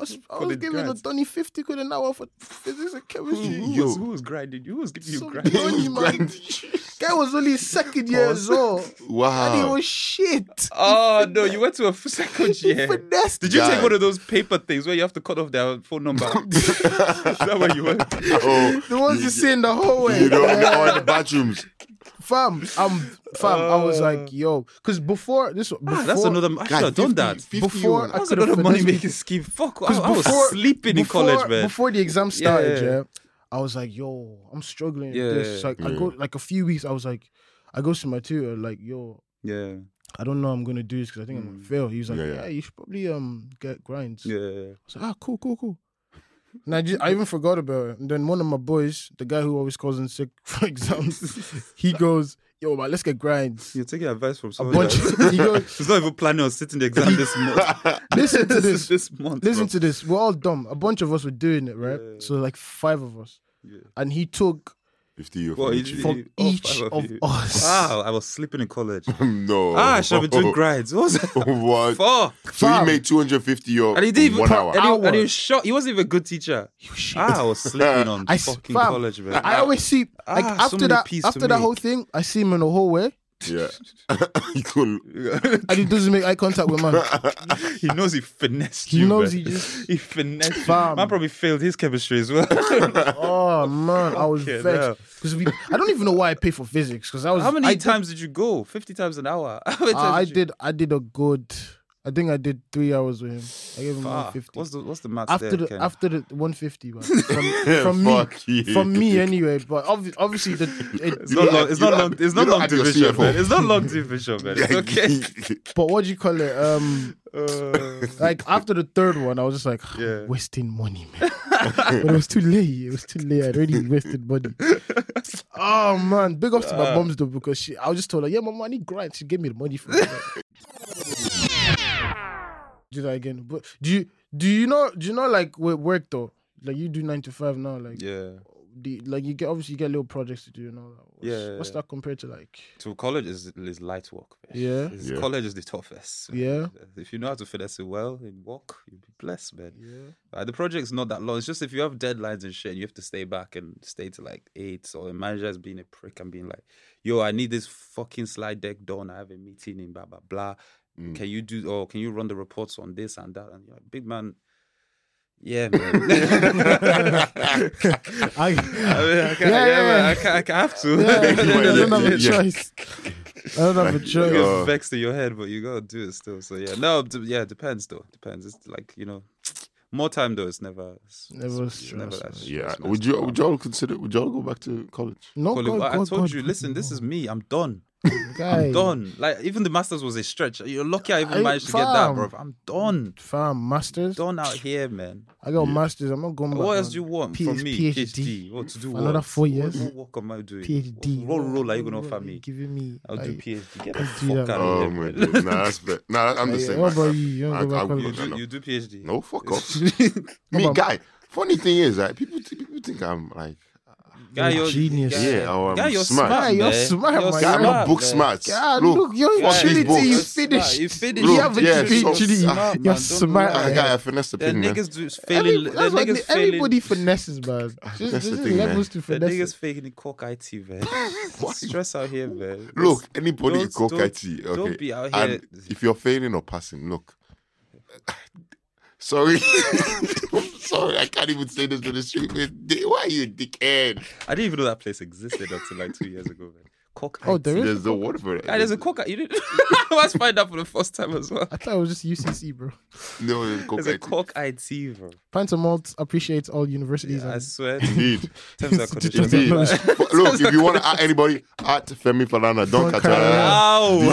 Speaker 1: *laughs*
Speaker 2: was, I
Speaker 1: For
Speaker 2: was
Speaker 1: the
Speaker 2: giving a
Speaker 1: grants. Hmm.
Speaker 2: Donny 50 quid an hour for physics and
Speaker 1: who,
Speaker 2: chemistry.
Speaker 1: who
Speaker 3: Yo.
Speaker 1: was, who was grinding? Who was giving you
Speaker 2: Some
Speaker 1: grinding?
Speaker 2: Donny, man. *laughs* Guy was only second year as well. And he
Speaker 1: Ah.
Speaker 3: wow.
Speaker 2: was shit.
Speaker 1: *laughs* Oh no, you went to a *laughs* second
Speaker 2: He
Speaker 1: year.
Speaker 2: finessed
Speaker 1: Did you
Speaker 3: Guy.
Speaker 1: take one of those paper things where you have to cut off their phone
Speaker 3: *laughs*
Speaker 1: number? *laughs* Is that where you
Speaker 2: *laughs*
Speaker 1: went?
Speaker 3: Oh,
Speaker 2: the ones you see in the hallway.
Speaker 3: you know, in
Speaker 2: Yeah.
Speaker 3: the, or in the
Speaker 2: *laughs*
Speaker 3: bathrooms.
Speaker 2: Fam, I'm fam. I was like, yo, because before this, before,
Speaker 1: Uh. Ah, that's another. I should have done that.
Speaker 3: 50
Speaker 2: Before
Speaker 3: euro.
Speaker 2: I
Speaker 1: That was
Speaker 2: could've
Speaker 1: another money
Speaker 2: finessed-
Speaker 1: making scheme. Fuck, I,
Speaker 2: Because
Speaker 1: I was sleeping in
Speaker 2: before-
Speaker 1: college, man.
Speaker 2: Before the exam started,
Speaker 1: yeah.
Speaker 2: yeah, I was like, yo, I'm struggling
Speaker 1: Yeah,
Speaker 2: with this. So I, I
Speaker 3: yeah.
Speaker 2: go like a few weeks, I was like, I go to my tutor, like, yo,
Speaker 1: Yeah,
Speaker 2: I don't know how I'm gonna do this because I think I'm gonna fail. He was like,
Speaker 3: Yeah,
Speaker 2: yeah,
Speaker 3: yeah.
Speaker 2: you should probably um get grinds.
Speaker 1: Mm. yeah.
Speaker 2: I was like, ah, cool, cool, cool. And I, just, I even forgot about it. And then one of my boys, the guy who always calls in sick *laughs* for
Speaker 1: *laughs*
Speaker 2: exams, he goes, yo, man, let's get grinds.
Speaker 1: You're taking advice from
Speaker 2: A
Speaker 1: someone.
Speaker 2: bunch.
Speaker 1: else.
Speaker 2: *laughs* he goes,
Speaker 1: She's not even planning on sitting the exam this month.
Speaker 2: *laughs* listen to
Speaker 1: *laughs*
Speaker 2: this.
Speaker 1: this month.
Speaker 2: Listen
Speaker 1: bro.
Speaker 2: to this. We're all dumb. A bunch of us were doing it, right?
Speaker 1: Yeah.
Speaker 2: So like five of us,
Speaker 1: Yeah.
Speaker 2: and he took
Speaker 3: 50 euro.
Speaker 1: Well,
Speaker 3: for each
Speaker 1: you-
Speaker 3: year.
Speaker 2: from
Speaker 1: all
Speaker 2: each
Speaker 1: five
Speaker 2: of,
Speaker 1: of you. Ah.
Speaker 2: us.
Speaker 1: Wow, I was sleeping in college.
Speaker 3: *laughs* no.
Speaker 1: Ah, I should have
Speaker 3: *laughs*
Speaker 1: been doing grinds. What was that?
Speaker 3: What?
Speaker 1: Fuck.
Speaker 3: So he
Speaker 2: Fam.
Speaker 3: made 250 euro
Speaker 1: And he didn't
Speaker 3: in
Speaker 1: even
Speaker 3: one
Speaker 1: pro-
Speaker 3: hour.
Speaker 1: And, he, and he
Speaker 2: Hour.
Speaker 1: was shot. He wasn't even a good teacher.
Speaker 2: You shit.
Speaker 1: Ah, I
Speaker 3: *laughs*
Speaker 1: was sleeping on
Speaker 2: I s-
Speaker 1: fucking
Speaker 2: fam,
Speaker 1: college,
Speaker 2: *laughs*
Speaker 1: man.
Speaker 2: I always see like
Speaker 1: Ah, so
Speaker 2: after
Speaker 1: many
Speaker 2: that
Speaker 1: peas to
Speaker 2: after that
Speaker 1: make.
Speaker 2: whole thing, I see him in the hallway
Speaker 3: Yeah. *laughs* he couldn't.
Speaker 2: and he doesn't make eye contact with
Speaker 1: *laughs*
Speaker 2: man.
Speaker 1: he knows he finessed
Speaker 2: He
Speaker 1: you.
Speaker 2: knows
Speaker 1: man.
Speaker 2: he just-
Speaker 1: he finessed.
Speaker 2: Fam.
Speaker 1: Man probably failed his chemistry as
Speaker 2: *laughs*
Speaker 1: well.
Speaker 2: Oh man, I was
Speaker 1: Fucking hell.
Speaker 2: vexed because we. I don't even know why I paid for physics because I was.
Speaker 1: How many
Speaker 2: I did-
Speaker 1: times did you go? Fifty times an hour. *laughs* How many
Speaker 2: uh,
Speaker 1: times
Speaker 2: I
Speaker 1: you-
Speaker 2: did. I did a good. I think I did three hours with him. I gave him one
Speaker 1: Fuck.
Speaker 2: fifty.
Speaker 1: What's the what's the max
Speaker 2: After
Speaker 1: there,
Speaker 2: the
Speaker 1: Ken?
Speaker 2: after the
Speaker 1: *laughs*
Speaker 2: 150, man. from, *laughs*
Speaker 3: Yeah,
Speaker 2: from me,
Speaker 3: fuck you.
Speaker 2: from
Speaker 3: *laughs*
Speaker 2: me anyway. But obvi- obviously, the, it,
Speaker 1: *laughs* It's not
Speaker 3: You
Speaker 1: long.
Speaker 3: don't
Speaker 1: It's
Speaker 3: have-
Speaker 1: not
Speaker 3: you
Speaker 1: long.
Speaker 3: don't
Speaker 1: It's
Speaker 3: have-
Speaker 1: not
Speaker 3: you don't
Speaker 1: long
Speaker 3: have your
Speaker 1: division,
Speaker 3: CFO.
Speaker 1: man. It's not long division, man. It's okay.
Speaker 2: but what do you call it? Um,
Speaker 1: *laughs* Uh,
Speaker 2: like after the third one, I was just like, *sighs*
Speaker 1: Yeah.
Speaker 2: wasting money, man. but it was too late. It was too late. I'd already
Speaker 1: *laughs*
Speaker 2: wasted money. oh man, big ups to my moms though because she. I just told her, yeah, mom, I need grind. She gave me the money for it. *laughs* do that again. But do you do you know do you know like with work though? Like you do nine to five now, like
Speaker 1: yeah.
Speaker 2: the like you get obviously you get little projects to do and all that. What's,
Speaker 1: Yeah,
Speaker 2: what's
Speaker 1: yeah.
Speaker 2: that compared to like?
Speaker 1: To college is is light work. man.
Speaker 2: Yeah.
Speaker 1: It's-
Speaker 3: Yeah.
Speaker 1: College is the toughest. man.
Speaker 2: Yeah.
Speaker 1: If you know how to finesse it well in work, you'll be blessed, man. *laughs*
Speaker 2: Yeah.
Speaker 1: Like, the project's not that long. It's just if you have deadlines and shit, and you have to stay back and stay to like eight, or the manager's being a prick and being like, "Yo, I need this fucking slide deck done. I have a meeting in blah blah blah. Can you do or can you run the reports on this and that?" And you're like, "Big man, yeah, man. *laughs*
Speaker 2: I, *laughs*
Speaker 1: I, mean, I can't, yeah, man,
Speaker 2: Yeah, yeah, yeah.
Speaker 1: I, can't, I can't have to. *laughs*
Speaker 2: yeah, I
Speaker 3: yeah,
Speaker 2: don't have a
Speaker 3: yeah.
Speaker 2: choice. I don't have a
Speaker 1: You
Speaker 2: choice.
Speaker 1: get
Speaker 3: Uh,
Speaker 1: vexed in your head, but you gotta do it still. So yeah, no, d- yeah, depends though. Depends. It's like you know, more time though. It's never, it's,
Speaker 2: Never
Speaker 1: it's never that
Speaker 2: stress, man.
Speaker 1: *laughs* stress,
Speaker 3: Yeah.
Speaker 1: man.
Speaker 3: Would you would y'all consider would y'all go back to college?
Speaker 2: No,
Speaker 1: Colin,
Speaker 2: Oh, God,
Speaker 1: I I
Speaker 2: God,
Speaker 1: told
Speaker 2: God,
Speaker 1: you,
Speaker 2: God,
Speaker 1: listen, this
Speaker 2: God.
Speaker 1: is me. I'm done.
Speaker 2: Guy,
Speaker 1: Done. Like even the masters was a stretch. You're lucky I even
Speaker 2: I-
Speaker 1: managed to get that,
Speaker 2: fam.
Speaker 1: bro. I'm done.
Speaker 2: Fam, masters.
Speaker 1: Done out here, man.
Speaker 2: I got masters. I'm not going back.
Speaker 1: What else
Speaker 2: man.
Speaker 1: do you want
Speaker 2: Oh P-
Speaker 1: from me?
Speaker 2: PhD.
Speaker 1: PhD. What to do?
Speaker 2: Another
Speaker 1: what?
Speaker 2: four
Speaker 1: What-
Speaker 2: years.
Speaker 1: What, work am I doing?
Speaker 2: PhD.
Speaker 1: What, what role are you
Speaker 2: What
Speaker 1: gonna
Speaker 2: role
Speaker 1: offer
Speaker 2: you
Speaker 1: me?
Speaker 2: Giving me.
Speaker 1: I'll do
Speaker 2: like,
Speaker 1: PhD. Get the
Speaker 2: Let's do
Speaker 1: fuck
Speaker 2: that.
Speaker 1: out
Speaker 3: Oh
Speaker 1: of
Speaker 3: my
Speaker 1: here.
Speaker 3: god, nah, that's bad. Nah, I'm the
Speaker 2: Hey,
Speaker 3: same.
Speaker 2: what
Speaker 3: man.
Speaker 2: about you? You don't
Speaker 3: I-
Speaker 2: go back
Speaker 3: I-
Speaker 2: college?
Speaker 1: You
Speaker 3: no, no,
Speaker 1: do,
Speaker 3: no.
Speaker 1: you do PhD.
Speaker 3: No, fuck off.
Speaker 1: *laughs*
Speaker 2: How
Speaker 3: Me,
Speaker 2: about-
Speaker 3: guy. Funny thing is, right? People, people think I'm like,
Speaker 1: Guy,
Speaker 2: You're
Speaker 1: you're
Speaker 2: genius.
Speaker 1: Guy,
Speaker 3: yeah, or I'm
Speaker 1: guy, you're smart.
Speaker 3: smart.
Speaker 2: Guy, you're
Speaker 1: man.
Speaker 2: smart, man.
Speaker 3: Guy, I'm
Speaker 2: smart,
Speaker 3: not book
Speaker 1: man.
Speaker 3: smart.
Speaker 2: God, look, your
Speaker 1: Guy,
Speaker 2: opportunity,
Speaker 1: you're
Speaker 2: you
Speaker 1: smart.
Speaker 2: finished.
Speaker 1: You finished.
Speaker 2: You
Speaker 3: Look,
Speaker 2: have a
Speaker 3: yeah, so-
Speaker 2: PhD.
Speaker 3: smart,
Speaker 1: man. Don't
Speaker 2: You're
Speaker 1: do
Speaker 2: smart.
Speaker 1: that.
Speaker 3: I got a finesse the
Speaker 1: The
Speaker 3: pin, man.
Speaker 1: niggas do
Speaker 2: Every-
Speaker 1: failing. The
Speaker 2: that's why
Speaker 1: niggas
Speaker 2: ni- everybody
Speaker 1: failing.
Speaker 2: finesses,
Speaker 1: *laughs*
Speaker 2: man. Just,
Speaker 3: That's the
Speaker 2: just
Speaker 3: thing, man.
Speaker 2: levels to
Speaker 1: The niggas
Speaker 2: finesse.
Speaker 1: failing cock IT,
Speaker 2: *laughs*
Speaker 1: man. *laughs* Stress out here, man.
Speaker 3: Look, anybody
Speaker 1: Don't-
Speaker 3: go
Speaker 1: don't-
Speaker 3: kati, okay?
Speaker 1: don't be out
Speaker 3: And
Speaker 1: here-
Speaker 3: if you're failing or passing, look. Sorry, *laughs* sorry, I can't even say this to the street. man. Di- Why are you a dickhead?
Speaker 1: I didn't even know that place existed until like two years ago, man. Cock
Speaker 2: Oh,
Speaker 1: IT.
Speaker 2: there is.
Speaker 3: There's no word for it.
Speaker 1: Guy, there's a cock. You didn't. *laughs* I was find out for the first time as
Speaker 2: *laughs*
Speaker 1: well.
Speaker 2: I thought it was just UCC, bro.
Speaker 3: no, there's
Speaker 1: There's a
Speaker 3: cockati.
Speaker 1: cock IT, bro.
Speaker 2: Pint and Malt appreciates all universities.
Speaker 1: I
Speaker 2: and
Speaker 1: swear.
Speaker 2: *laughs*
Speaker 3: Indeed.
Speaker 1: Terms and conditions. *laughs*
Speaker 3: Indeed.
Speaker 2: Sometimes-
Speaker 3: F- Look, if you want to add anybody, add Femi Falana. Don't
Speaker 2: Don't
Speaker 3: catch
Speaker 2: carry on.
Speaker 3: her.
Speaker 2: *laughs*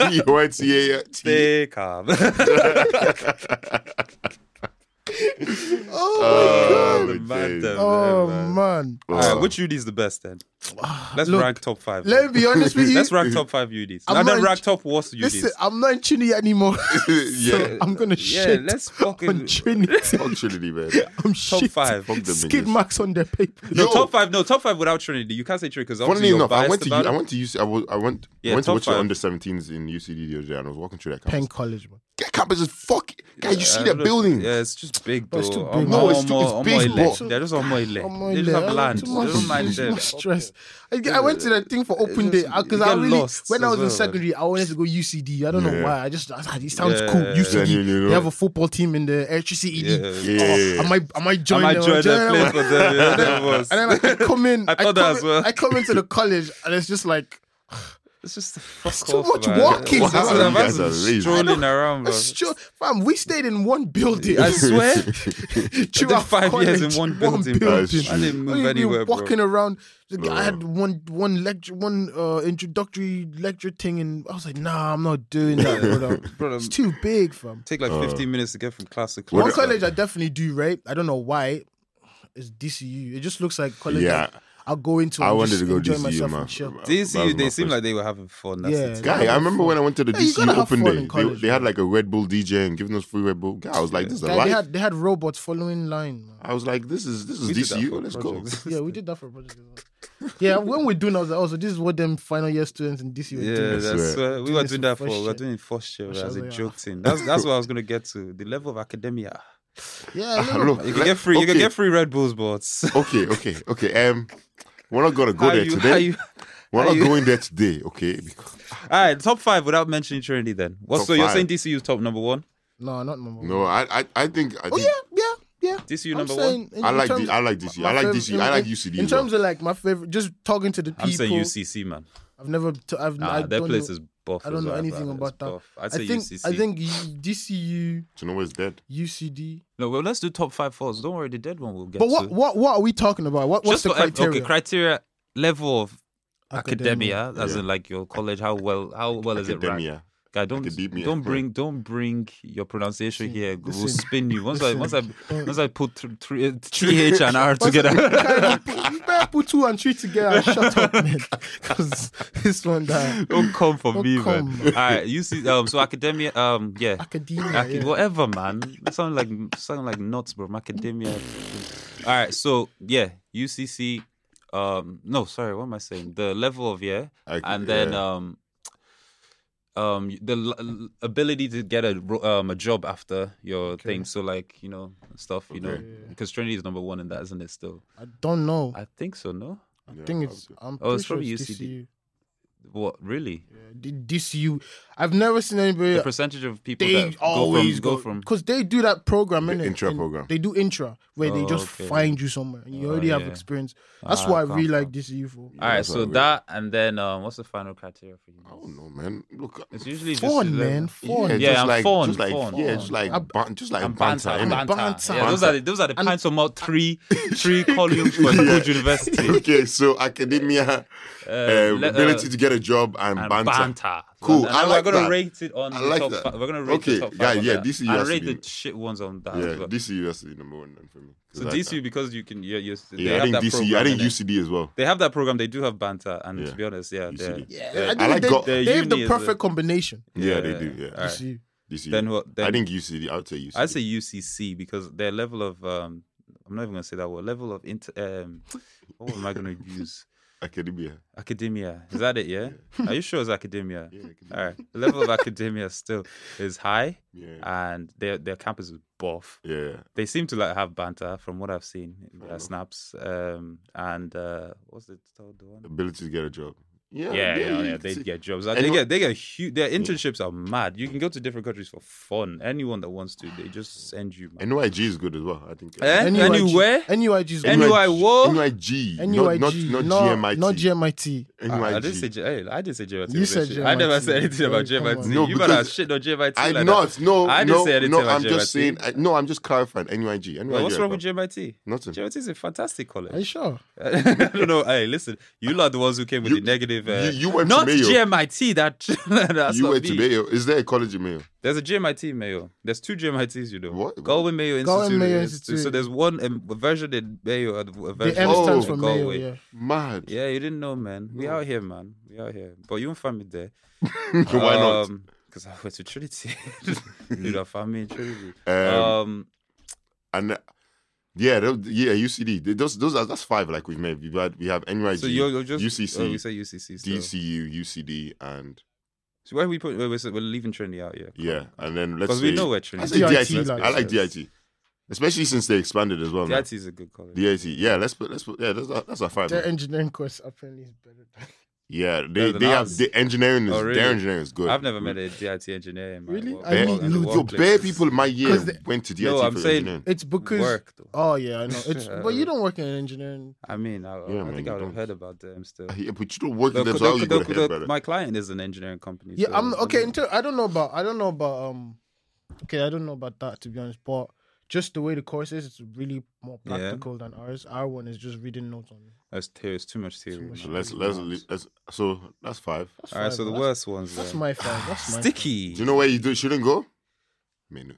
Speaker 1: *laughs* Ow! ah.
Speaker 3: D-O-N-C-A-T.
Speaker 1: Stay *laughs* calm.
Speaker 2: Oh,
Speaker 1: Mad
Speaker 3: days.
Speaker 1: though.
Speaker 2: oh
Speaker 1: man.
Speaker 2: man.
Speaker 3: Oh,
Speaker 2: Oh, *sighs*
Speaker 1: All right, which uni is the best then? Let's
Speaker 2: Look,
Speaker 1: rank top five.
Speaker 2: Let me be
Speaker 1: *laughs*
Speaker 2: honest with you.
Speaker 1: Let's
Speaker 2: *laughs*
Speaker 1: rank top five UDs.
Speaker 2: I'm
Speaker 1: And
Speaker 2: not
Speaker 1: then
Speaker 2: in-
Speaker 1: rank top worst UDs.
Speaker 2: Listen, I'm not in Trinity
Speaker 1: *laughs*
Speaker 2: anymore. *laughs*
Speaker 3: yeah.
Speaker 2: I'm gonna
Speaker 1: yeah,
Speaker 2: shit
Speaker 1: let's
Speaker 2: on
Speaker 1: fucking *laughs*
Speaker 2: Trinity.
Speaker 3: Fuck Trinity, man.
Speaker 2: I'm
Speaker 1: top
Speaker 2: shit.
Speaker 1: five.
Speaker 3: Fuck them
Speaker 2: Skid
Speaker 3: niggas.
Speaker 2: marks on their paper.
Speaker 1: No,
Speaker 3: Yo,
Speaker 1: top five. No, top five without Trinity. You can't say Trinity because obviously
Speaker 3: Funnily
Speaker 1: you're
Speaker 3: enough, I
Speaker 1: biased
Speaker 3: went to U-
Speaker 1: about
Speaker 3: I
Speaker 1: it.
Speaker 3: went to UC, I, was, I went
Speaker 1: Yeah,
Speaker 3: I went to
Speaker 1: top
Speaker 3: watch the
Speaker 1: five.
Speaker 3: under 17s in UCD the other day, and I was walking through that campus.
Speaker 2: Penn College, man.
Speaker 3: That campus is fuck. Guy, you see
Speaker 1: I
Speaker 3: that
Speaker 1: don't know.
Speaker 3: building?
Speaker 1: Yeah, it's just big,
Speaker 2: But
Speaker 1: bro.
Speaker 2: it's too
Speaker 1: Omo-
Speaker 2: big. No,
Speaker 3: it's too- it's
Speaker 1: Omo-
Speaker 3: big,
Speaker 1: Omo Ile.
Speaker 3: bro.
Speaker 1: They're just on Moile.
Speaker 2: I'm
Speaker 1: They just have
Speaker 2: like,
Speaker 1: land.
Speaker 2: too
Speaker 1: They
Speaker 2: much-
Speaker 1: don't mind
Speaker 2: too
Speaker 1: them.
Speaker 2: much stress. I, I went to that thing for open
Speaker 1: It's
Speaker 2: day
Speaker 1: just-
Speaker 2: because
Speaker 1: you
Speaker 2: I
Speaker 1: get
Speaker 2: really
Speaker 1: lost
Speaker 2: when I
Speaker 1: as
Speaker 2: was in
Speaker 1: well,
Speaker 2: secondary I wanted to go UCD. I don't know
Speaker 3: Yeah.
Speaker 2: why. I just I, it sounds
Speaker 1: Yeah.
Speaker 2: cool. UCD.
Speaker 3: Yeah, you know.
Speaker 2: They have a football team in the electricity. Oh,
Speaker 1: Yeah.
Speaker 3: Oh, Yeah.
Speaker 2: I might I might
Speaker 1: I
Speaker 2: join.
Speaker 1: might
Speaker 2: them,
Speaker 1: join
Speaker 2: join
Speaker 1: that
Speaker 2: them.
Speaker 1: place for them. yeah, that was-
Speaker 2: And then like, I come
Speaker 1: *laughs*
Speaker 2: in.
Speaker 1: I thought that
Speaker 2: come
Speaker 1: as
Speaker 2: in-
Speaker 1: well.
Speaker 2: I come into the college and it's just like
Speaker 1: It's just fuck
Speaker 2: too
Speaker 1: off,
Speaker 2: much
Speaker 1: man.
Speaker 2: walking,
Speaker 1: That's
Speaker 2: bro.
Speaker 1: what I'm
Speaker 3: You guys
Speaker 1: asking.
Speaker 3: are lazy.
Speaker 1: Strolling around, *laughs* bro.
Speaker 2: That's true. Fam, we stayed in one building.
Speaker 1: I swear,
Speaker 2: *laughs* throughout
Speaker 1: five years in
Speaker 2: college,
Speaker 1: one building, bro.
Speaker 3: That's
Speaker 1: I
Speaker 3: true.
Speaker 1: didn't
Speaker 2: What
Speaker 1: move
Speaker 2: do you mean
Speaker 1: anywhere, bro.
Speaker 2: walking around. Like, I had one one lecture, one uh, introductory lecture thing, and I was like, "Nah, I'm not doing
Speaker 1: *laughs*
Speaker 2: that, brother.
Speaker 1: Bro,
Speaker 2: It's too big, fam."
Speaker 1: take like 15 minutes to get from class to
Speaker 2: One
Speaker 1: class.
Speaker 2: college I definitely do right. I don't know why. It's DCU. It just looks like college.
Speaker 3: Yeah.
Speaker 2: I- I'll go into.
Speaker 3: I
Speaker 2: and
Speaker 3: wanted
Speaker 2: just
Speaker 3: to go
Speaker 2: enjoy
Speaker 3: DCU,
Speaker 2: myself
Speaker 3: man.
Speaker 2: and chill.
Speaker 1: These
Speaker 3: That was
Speaker 1: you, they
Speaker 3: my
Speaker 1: seem
Speaker 3: first-
Speaker 1: like they were having fun. That's
Speaker 2: Yeah.
Speaker 1: it.
Speaker 3: Guy, I remember when I went to the
Speaker 2: you gotta
Speaker 3: DCU
Speaker 2: have
Speaker 3: open
Speaker 2: fun
Speaker 3: day,
Speaker 2: in
Speaker 3: they,
Speaker 2: college,
Speaker 3: they had like a Red Bull DJing, giving us free Red Bull. Guy, I was like, this is a
Speaker 2: Guy, they
Speaker 3: life.
Speaker 2: had they had robots following line. Man.
Speaker 3: I was like, this is this is
Speaker 1: We did that for
Speaker 3: DCU. Let's go.
Speaker 1: projects.
Speaker 2: Yeah, we did that for a project. as well. *laughs* yeah, when we're doing, I was like, "Oh, so this is what them final year students in DCU are
Speaker 1: Yeah,
Speaker 2: doing."
Speaker 1: that's
Speaker 3: swear.
Speaker 1: where we
Speaker 2: Doing
Speaker 1: were
Speaker 2: this
Speaker 1: doing that for.
Speaker 2: for
Speaker 1: We were
Speaker 2: shit.
Speaker 1: doing it first year
Speaker 2: Mashallah,
Speaker 1: as a
Speaker 2: yeah.
Speaker 1: joke thing. That's that's what I was gonna get to. The level of academia.
Speaker 3: *laughs*
Speaker 2: Yeah,
Speaker 3: Ah,
Speaker 2: no,
Speaker 3: look,
Speaker 1: You can
Speaker 3: let-
Speaker 1: get free. You can
Speaker 3: okay,
Speaker 1: get free Red Bulls, but
Speaker 3: Okay, okay, okay. Um, we're not gonna
Speaker 1: *laughs*
Speaker 3: go
Speaker 1: How
Speaker 3: there
Speaker 1: you- how
Speaker 3: today.
Speaker 1: you-
Speaker 3: we're
Speaker 1: how
Speaker 3: not
Speaker 1: you-
Speaker 3: going there today, okay? Because,
Speaker 1: all right, top five without mentioning Trinity. Then what?
Speaker 3: Top
Speaker 1: So you're
Speaker 3: five.
Speaker 1: saying DCU is top number one?
Speaker 2: no, not number one.
Speaker 3: no, I, I, I think. I
Speaker 2: Oh
Speaker 3: think,
Speaker 2: yeah, yeah, yeah.
Speaker 1: DCU
Speaker 2: I'm
Speaker 1: number one.
Speaker 2: saying in-
Speaker 3: I
Speaker 2: in
Speaker 3: like
Speaker 2: terms-
Speaker 3: the, I like DCU.
Speaker 2: my
Speaker 3: I like
Speaker 2: fav-
Speaker 3: DCU.
Speaker 2: in-
Speaker 3: I like
Speaker 2: in-
Speaker 3: UCD.
Speaker 2: In
Speaker 3: as well.
Speaker 2: terms of like my favorite, just talking to the people.
Speaker 1: I'm saying UCC, man.
Speaker 2: I've never. T- I've.
Speaker 1: Nah,
Speaker 2: I
Speaker 1: that
Speaker 2: don't
Speaker 1: place
Speaker 2: know.
Speaker 1: is buff.
Speaker 2: I don't
Speaker 1: as
Speaker 2: know
Speaker 1: well,
Speaker 2: anything
Speaker 1: brother.
Speaker 2: about
Speaker 1: It's
Speaker 2: that.
Speaker 1: buff. I'd
Speaker 2: I
Speaker 1: say
Speaker 2: think.
Speaker 1: UCC.
Speaker 2: I think U- DCU,
Speaker 3: Do you know where's dead?
Speaker 2: UCD.
Speaker 4: No, well, let's do top five first. Don't worry, the dead one will get
Speaker 2: But what?
Speaker 4: to.
Speaker 2: What? What are we talking about? What?
Speaker 4: Just
Speaker 2: What's the
Speaker 4: for ev-
Speaker 2: criteria?
Speaker 4: Okay, criteria level of
Speaker 2: Academia.
Speaker 4: academia, as in like your college. How well? How well is it ranked?
Speaker 3: Academia.
Speaker 4: Guy, don't
Speaker 3: Academia.
Speaker 4: don't bring don't bring your pronunciation here.
Speaker 2: listen,
Speaker 4: we'll spin you once I once
Speaker 2: *laughs*
Speaker 4: I once I put th- three uh, three H and R
Speaker 2: What's- *laughs*
Speaker 4: together.
Speaker 2: you can't even put- you better put two and three together. and Shut up, man. Because this one that *laughs*
Speaker 4: don't come for
Speaker 2: Don't
Speaker 4: me,
Speaker 2: come.
Speaker 4: man. All right, you see. Um, so academia. Um,
Speaker 2: *laughs*
Speaker 4: yeah.
Speaker 2: academia.
Speaker 4: Ac-
Speaker 2: yeah.
Speaker 4: Whatever, man. Sound like sound like nuts, bro. Macadamia. All right, so yeah, UCC. Um, no, sorry, what am I saying? The level of yeah,
Speaker 3: Ac-
Speaker 4: and then
Speaker 3: yeah.
Speaker 4: um, um, the l- l- ability to get a ro- um a job after your thing. So like you know stuff, you know, because Trinity is number one in that, isn't it? Still,
Speaker 2: I don't know. I
Speaker 4: I think so. No,
Speaker 2: think it's. I'm
Speaker 4: Oh, it's
Speaker 2: pretty
Speaker 4: probably
Speaker 2: sure
Speaker 4: UCD.
Speaker 2: DCU.
Speaker 4: what really?
Speaker 2: D- DCU. I've never seen anybody.
Speaker 4: The percentage of people
Speaker 2: they
Speaker 4: that
Speaker 2: always
Speaker 4: go from, go from
Speaker 2: because they do that program innit?
Speaker 3: intra
Speaker 2: And
Speaker 3: program.
Speaker 2: They do intra where they
Speaker 4: Oh,
Speaker 2: just
Speaker 4: okay.
Speaker 2: find you somewhere and you
Speaker 4: Oh,
Speaker 2: already have
Speaker 4: yeah.
Speaker 2: experience. That's
Speaker 4: Ah,
Speaker 2: why I
Speaker 4: come,
Speaker 2: really
Speaker 4: come.
Speaker 2: like DCU for.
Speaker 4: All right,
Speaker 3: That's
Speaker 4: so
Speaker 3: what I
Speaker 4: that and then um, what's the final criteria for you?
Speaker 3: I don't know, man. Look,
Speaker 4: It's usually just
Speaker 2: Oh, Fun,
Speaker 4: the-
Speaker 2: man, fun.
Speaker 3: yeah,
Speaker 4: um, Yeah,
Speaker 3: just
Speaker 4: I'm
Speaker 3: like,
Speaker 4: fun,
Speaker 3: just like,
Speaker 4: fun.
Speaker 3: yeah, just like,
Speaker 2: I'm-
Speaker 3: ban- just like
Speaker 4: And
Speaker 3: banter,
Speaker 4: banter,
Speaker 3: innit?
Speaker 4: and banter.
Speaker 2: innit? Banter.
Speaker 4: Yeah, those are the,
Speaker 3: Banter.
Speaker 4: those are the
Speaker 2: And-
Speaker 4: pints from out three
Speaker 2: *laughs*
Speaker 4: three columns
Speaker 3: *laughs*
Speaker 4: for good university. Uh,
Speaker 3: *laughs* okay, so academia, uh,
Speaker 4: le-
Speaker 3: ability
Speaker 4: uh,
Speaker 3: to get a job, and,
Speaker 4: and
Speaker 3: banter.
Speaker 4: banter.
Speaker 3: Cool,
Speaker 4: And,
Speaker 3: I
Speaker 4: and
Speaker 3: like
Speaker 4: we're gonna
Speaker 3: that.
Speaker 4: rate it on
Speaker 3: I
Speaker 4: the
Speaker 3: like
Speaker 4: top
Speaker 3: that.
Speaker 4: five. We're gonna rate
Speaker 3: Okay,
Speaker 4: the top five.
Speaker 3: guy,
Speaker 4: on
Speaker 3: yeah,
Speaker 4: that.
Speaker 3: DCU
Speaker 4: And
Speaker 3: has to
Speaker 4: rate
Speaker 3: be-
Speaker 4: the shit ones on that. as
Speaker 3: Yeah,
Speaker 4: well.
Speaker 3: DCU has to be number one then for me. 'Cause
Speaker 4: So
Speaker 3: I-
Speaker 4: DCU because you can, you're, you're, they
Speaker 3: yeah, I
Speaker 4: have
Speaker 3: think
Speaker 4: that
Speaker 3: DCU,
Speaker 4: program.
Speaker 3: I think
Speaker 4: innit?
Speaker 3: UCD as well.
Speaker 1: They have that program. They do have banter, and
Speaker 3: Yeah.
Speaker 1: to be honest, yeah, they're-
Speaker 3: UCD.
Speaker 2: Yeah,
Speaker 1: they're-
Speaker 2: I think
Speaker 3: I like
Speaker 2: they,
Speaker 3: go-
Speaker 2: they
Speaker 1: their
Speaker 2: have the
Speaker 1: uni is a-
Speaker 2: perfect combination.
Speaker 3: Yeah, they
Speaker 1: Yeah.
Speaker 3: do. Yeah,
Speaker 1: All right.
Speaker 2: DCU.
Speaker 3: DCU.
Speaker 1: Then what? Then
Speaker 3: I think UCD. I would say UCD.
Speaker 1: I'd say UCC because their level of um, I'm not even gonna say that word. Level of inter, um, what am I
Speaker 3: *laughs*
Speaker 1: gonna use?
Speaker 3: academia.
Speaker 1: Academia is that it? Yeah. Are you sure it's academia?
Speaker 3: *laughs* Yeah, academia.
Speaker 1: All right. The level of academia still is high,
Speaker 3: Yeah,
Speaker 1: and their their campus is buff.
Speaker 3: yeah.
Speaker 1: They seem to like have banter from what I've seen in
Speaker 3: Fair
Speaker 1: their
Speaker 3: enough.
Speaker 1: snaps. Um, and uh, what's the third one?
Speaker 3: Ability to get a job.
Speaker 1: Yeah,
Speaker 3: Yeah,
Speaker 1: yeah,
Speaker 3: you
Speaker 1: yeah.
Speaker 3: can
Speaker 1: They
Speaker 3: see-
Speaker 1: get jobs. Like,
Speaker 3: anyone-
Speaker 1: they get they get huge. Their internships are mad. You can go to different countries for fun. Anyone that wants to, they
Speaker 3: *sighs*
Speaker 1: just send you. Man.
Speaker 3: NYG is good as well. I think.
Speaker 1: Eh? Anywhere?
Speaker 2: NUIG is
Speaker 1: Any-
Speaker 2: good.
Speaker 1: NYWO?
Speaker 3: NYG.
Speaker 2: NUIG,
Speaker 3: Not, not, not GMIT.
Speaker 2: Not GMIT.
Speaker 1: I, I
Speaker 3: NYG.
Speaker 1: didn't say J- hey, I didn't say JYT.
Speaker 2: You
Speaker 1: was
Speaker 2: said
Speaker 1: it? I never
Speaker 2: JYT.
Speaker 1: said anything about
Speaker 2: Sorry, Oh, come
Speaker 1: JYT.
Speaker 2: on.
Speaker 3: No,
Speaker 1: you better have
Speaker 3: because
Speaker 1: shit on JYT.
Speaker 3: I'm
Speaker 1: like
Speaker 3: not.
Speaker 1: That.
Speaker 3: No,
Speaker 1: I didn't
Speaker 3: no,
Speaker 1: say anything
Speaker 3: no.
Speaker 1: about
Speaker 3: I'm just
Speaker 1: JYT.
Speaker 3: saying. I, no, I'm just clarifying. NYG. NYG.
Speaker 1: Well, what's wrong with
Speaker 3: JMIT?
Speaker 1: JYT?
Speaker 3: Nothing.
Speaker 1: JYT is a fantastic
Speaker 2: Are
Speaker 1: *laughs*
Speaker 2: you
Speaker 1: college.
Speaker 2: sure?
Speaker 1: I don't know. Hey, listen, you lot are the ones who came with
Speaker 3: You-
Speaker 1: the negative expensive. Uh,
Speaker 3: You- you went to
Speaker 1: not
Speaker 3: Mayo.
Speaker 1: GMIT. That *laughs* that's
Speaker 3: you
Speaker 1: not
Speaker 3: went to
Speaker 1: me.
Speaker 3: Mayo. Is there a college in Mayo?
Speaker 1: There's a GMIT Mayo. There's two GMITs, you know.
Speaker 3: What?
Speaker 1: Galway Mayo Institute.
Speaker 2: Galway Mayo
Speaker 1: is-
Speaker 2: Institute.
Speaker 1: So there's one um, a version in Mayo and a version
Speaker 2: The M
Speaker 3: Oh,
Speaker 2: stands
Speaker 1: in
Speaker 2: for Mayo.
Speaker 1: Galway.
Speaker 2: Yeah.
Speaker 3: Mad.
Speaker 1: Yeah, you didn't know, man. We out here, man. We out here. But you won't find me there.
Speaker 3: *laughs* Why not?
Speaker 1: um, Because I went to Trinity. *laughs* You'd have found me in Trinity.
Speaker 3: *laughs* Um,
Speaker 1: Um,
Speaker 3: and uh, yeah, tho- yeah, UCD. Th- Those, those are that's five. Like we've made. We've had, we have NYG,
Speaker 1: so you're, you're just
Speaker 3: UCC,
Speaker 1: Oh, we say UCC. So.
Speaker 3: DCU, UCD, and
Speaker 1: So where we put? We're, we're leaving Trinity out, yeah.
Speaker 3: yeah, and then let's
Speaker 1: Because
Speaker 3: say
Speaker 1: we know where
Speaker 3: I
Speaker 1: Trinity.
Speaker 3: say
Speaker 1: is.
Speaker 2: DIT,
Speaker 3: DIT.
Speaker 2: like-
Speaker 3: I like DIT, especially since they expanded as well. man.
Speaker 1: DIT is a good college.
Speaker 3: DIT. Yeah, let's put let's put yeah. That's our, that's our five.
Speaker 2: Their
Speaker 3: man.
Speaker 2: engineering course apparently is better. Than
Speaker 3: Yeah,
Speaker 1: Better
Speaker 3: they
Speaker 1: than
Speaker 3: they have
Speaker 1: ours.
Speaker 3: the engineering is
Speaker 1: Oh, really?
Speaker 3: their engineering is good.
Speaker 1: I've never met a DIT engineer. In my
Speaker 2: Really?
Speaker 1: Work,
Speaker 2: I
Speaker 3: Bare-
Speaker 2: mean,
Speaker 1: work- in the
Speaker 2: look,
Speaker 3: Yo, bare
Speaker 1: workplace.
Speaker 3: people in my year
Speaker 2: 'Cause the-
Speaker 3: went to DIT
Speaker 1: No,
Speaker 3: for
Speaker 1: I'm saying-
Speaker 3: engineering.
Speaker 2: it's because.
Speaker 1: work. Though.
Speaker 2: Oh yeah, I know. It's but you don't work in engineering.
Speaker 1: I mean, I, I
Speaker 3: Yeah, man,
Speaker 1: think
Speaker 3: you
Speaker 1: I would
Speaker 3: don't.
Speaker 1: have heard about them still.
Speaker 3: Yeah, but you don't work
Speaker 1: The-
Speaker 3: with them, so
Speaker 1: the-
Speaker 3: how you
Speaker 1: the-
Speaker 3: gonna
Speaker 1: the-
Speaker 3: help brother?
Speaker 1: my client is an engineering company.
Speaker 2: Yeah,
Speaker 1: so
Speaker 2: I'm
Speaker 1: I
Speaker 2: okay.
Speaker 1: mean-
Speaker 2: Until I don't know about I don't know about um. Okay, I don't know about that to be honest, but just the way the course is, it's really more
Speaker 1: Yeah.
Speaker 2: practical than ours. Our one is just reading notes on.
Speaker 1: That's theory. It's too much theory.
Speaker 2: much
Speaker 1: man.
Speaker 3: So let's let's, leave- let's so that's five.
Speaker 2: That's
Speaker 1: All right,
Speaker 2: fine,
Speaker 1: so the
Speaker 2: but that's-
Speaker 1: worst ones.
Speaker 2: That's
Speaker 1: then.
Speaker 2: my fault.
Speaker 1: *laughs*
Speaker 2: That's my
Speaker 1: Sticky.
Speaker 3: Do you know where you do, shouldn't go? Minute.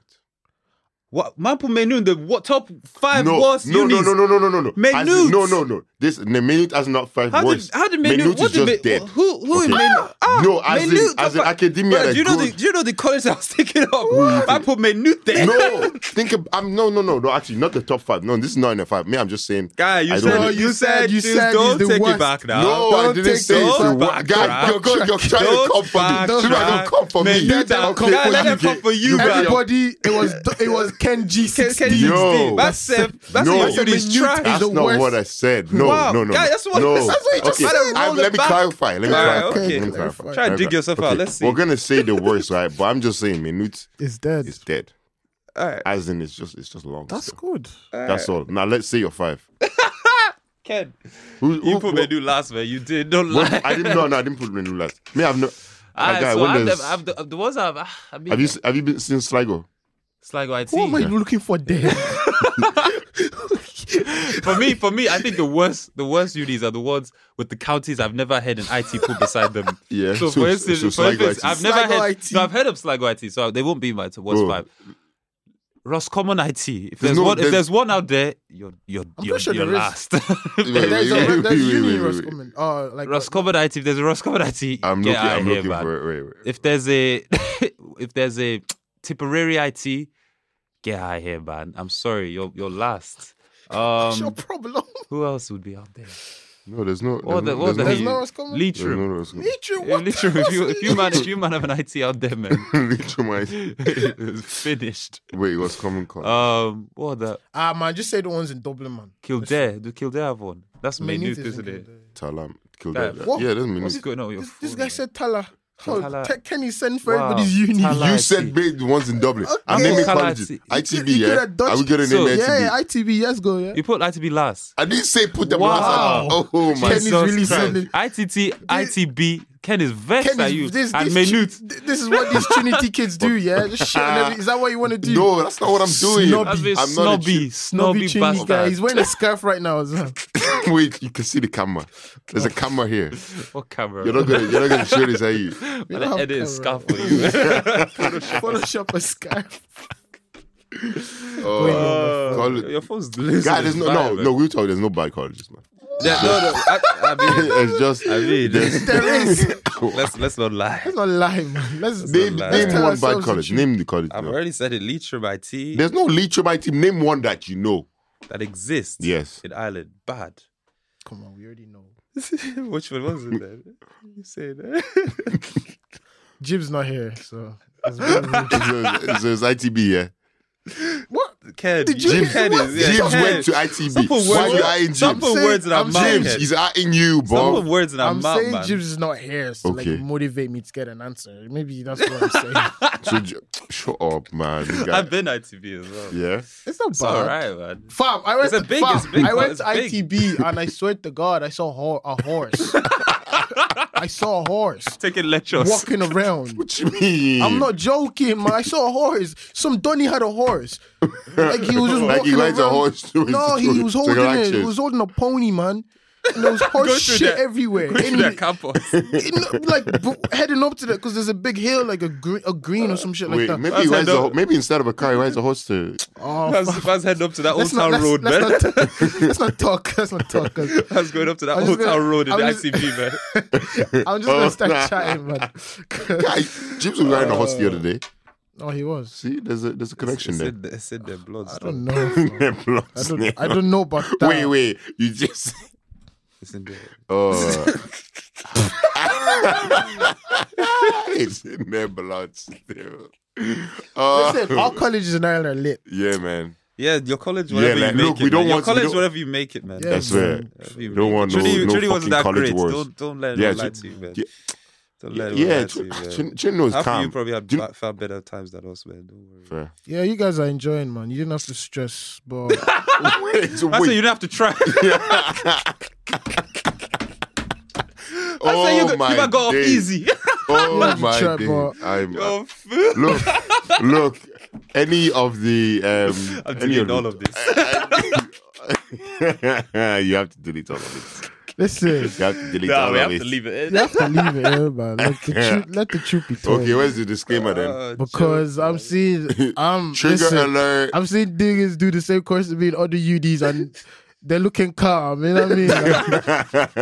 Speaker 1: What? Mampu Menu, the what, top five
Speaker 3: no,
Speaker 1: worst
Speaker 3: no, no,
Speaker 1: unis.
Speaker 3: no, no, no, no, no, no. As in-
Speaker 1: Menute.
Speaker 3: No, no, no. This the minute has not five
Speaker 1: How
Speaker 3: words.
Speaker 1: did, how did Menu,
Speaker 3: Menute
Speaker 1: what
Speaker 3: is
Speaker 1: did Ah,
Speaker 3: just
Speaker 1: Men-
Speaker 3: dead.
Speaker 1: Who, who in
Speaker 3: Okay.
Speaker 1: Menu?
Speaker 3: No, as in- as in academia,
Speaker 1: Bro,
Speaker 3: like,
Speaker 1: do, you know the,
Speaker 3: good.
Speaker 1: do you know the college I was thinking of? Mampu Menu there.
Speaker 3: no, think ab- I'm no, no, no, no. Actually, not the top five. No, this is not in the five. Me, I'm just saying.
Speaker 1: *laughs* Guy, you
Speaker 3: I don't
Speaker 1: said,
Speaker 3: know.
Speaker 1: you, said,
Speaker 2: you
Speaker 1: you
Speaker 2: said
Speaker 1: said,
Speaker 2: he's
Speaker 1: don't
Speaker 2: the
Speaker 1: take
Speaker 2: worst.
Speaker 1: it back now.
Speaker 3: No, I
Speaker 2: Don't
Speaker 3: didn't
Speaker 2: take
Speaker 3: say
Speaker 1: those
Speaker 3: it's the
Speaker 1: back,
Speaker 3: word. Guy,
Speaker 1: bruh.
Speaker 3: you're, you're, you're trying
Speaker 1: Don't
Speaker 3: to come for
Speaker 1: back,
Speaker 3: me. Should I
Speaker 1: bruh.
Speaker 3: don't come for me?
Speaker 1: Man, you better
Speaker 3: I'll
Speaker 1: come- Guy, let them come for you,
Speaker 3: better-
Speaker 1: bruh.
Speaker 2: Everybody, it was it was Ken G.
Speaker 1: Can, can you
Speaker 3: Yo.
Speaker 1: see? That's it. That's
Speaker 3: no,
Speaker 1: it. It's trash.
Speaker 3: That's
Speaker 2: the
Speaker 3: not
Speaker 2: worst.
Speaker 3: what I said. No,
Speaker 1: Wow,
Speaker 3: no, no.
Speaker 1: guy,
Speaker 3: no.
Speaker 1: that's what-
Speaker 3: no.
Speaker 1: that's what you just
Speaker 3: okay.
Speaker 1: said.
Speaker 3: I-
Speaker 1: Roll
Speaker 3: let
Speaker 1: it
Speaker 3: me
Speaker 1: back.
Speaker 3: clarify. Let me
Speaker 1: Alright,
Speaker 3: clarify.
Speaker 1: okay.
Speaker 3: Let me clarify.
Speaker 1: Try and dig yourself out.
Speaker 3: Okay,
Speaker 1: Let's see.
Speaker 3: We're gonna say the worst, right? But I'm just saying, Minute
Speaker 2: *laughs* It's dead.
Speaker 3: is dead.
Speaker 1: All right.
Speaker 3: As in, it's just it's just long.
Speaker 2: That's
Speaker 3: so.
Speaker 2: good.
Speaker 3: that's all. Now let's say you're five.
Speaker 1: Ken,
Speaker 3: Who,
Speaker 1: you
Speaker 3: who-
Speaker 1: put
Speaker 3: who- *laughs*
Speaker 1: Menu last, man. You did. Don't
Speaker 3: when-
Speaker 1: lie.
Speaker 3: I didn't know. No, I didn't put Menu last. Me, I've no.
Speaker 4: Ah,
Speaker 3: Ah, guy,
Speaker 4: so
Speaker 3: when
Speaker 4: I've
Speaker 3: there's-
Speaker 4: never, I've, the, the ones I've, ah, I've been,
Speaker 3: have you s- have you been seen Sligo?
Speaker 4: Sligo IT.
Speaker 2: What am I looking for there?
Speaker 4: for me, for me, I think the worst, the worst unis are the ones with the counties I've never heard an IT put beside them.
Speaker 3: Yeah,
Speaker 4: So,
Speaker 3: so-
Speaker 4: for instance,
Speaker 3: so
Speaker 4: for
Speaker 3: Sligo
Speaker 4: instance
Speaker 3: IT.
Speaker 4: I've never
Speaker 2: Sligo
Speaker 4: heard.
Speaker 2: IT.
Speaker 4: No, I've heard of Sligo IT, so they won't be in my t- worst
Speaker 3: Bro.
Speaker 4: five. Roscommon IT. If
Speaker 3: There's
Speaker 4: there's,
Speaker 3: no-
Speaker 4: one, if
Speaker 3: there's-
Speaker 4: there's one out there, you're you're
Speaker 2: I'm
Speaker 4: you're,
Speaker 2: pretty sure
Speaker 4: you're
Speaker 2: there is.
Speaker 4: last. *laughs*
Speaker 3: Wait,
Speaker 2: There's
Speaker 3: wait,
Speaker 2: a there's
Speaker 3: wait, wait,
Speaker 2: uni
Speaker 3: wait, wait, wait.
Speaker 2: Roscommon. Oh, like
Speaker 4: Roscommon IT. If there's a Roscommon IT,
Speaker 3: I'm
Speaker 4: get
Speaker 3: looking.
Speaker 4: out
Speaker 3: I'm
Speaker 4: here,
Speaker 3: looking
Speaker 4: man.
Speaker 3: for. Wait, wait.
Speaker 4: if there's a *laughs* if there's a Tipperary IT, get out of here, man. I'm sorry, you're you're last.
Speaker 2: What's your
Speaker 4: Um,
Speaker 2: problem?
Speaker 4: who else would be out there?
Speaker 3: No, there's no.
Speaker 4: What the
Speaker 3: there's no-
Speaker 4: what the
Speaker 3: there's
Speaker 2: no
Speaker 3: no-
Speaker 2: Roscommon?
Speaker 3: there's
Speaker 4: Leitrim.
Speaker 3: no Roscommon. *laughs*
Speaker 2: Nature,
Speaker 4: Yeah,
Speaker 2: what?
Speaker 4: Literally, if you,
Speaker 2: the-
Speaker 4: if you man, if you man have an IT out there,
Speaker 2: *laughs*
Speaker 4: man, *laughs*
Speaker 3: Leitrim, I-
Speaker 4: it's finished.
Speaker 3: Wait, it was common call.
Speaker 4: Um, what the
Speaker 2: Ah man, just say the ones in Dublin, man.
Speaker 4: Kildare? Do Kildare have one? That's
Speaker 2: Menus
Speaker 4: Maynooth,
Speaker 2: is
Speaker 4: isn't
Speaker 2: included.
Speaker 4: it?
Speaker 3: Talam, Kildare.
Speaker 4: Guy,
Speaker 2: what-
Speaker 3: Yeah, that's
Speaker 4: What's
Speaker 3: Minute.
Speaker 4: going on with your
Speaker 2: This,
Speaker 4: phone?
Speaker 2: this guy
Speaker 4: man?
Speaker 2: said Tala. Oh,
Speaker 4: Tala.
Speaker 2: Te- Kenny sent for
Speaker 4: Wow.
Speaker 2: everybody's uni.
Speaker 4: Tala.
Speaker 3: You
Speaker 4: IT.
Speaker 3: said made the ones in Dublin. I'm
Speaker 2: Okay.
Speaker 3: naming
Speaker 4: Colour
Speaker 3: colleges.
Speaker 4: IT.
Speaker 3: ITB,
Speaker 2: You could
Speaker 3: yeah.
Speaker 2: have dodged-
Speaker 3: Are we gonna
Speaker 4: So-
Speaker 3: name
Speaker 2: Yeah,
Speaker 3: ITB?
Speaker 2: ITV. Yes, go. Yeah.
Speaker 4: You put ITB last.
Speaker 3: I didn't say put them
Speaker 4: Wow.
Speaker 3: last. Oh my
Speaker 2: Kenny's
Speaker 4: Jesus
Speaker 2: really
Speaker 4: Christ.
Speaker 2: sending.
Speaker 4: ITT, ITB. Ken is vexed
Speaker 2: Kenny's,
Speaker 4: at you.
Speaker 2: this, this,
Speaker 4: and Maynooth.
Speaker 2: th- This is what these Trinity kids do. Yeah. Just shit on every- is that what you want to do?
Speaker 3: No, that's not what I'm doing.
Speaker 2: Snobby.
Speaker 4: That's been
Speaker 3: I'm not a
Speaker 4: snobby, snobby,
Speaker 2: Trinity guy. He's
Speaker 4: bastard.
Speaker 2: wearing a scarf right now as well.
Speaker 3: *laughs* Wait, you can see the camera. There's a camera here.
Speaker 4: What camera?
Speaker 1: *laughs*
Speaker 3: You're not gonna, you're not gonna show this, are you?
Speaker 2: We
Speaker 4: I'm
Speaker 2: don't have
Speaker 4: gonna edit a
Speaker 2: camera.
Speaker 4: scarf for you.
Speaker 2: Photoshop a scarf.
Speaker 3: Oh,
Speaker 1: Uh,
Speaker 3: Call-
Speaker 1: your phone's losing.
Speaker 3: God, there's no,
Speaker 1: its
Speaker 3: no,
Speaker 1: vibe, man.
Speaker 3: no. We'll talk. There's no bad colleges, man.
Speaker 1: Yeah, no, no. I, I
Speaker 2: *laughs*
Speaker 1: mean,
Speaker 3: It's just
Speaker 1: I mean, let's, *laughs*
Speaker 3: *laughs*
Speaker 2: There is.
Speaker 1: let's let's not lie.
Speaker 2: Let's not lie, man. Let's
Speaker 3: name,
Speaker 1: lie.
Speaker 3: name
Speaker 2: Tell
Speaker 3: one
Speaker 2: ourselves
Speaker 3: bad
Speaker 2: the
Speaker 3: college.
Speaker 2: truth.
Speaker 3: Name the college.
Speaker 1: I've
Speaker 3: no.
Speaker 1: already said it. Leitrim IT
Speaker 3: There's no Leitrim IT. Name one that you know.
Speaker 1: that exists
Speaker 3: Yes.
Speaker 1: in Ireland. Bad. *laughs*
Speaker 2: Come on, we already know.
Speaker 1: Which one was it
Speaker 2: *laughs*
Speaker 1: then? You said
Speaker 2: Jib's not here, so. that's bad news.
Speaker 3: It's, it's ITB, yeah.
Speaker 2: what?
Speaker 1: *laughs* Ken.
Speaker 2: Did you
Speaker 1: Ken
Speaker 2: hear what?
Speaker 1: is, yeah,
Speaker 3: James
Speaker 1: Ken.
Speaker 3: went to
Speaker 1: Stop
Speaker 3: ITB.
Speaker 1: putting
Speaker 3: Why
Speaker 1: words,
Speaker 3: you are in
Speaker 1: stop
Speaker 3: James?
Speaker 1: putting
Speaker 2: saying-
Speaker 1: words in our
Speaker 2: I'm
Speaker 1: mouth. Ken.
Speaker 2: saying-
Speaker 3: James is out in you,
Speaker 1: Stop
Speaker 3: bro.
Speaker 1: putting words in our
Speaker 2: I'm
Speaker 1: mouth,
Speaker 2: saying
Speaker 1: man.
Speaker 2: Jibs is not here, so
Speaker 3: Okay.
Speaker 2: like motivate me to get an answer. Maybe
Speaker 1: *laughs*
Speaker 2: that's what I'm saying. *laughs*
Speaker 3: So, j- shut up, man. You guys-
Speaker 1: I've been ITV as well.
Speaker 3: yeah.
Speaker 2: It's not
Speaker 4: It's
Speaker 2: bad.
Speaker 4: all right, man.
Speaker 2: Fam, I went
Speaker 1: It's a
Speaker 2: to,
Speaker 1: big-
Speaker 2: fam,
Speaker 1: it's big,
Speaker 2: I went
Speaker 1: it's
Speaker 2: to
Speaker 1: big.
Speaker 2: ITB and I swear to God, I saw ho- a horse. I saw a horse
Speaker 4: Taking lectures.
Speaker 1: *laughs*
Speaker 2: walking around.
Speaker 3: What you mean?
Speaker 2: I'm not joking, man. I saw a horse. Some Donny had a horse. Like he was just
Speaker 3: Like *laughs*
Speaker 2: walking
Speaker 3: he rides a
Speaker 2: around.
Speaker 3: horse to his-
Speaker 2: no, he
Speaker 3: to-
Speaker 2: was
Speaker 3: to
Speaker 2: holding it. He
Speaker 3: Galactus.
Speaker 2: was holding a pony, man. and
Speaker 1: *laughs*
Speaker 2: there was horse
Speaker 1: through
Speaker 2: shit
Speaker 1: that.
Speaker 2: everywhere.
Speaker 1: in
Speaker 2: In-
Speaker 1: the campus.
Speaker 2: in- like bu- heading up to that because there's a big hill, like a green, a green or some shit like
Speaker 3: Wait,
Speaker 2: that.
Speaker 3: maybe he rides a, ho- maybe instead of a car, he rides a
Speaker 1: *laughs*
Speaker 3: horse to.
Speaker 2: Oh, fuck.
Speaker 1: Let's, let's head up to that old
Speaker 2: let's not,
Speaker 1: town
Speaker 2: let's,
Speaker 1: road, man.
Speaker 2: let's, not, *laughs* let's not talk. Let's not talk. 'cause
Speaker 1: That's going up to that
Speaker 2: I'm just
Speaker 1: old town
Speaker 2: gonna-
Speaker 1: road in
Speaker 2: I'm
Speaker 1: the
Speaker 2: just-
Speaker 1: ICB, man.
Speaker 2: I'm just gonna
Speaker 3: Oh,
Speaker 2: start
Speaker 3: nah.
Speaker 2: chatting, man. *laughs*
Speaker 3: Guy, James was riding a horse the other day.
Speaker 2: oh, he was.
Speaker 3: See, there's a there's a
Speaker 1: Uh,
Speaker 3: connection
Speaker 1: It's
Speaker 3: there.
Speaker 1: in the- it's in their blood.
Speaker 2: I
Speaker 1: still.
Speaker 2: don't know. fam.
Speaker 3: *laughs*
Speaker 2: I don't. I don't know about that.
Speaker 3: Wait, wait.
Speaker 1: *laughs*
Speaker 3: You just.
Speaker 1: It's in their. *laughs*
Speaker 3: Oh. it's in their blood still. Oh.
Speaker 2: Listen, all colleges in Ireland are lit.
Speaker 3: yeah, man.
Speaker 1: Yeah, your college,
Speaker 3: Yeah,
Speaker 1: whatever
Speaker 3: like,
Speaker 1: you make
Speaker 3: look,
Speaker 1: it.
Speaker 3: we don't
Speaker 1: man. your
Speaker 3: want to- we
Speaker 1: college,
Speaker 3: don't-
Speaker 1: whatever you make it, man.
Speaker 2: Yeah,
Speaker 3: That's where.
Speaker 2: man.
Speaker 1: Whatever you
Speaker 3: Don't
Speaker 1: make it.
Speaker 3: want no,
Speaker 1: Trudy,
Speaker 3: no
Speaker 1: Trudy
Speaker 3: fucking
Speaker 1: wasn't that
Speaker 3: college
Speaker 1: great.
Speaker 3: wars.
Speaker 1: Don't don't let
Speaker 3: Yeah,
Speaker 1: anyone lie
Speaker 3: Tru-
Speaker 1: to you, man.
Speaker 3: yeah.
Speaker 1: Don't let anyone
Speaker 3: yeah,
Speaker 1: lie to you, man.
Speaker 3: Chin- Chinno is
Speaker 1: Half of
Speaker 3: calm.
Speaker 1: you probably had
Speaker 3: Do you-
Speaker 1: ba- far better times than us, man. Don't worry.
Speaker 3: Fair.
Speaker 2: Yeah, you guys are enjoying, man. You didn't have to stress, but
Speaker 3: Wait,
Speaker 1: I said you
Speaker 3: wait.
Speaker 1: don't have to try. I
Speaker 3: oh
Speaker 1: said you, got-
Speaker 3: my
Speaker 1: you got off
Speaker 3: days.
Speaker 1: easy. *laughs*
Speaker 3: Oh
Speaker 2: You
Speaker 3: my
Speaker 2: tried,
Speaker 3: days.
Speaker 2: bro.
Speaker 3: I'm,
Speaker 1: Your food.
Speaker 3: look, look. Any of the um,
Speaker 1: *laughs* I'm
Speaker 3: any
Speaker 1: deleting
Speaker 3: of
Speaker 1: all
Speaker 3: the-
Speaker 1: of this.
Speaker 3: *laughs* you have to delete all of it.
Speaker 2: *laughs* listen,
Speaker 3: You have to delete all
Speaker 4: we
Speaker 3: of
Speaker 4: have
Speaker 3: it.
Speaker 4: to leave it
Speaker 2: you have to leave it here, man. Let
Speaker 3: *laughs*
Speaker 2: the truth, let the truth be told.
Speaker 3: Okay, where's the disclaimer then?
Speaker 1: Uh,
Speaker 2: because I'm seeing, I'm
Speaker 3: Trigger
Speaker 2: listen,
Speaker 3: alert.
Speaker 2: I'm seeing niggas do the same course to me in other UDs, and they're looking calm. You know
Speaker 1: *laughs*
Speaker 2: what I mean? Like,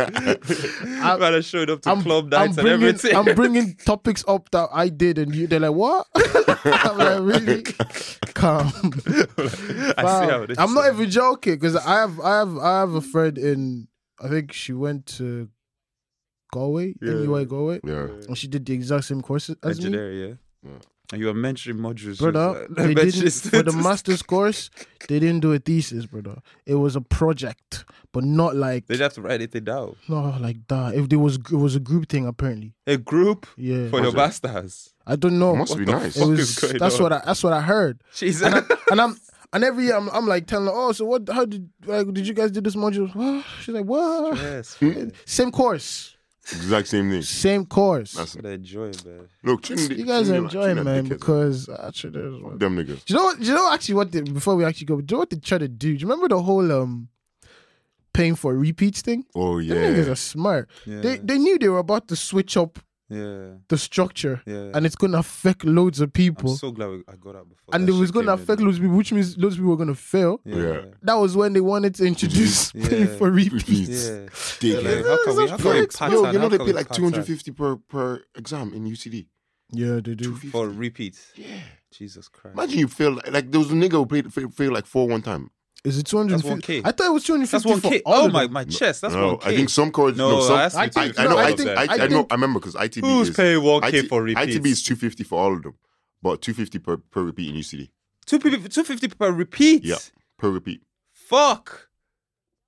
Speaker 1: I'm, man, I showed up to
Speaker 2: I'm,
Speaker 1: club
Speaker 2: I'm
Speaker 1: nights and
Speaker 2: bringing,
Speaker 1: everything.
Speaker 2: I'm bringing topics up that I did, and you, they're like, "What?" *laughs* I'm like, "Really?"
Speaker 1: *laughs*
Speaker 2: Calm.
Speaker 1: I see
Speaker 2: Wow.
Speaker 1: how it is.
Speaker 2: I'm not even joking because I have I have I have a friend in I think she went to Galway,
Speaker 3: Yeah.
Speaker 2: NUI Galway,
Speaker 3: yeah.
Speaker 2: and she did the exact same courses as me.
Speaker 1: Legendary, yeah. And you were mentoring modules.
Speaker 2: Brother,
Speaker 1: just, uh, *laughs* mentoring
Speaker 2: *laughs* they didn't, for the
Speaker 1: students.
Speaker 2: master's course, they didn't do a thesis, brother. It was a project, but not like
Speaker 1: They didn't have to write anything down.
Speaker 2: no like that. If there was it was a group thing apparently.
Speaker 1: A group
Speaker 2: Yeah,
Speaker 1: for your masters.
Speaker 2: I don't know.
Speaker 3: Must be
Speaker 1: the
Speaker 3: nice.
Speaker 2: it
Speaker 1: fuck
Speaker 2: was
Speaker 1: is going
Speaker 2: that's
Speaker 1: on?
Speaker 2: what I that's what I heard.
Speaker 1: Jesus.
Speaker 2: and, I, and I'm and every year I'm, I'm like telling her, oh, so what? How did like did you guys do this module? *gasps* She's like,
Speaker 1: *laughs*
Speaker 2: what? *laughs*
Speaker 1: yes, man.
Speaker 2: Same course,
Speaker 3: Exact same thing.
Speaker 2: same course.
Speaker 3: That's-
Speaker 1: What I enjoy, man.
Speaker 3: Look, Trinity,
Speaker 2: you guys
Speaker 3: Trinity-
Speaker 2: are enjoying,
Speaker 3: Trinity
Speaker 2: man,
Speaker 3: dickheads.
Speaker 2: because actually, there's one.
Speaker 3: them niggas.
Speaker 2: Do you know? What, do you know actually what? They, before we actually go, do you know what they try to do? Do you remember the whole um paying for repeats thing?
Speaker 3: Oh
Speaker 2: Them niggas
Speaker 3: yeah.
Speaker 2: are smart.
Speaker 1: Yeah,
Speaker 2: They they knew they were about to switch up
Speaker 1: yeah,
Speaker 2: the structure,
Speaker 1: yeah.
Speaker 2: and it's gonna affect loads of
Speaker 1: I'm
Speaker 2: people,
Speaker 1: so glad we, I got out before.
Speaker 2: and
Speaker 1: that
Speaker 2: it was
Speaker 1: shit
Speaker 2: gonna
Speaker 1: came in.
Speaker 2: affect loads of people, which means loads of people are gonna fail.
Speaker 1: Yeah,
Speaker 2: that was when they wanted to introduce
Speaker 1: Yeah.
Speaker 2: pay for repeats.
Speaker 1: yeah.
Speaker 3: Repeats.
Speaker 1: yeah.
Speaker 3: Dickhead.
Speaker 1: They're like, how can we, how can we
Speaker 2: Yo,
Speaker 1: pattern?
Speaker 3: Yo, you know
Speaker 1: how
Speaker 3: they
Speaker 1: can we
Speaker 3: pay like two
Speaker 1: pattern
Speaker 3: hundred fifty per per exam in UCD.
Speaker 2: Yeah, they do.
Speaker 3: 250.
Speaker 1: for repeat.
Speaker 3: Yeah.
Speaker 1: Jesus Christ.
Speaker 3: Imagine you fail like there was a nigga who played failed, failed like four one time.
Speaker 2: Is it 250?
Speaker 1: 1K.
Speaker 2: I thought it was 250
Speaker 1: That's one
Speaker 2: for
Speaker 1: K.
Speaker 2: all
Speaker 1: Oh
Speaker 2: of
Speaker 1: my,
Speaker 2: them.
Speaker 1: my chest. That's
Speaker 3: no,
Speaker 1: one K.
Speaker 3: I think some college. No,
Speaker 1: No,
Speaker 3: some,
Speaker 1: that's
Speaker 3: I,
Speaker 1: ITB.
Speaker 3: I know.
Speaker 2: No, I
Speaker 3: I,
Speaker 2: think-
Speaker 3: I, I,
Speaker 2: I
Speaker 3: know.
Speaker 2: think-
Speaker 3: I remember because ITB
Speaker 1: Who's
Speaker 3: is
Speaker 1: paying one K
Speaker 3: IT
Speaker 1: for repeats?
Speaker 3: ITB is two fifty for all of them, but two fifty per per repeat in UCD.
Speaker 1: two people, two fifty per repeat.
Speaker 3: Yeah, per repeat.
Speaker 1: Fuck.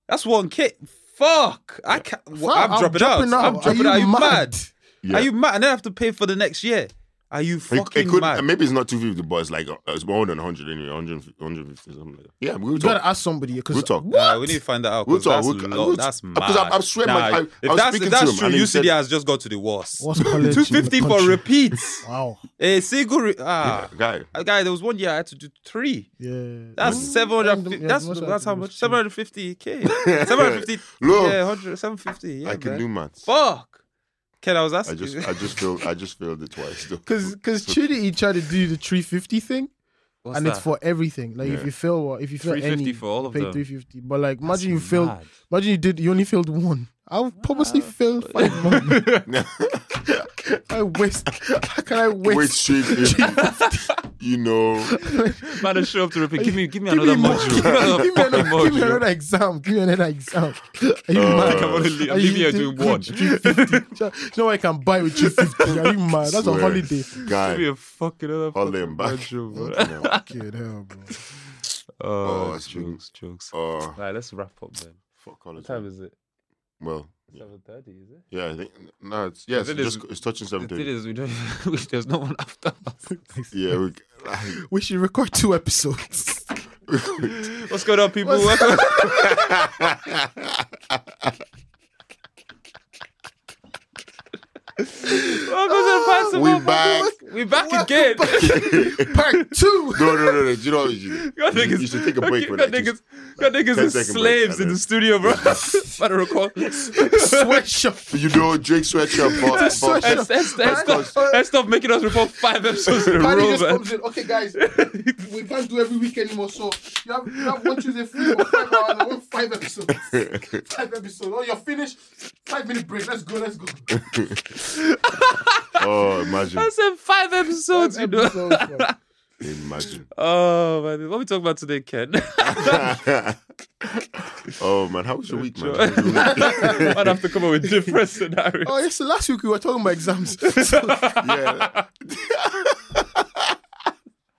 Speaker 1: That's one K. Fuck. I can't. I'm, dropping, out. I'm dropping
Speaker 2: Are
Speaker 1: out. Are
Speaker 2: you
Speaker 1: you mad?
Speaker 2: mad?
Speaker 3: Yeah.
Speaker 1: Are you mad? And then I have to pay for the next year. Are you
Speaker 3: It-
Speaker 1: fucking
Speaker 3: it could,
Speaker 1: mad?
Speaker 3: Maybe it's not 250, but it's like uh, it's more than 100 anyway, 100, 150, something like that. Yeah, we'll
Speaker 2: You
Speaker 3: talk.
Speaker 2: gotta ask somebody because
Speaker 3: We'll talk.
Speaker 1: Nah, we need to find that out.
Speaker 3: We'll
Speaker 1: 'cause
Speaker 3: talk.
Speaker 1: That's,
Speaker 3: We'll-
Speaker 1: lo-
Speaker 3: we'll-
Speaker 1: that's mad.
Speaker 3: 'cause I- I swear, man, I- I
Speaker 1: if
Speaker 3: was
Speaker 1: that's, if
Speaker 3: speaking to
Speaker 1: that's
Speaker 3: him
Speaker 1: true,
Speaker 3: and he
Speaker 1: UCD
Speaker 3: said-
Speaker 1: has just got to the worst. *laughs*
Speaker 2: what's college? in the
Speaker 1: 250 for
Speaker 2: country? *laughs*
Speaker 1: repeats.
Speaker 2: Wow.
Speaker 1: a Eh, single. Re- ah,
Speaker 3: Guy,
Speaker 1: Uh, guy, there was one year I had to do three.
Speaker 2: Yeah.
Speaker 1: That's
Speaker 2: Mm.
Speaker 1: seven
Speaker 2: And
Speaker 1: hundred.
Speaker 2: the- yeah,
Speaker 1: That's
Speaker 2: most of
Speaker 1: that's
Speaker 2: them
Speaker 1: how
Speaker 2: was
Speaker 1: much.
Speaker 2: cheap.
Speaker 1: Seven hundred fifty k.
Speaker 3: *laughs*
Speaker 1: Seven hundred fifty.
Speaker 3: Look.
Speaker 1: yeah, 100, 750. Yeah,
Speaker 3: I can
Speaker 1: man.
Speaker 3: do maths.
Speaker 1: Fuck. Ken, I was
Speaker 3: I
Speaker 1: asking.
Speaker 3: just, I just failed, I just failed it twice.
Speaker 1: *laughs*
Speaker 3: Though.
Speaker 2: Cause, cause Trinity tried to do the 350 thing,
Speaker 4: What's
Speaker 2: and it's
Speaker 4: that?
Speaker 2: for everything. Like if
Speaker 3: Yeah.
Speaker 2: you fail, what if you fail
Speaker 4: 350
Speaker 2: any,
Speaker 4: for all of
Speaker 2: pay
Speaker 4: them.
Speaker 2: 350. But like, imagine you failed.
Speaker 1: mad.
Speaker 2: Imagine you did. You only failed one. I purposely failed five.
Speaker 4: *laughs*
Speaker 2: more. *laughs* I waste. How can I waste?
Speaker 3: Wait,
Speaker 1: *laughs*
Speaker 3: straight 50, you know,
Speaker 4: Man, I show up to repeat. Give me, give me
Speaker 2: *laughs* Give me
Speaker 4: another
Speaker 2: more.
Speaker 4: module. Give me another
Speaker 2: give, me another,
Speaker 4: fucking
Speaker 2: give me
Speaker 4: module. Uh,
Speaker 2: another exam. Give me another exam. Are you mad?
Speaker 4: I'm only- I'm
Speaker 2: Are you
Speaker 4: leaving here doing
Speaker 2: doing
Speaker 4: one.
Speaker 2: 350? Do you know what I can buy with 250? Are
Speaker 4: *laughs*
Speaker 2: you mad? That's a
Speaker 3: Swear.
Speaker 2: holiday.
Speaker 4: Give me
Speaker 3: Guy,
Speaker 4: a fucking other
Speaker 3: all
Speaker 4: fucking
Speaker 3: them back.
Speaker 4: module, bro.
Speaker 1: *laughs*
Speaker 2: Kid, hell, bro.
Speaker 4: Oh,
Speaker 3: *laughs* Oh, it's been-
Speaker 4: jokes, jokes.
Speaker 3: Oh,
Speaker 4: Right, let's wrap up then.
Speaker 3: fuck college.
Speaker 4: What time is it?
Speaker 3: Well,
Speaker 4: Seven thirty, is it?
Speaker 3: yeah, I think no, it's yes,
Speaker 4: The
Speaker 3: it's
Speaker 4: thing is-
Speaker 3: just it's touching
Speaker 4: The thing
Speaker 3: 7:30.
Speaker 4: is, *laughs* we don't. there's no one after us. *laughs*
Speaker 3: Yeah, we,
Speaker 2: We should record two episodes. *laughs*
Speaker 1: What's going on, people?
Speaker 4: *laughs*
Speaker 1: Welcome. Welcome to the Pants and
Speaker 3: we
Speaker 1: Bubbles.
Speaker 3: back.
Speaker 1: We're back again.
Speaker 2: Part
Speaker 4: *laughs*
Speaker 2: two.
Speaker 3: No, no, no, no. You know, you,
Speaker 1: Y'all
Speaker 3: you,
Speaker 1: niggas-
Speaker 3: you should take a break
Speaker 1: Y'all
Speaker 3: with that.
Speaker 1: niggas, y'all niggas
Speaker 3: 10
Speaker 1: is
Speaker 3: second break,
Speaker 1: slaves in
Speaker 3: and
Speaker 1: the
Speaker 3: then-
Speaker 1: studio,
Speaker 3: *laughs*
Speaker 1: bro. *laughs* By the record.
Speaker 2: Sweatshop.
Speaker 3: you know, Drake
Speaker 4: *laughs*
Speaker 3: sweatshirt, but, but
Speaker 2: sweatshirt.
Speaker 1: That's, that's, that's,
Speaker 2: Because-
Speaker 1: stuff, that's stuff making us report five episodes in a
Speaker 2: Paddy
Speaker 1: row,
Speaker 2: just
Speaker 1: man.
Speaker 2: comes in. Okay, guys, we can't do every week anymore. So you have, you have one Tuesday free for five hours. I want five episodes. *laughs* Five episodes. Oh, you're finished. Five minute break. Let's go. Let's go.
Speaker 3: oh,
Speaker 4: *laughs*
Speaker 3: imagine,
Speaker 1: I said five episodes, you know.
Speaker 2: Episodes, man.
Speaker 3: imagine.
Speaker 1: Oh, man. What we talking about today, Ken? *laughs*
Speaker 3: oh man, how was your week, man? How was your week?
Speaker 1: I'd have to come up with different scenarios.
Speaker 2: *laughs* oh, yes. Last week we were talking about exams.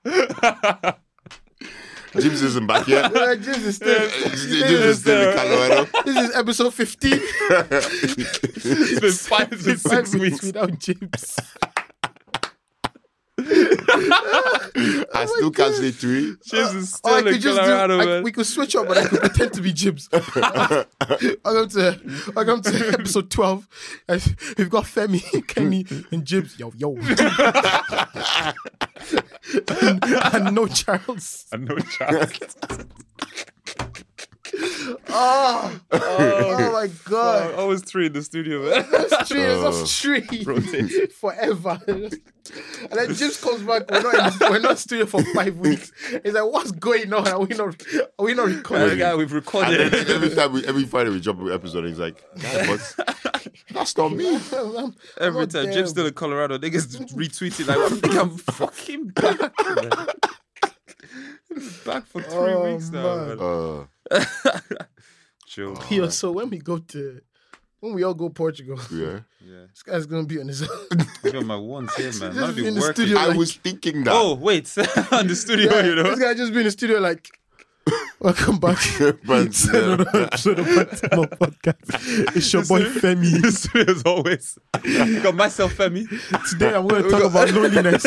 Speaker 3: Yeah.
Speaker 4: *laughs*
Speaker 3: *laughs* James isn't back yet.
Speaker 2: Uh, James *laughs* is still.
Speaker 3: James is still
Speaker 4: *laughs* Oh
Speaker 3: in Colorado.
Speaker 2: This is episode 15.
Speaker 1: It's been five to
Speaker 2: Five
Speaker 1: six
Speaker 2: weeks
Speaker 1: weeks.
Speaker 2: without James.
Speaker 3: I still can't say three.
Speaker 1: James is still
Speaker 2: Or I
Speaker 1: in
Speaker 2: could just
Speaker 1: Colorado,
Speaker 2: do, I-
Speaker 1: man.
Speaker 2: we could switch up, but I could pretend to be Jibs. welcome to welcome to episode twelve. Uh, We've got Femi, Kenny, and Jibs. Yo yo. and, and no Charles.
Speaker 1: I know
Speaker 3: *laughs*
Speaker 1: Charles.
Speaker 2: Oh, oh my god.
Speaker 1: Always three in the studio, man.
Speaker 2: *laughs* That's three. That's three. Forever. And then Jibs comes back. We're not, in, we're not studio for five weeks. He's like, what's going on? Are we not? Are we not
Speaker 1: That *laughs*
Speaker 2: recording?
Speaker 1: guy we've
Speaker 4: Oh,
Speaker 3: And then
Speaker 1: recorded.
Speaker 3: every time we, every Friday we drop an episode, he's like, "Guys,
Speaker 4: *laughs*
Speaker 3: but that's not me."
Speaker 2: I'm- I'm
Speaker 1: Every
Speaker 2: not
Speaker 1: time.
Speaker 2: there.
Speaker 1: Jim's still in Colorado. Niggas retweeting like, I think
Speaker 2: *laughs*
Speaker 1: I'm fucking back. man. back for three
Speaker 2: Oh,
Speaker 1: weeks now.
Speaker 2: man.
Speaker 1: Man.
Speaker 3: Uh,
Speaker 1: Chill.
Speaker 2: Yo, so when we go to when we all go Portugal,
Speaker 3: yeah.
Speaker 1: Yeah.
Speaker 2: this guy's gonna be on his own.
Speaker 1: Yo, my one's here, man.
Speaker 2: Just
Speaker 1: Might be
Speaker 2: be in the
Speaker 1: working.
Speaker 2: studio.
Speaker 3: I was thinking that.
Speaker 1: Oh, wait. *laughs* On the studio,
Speaker 2: Yeah,
Speaker 1: you *laughs* know.
Speaker 2: This guy just be in the studio like Welcome back
Speaker 3: *laughs*
Speaker 1: *laughs*
Speaker 3: But,
Speaker 2: to another episode of Pantomime Podcast. It's your boy Femi.
Speaker 1: the studio as always. Got myself, Femi.
Speaker 2: Today I'm gonna talk about loneliness.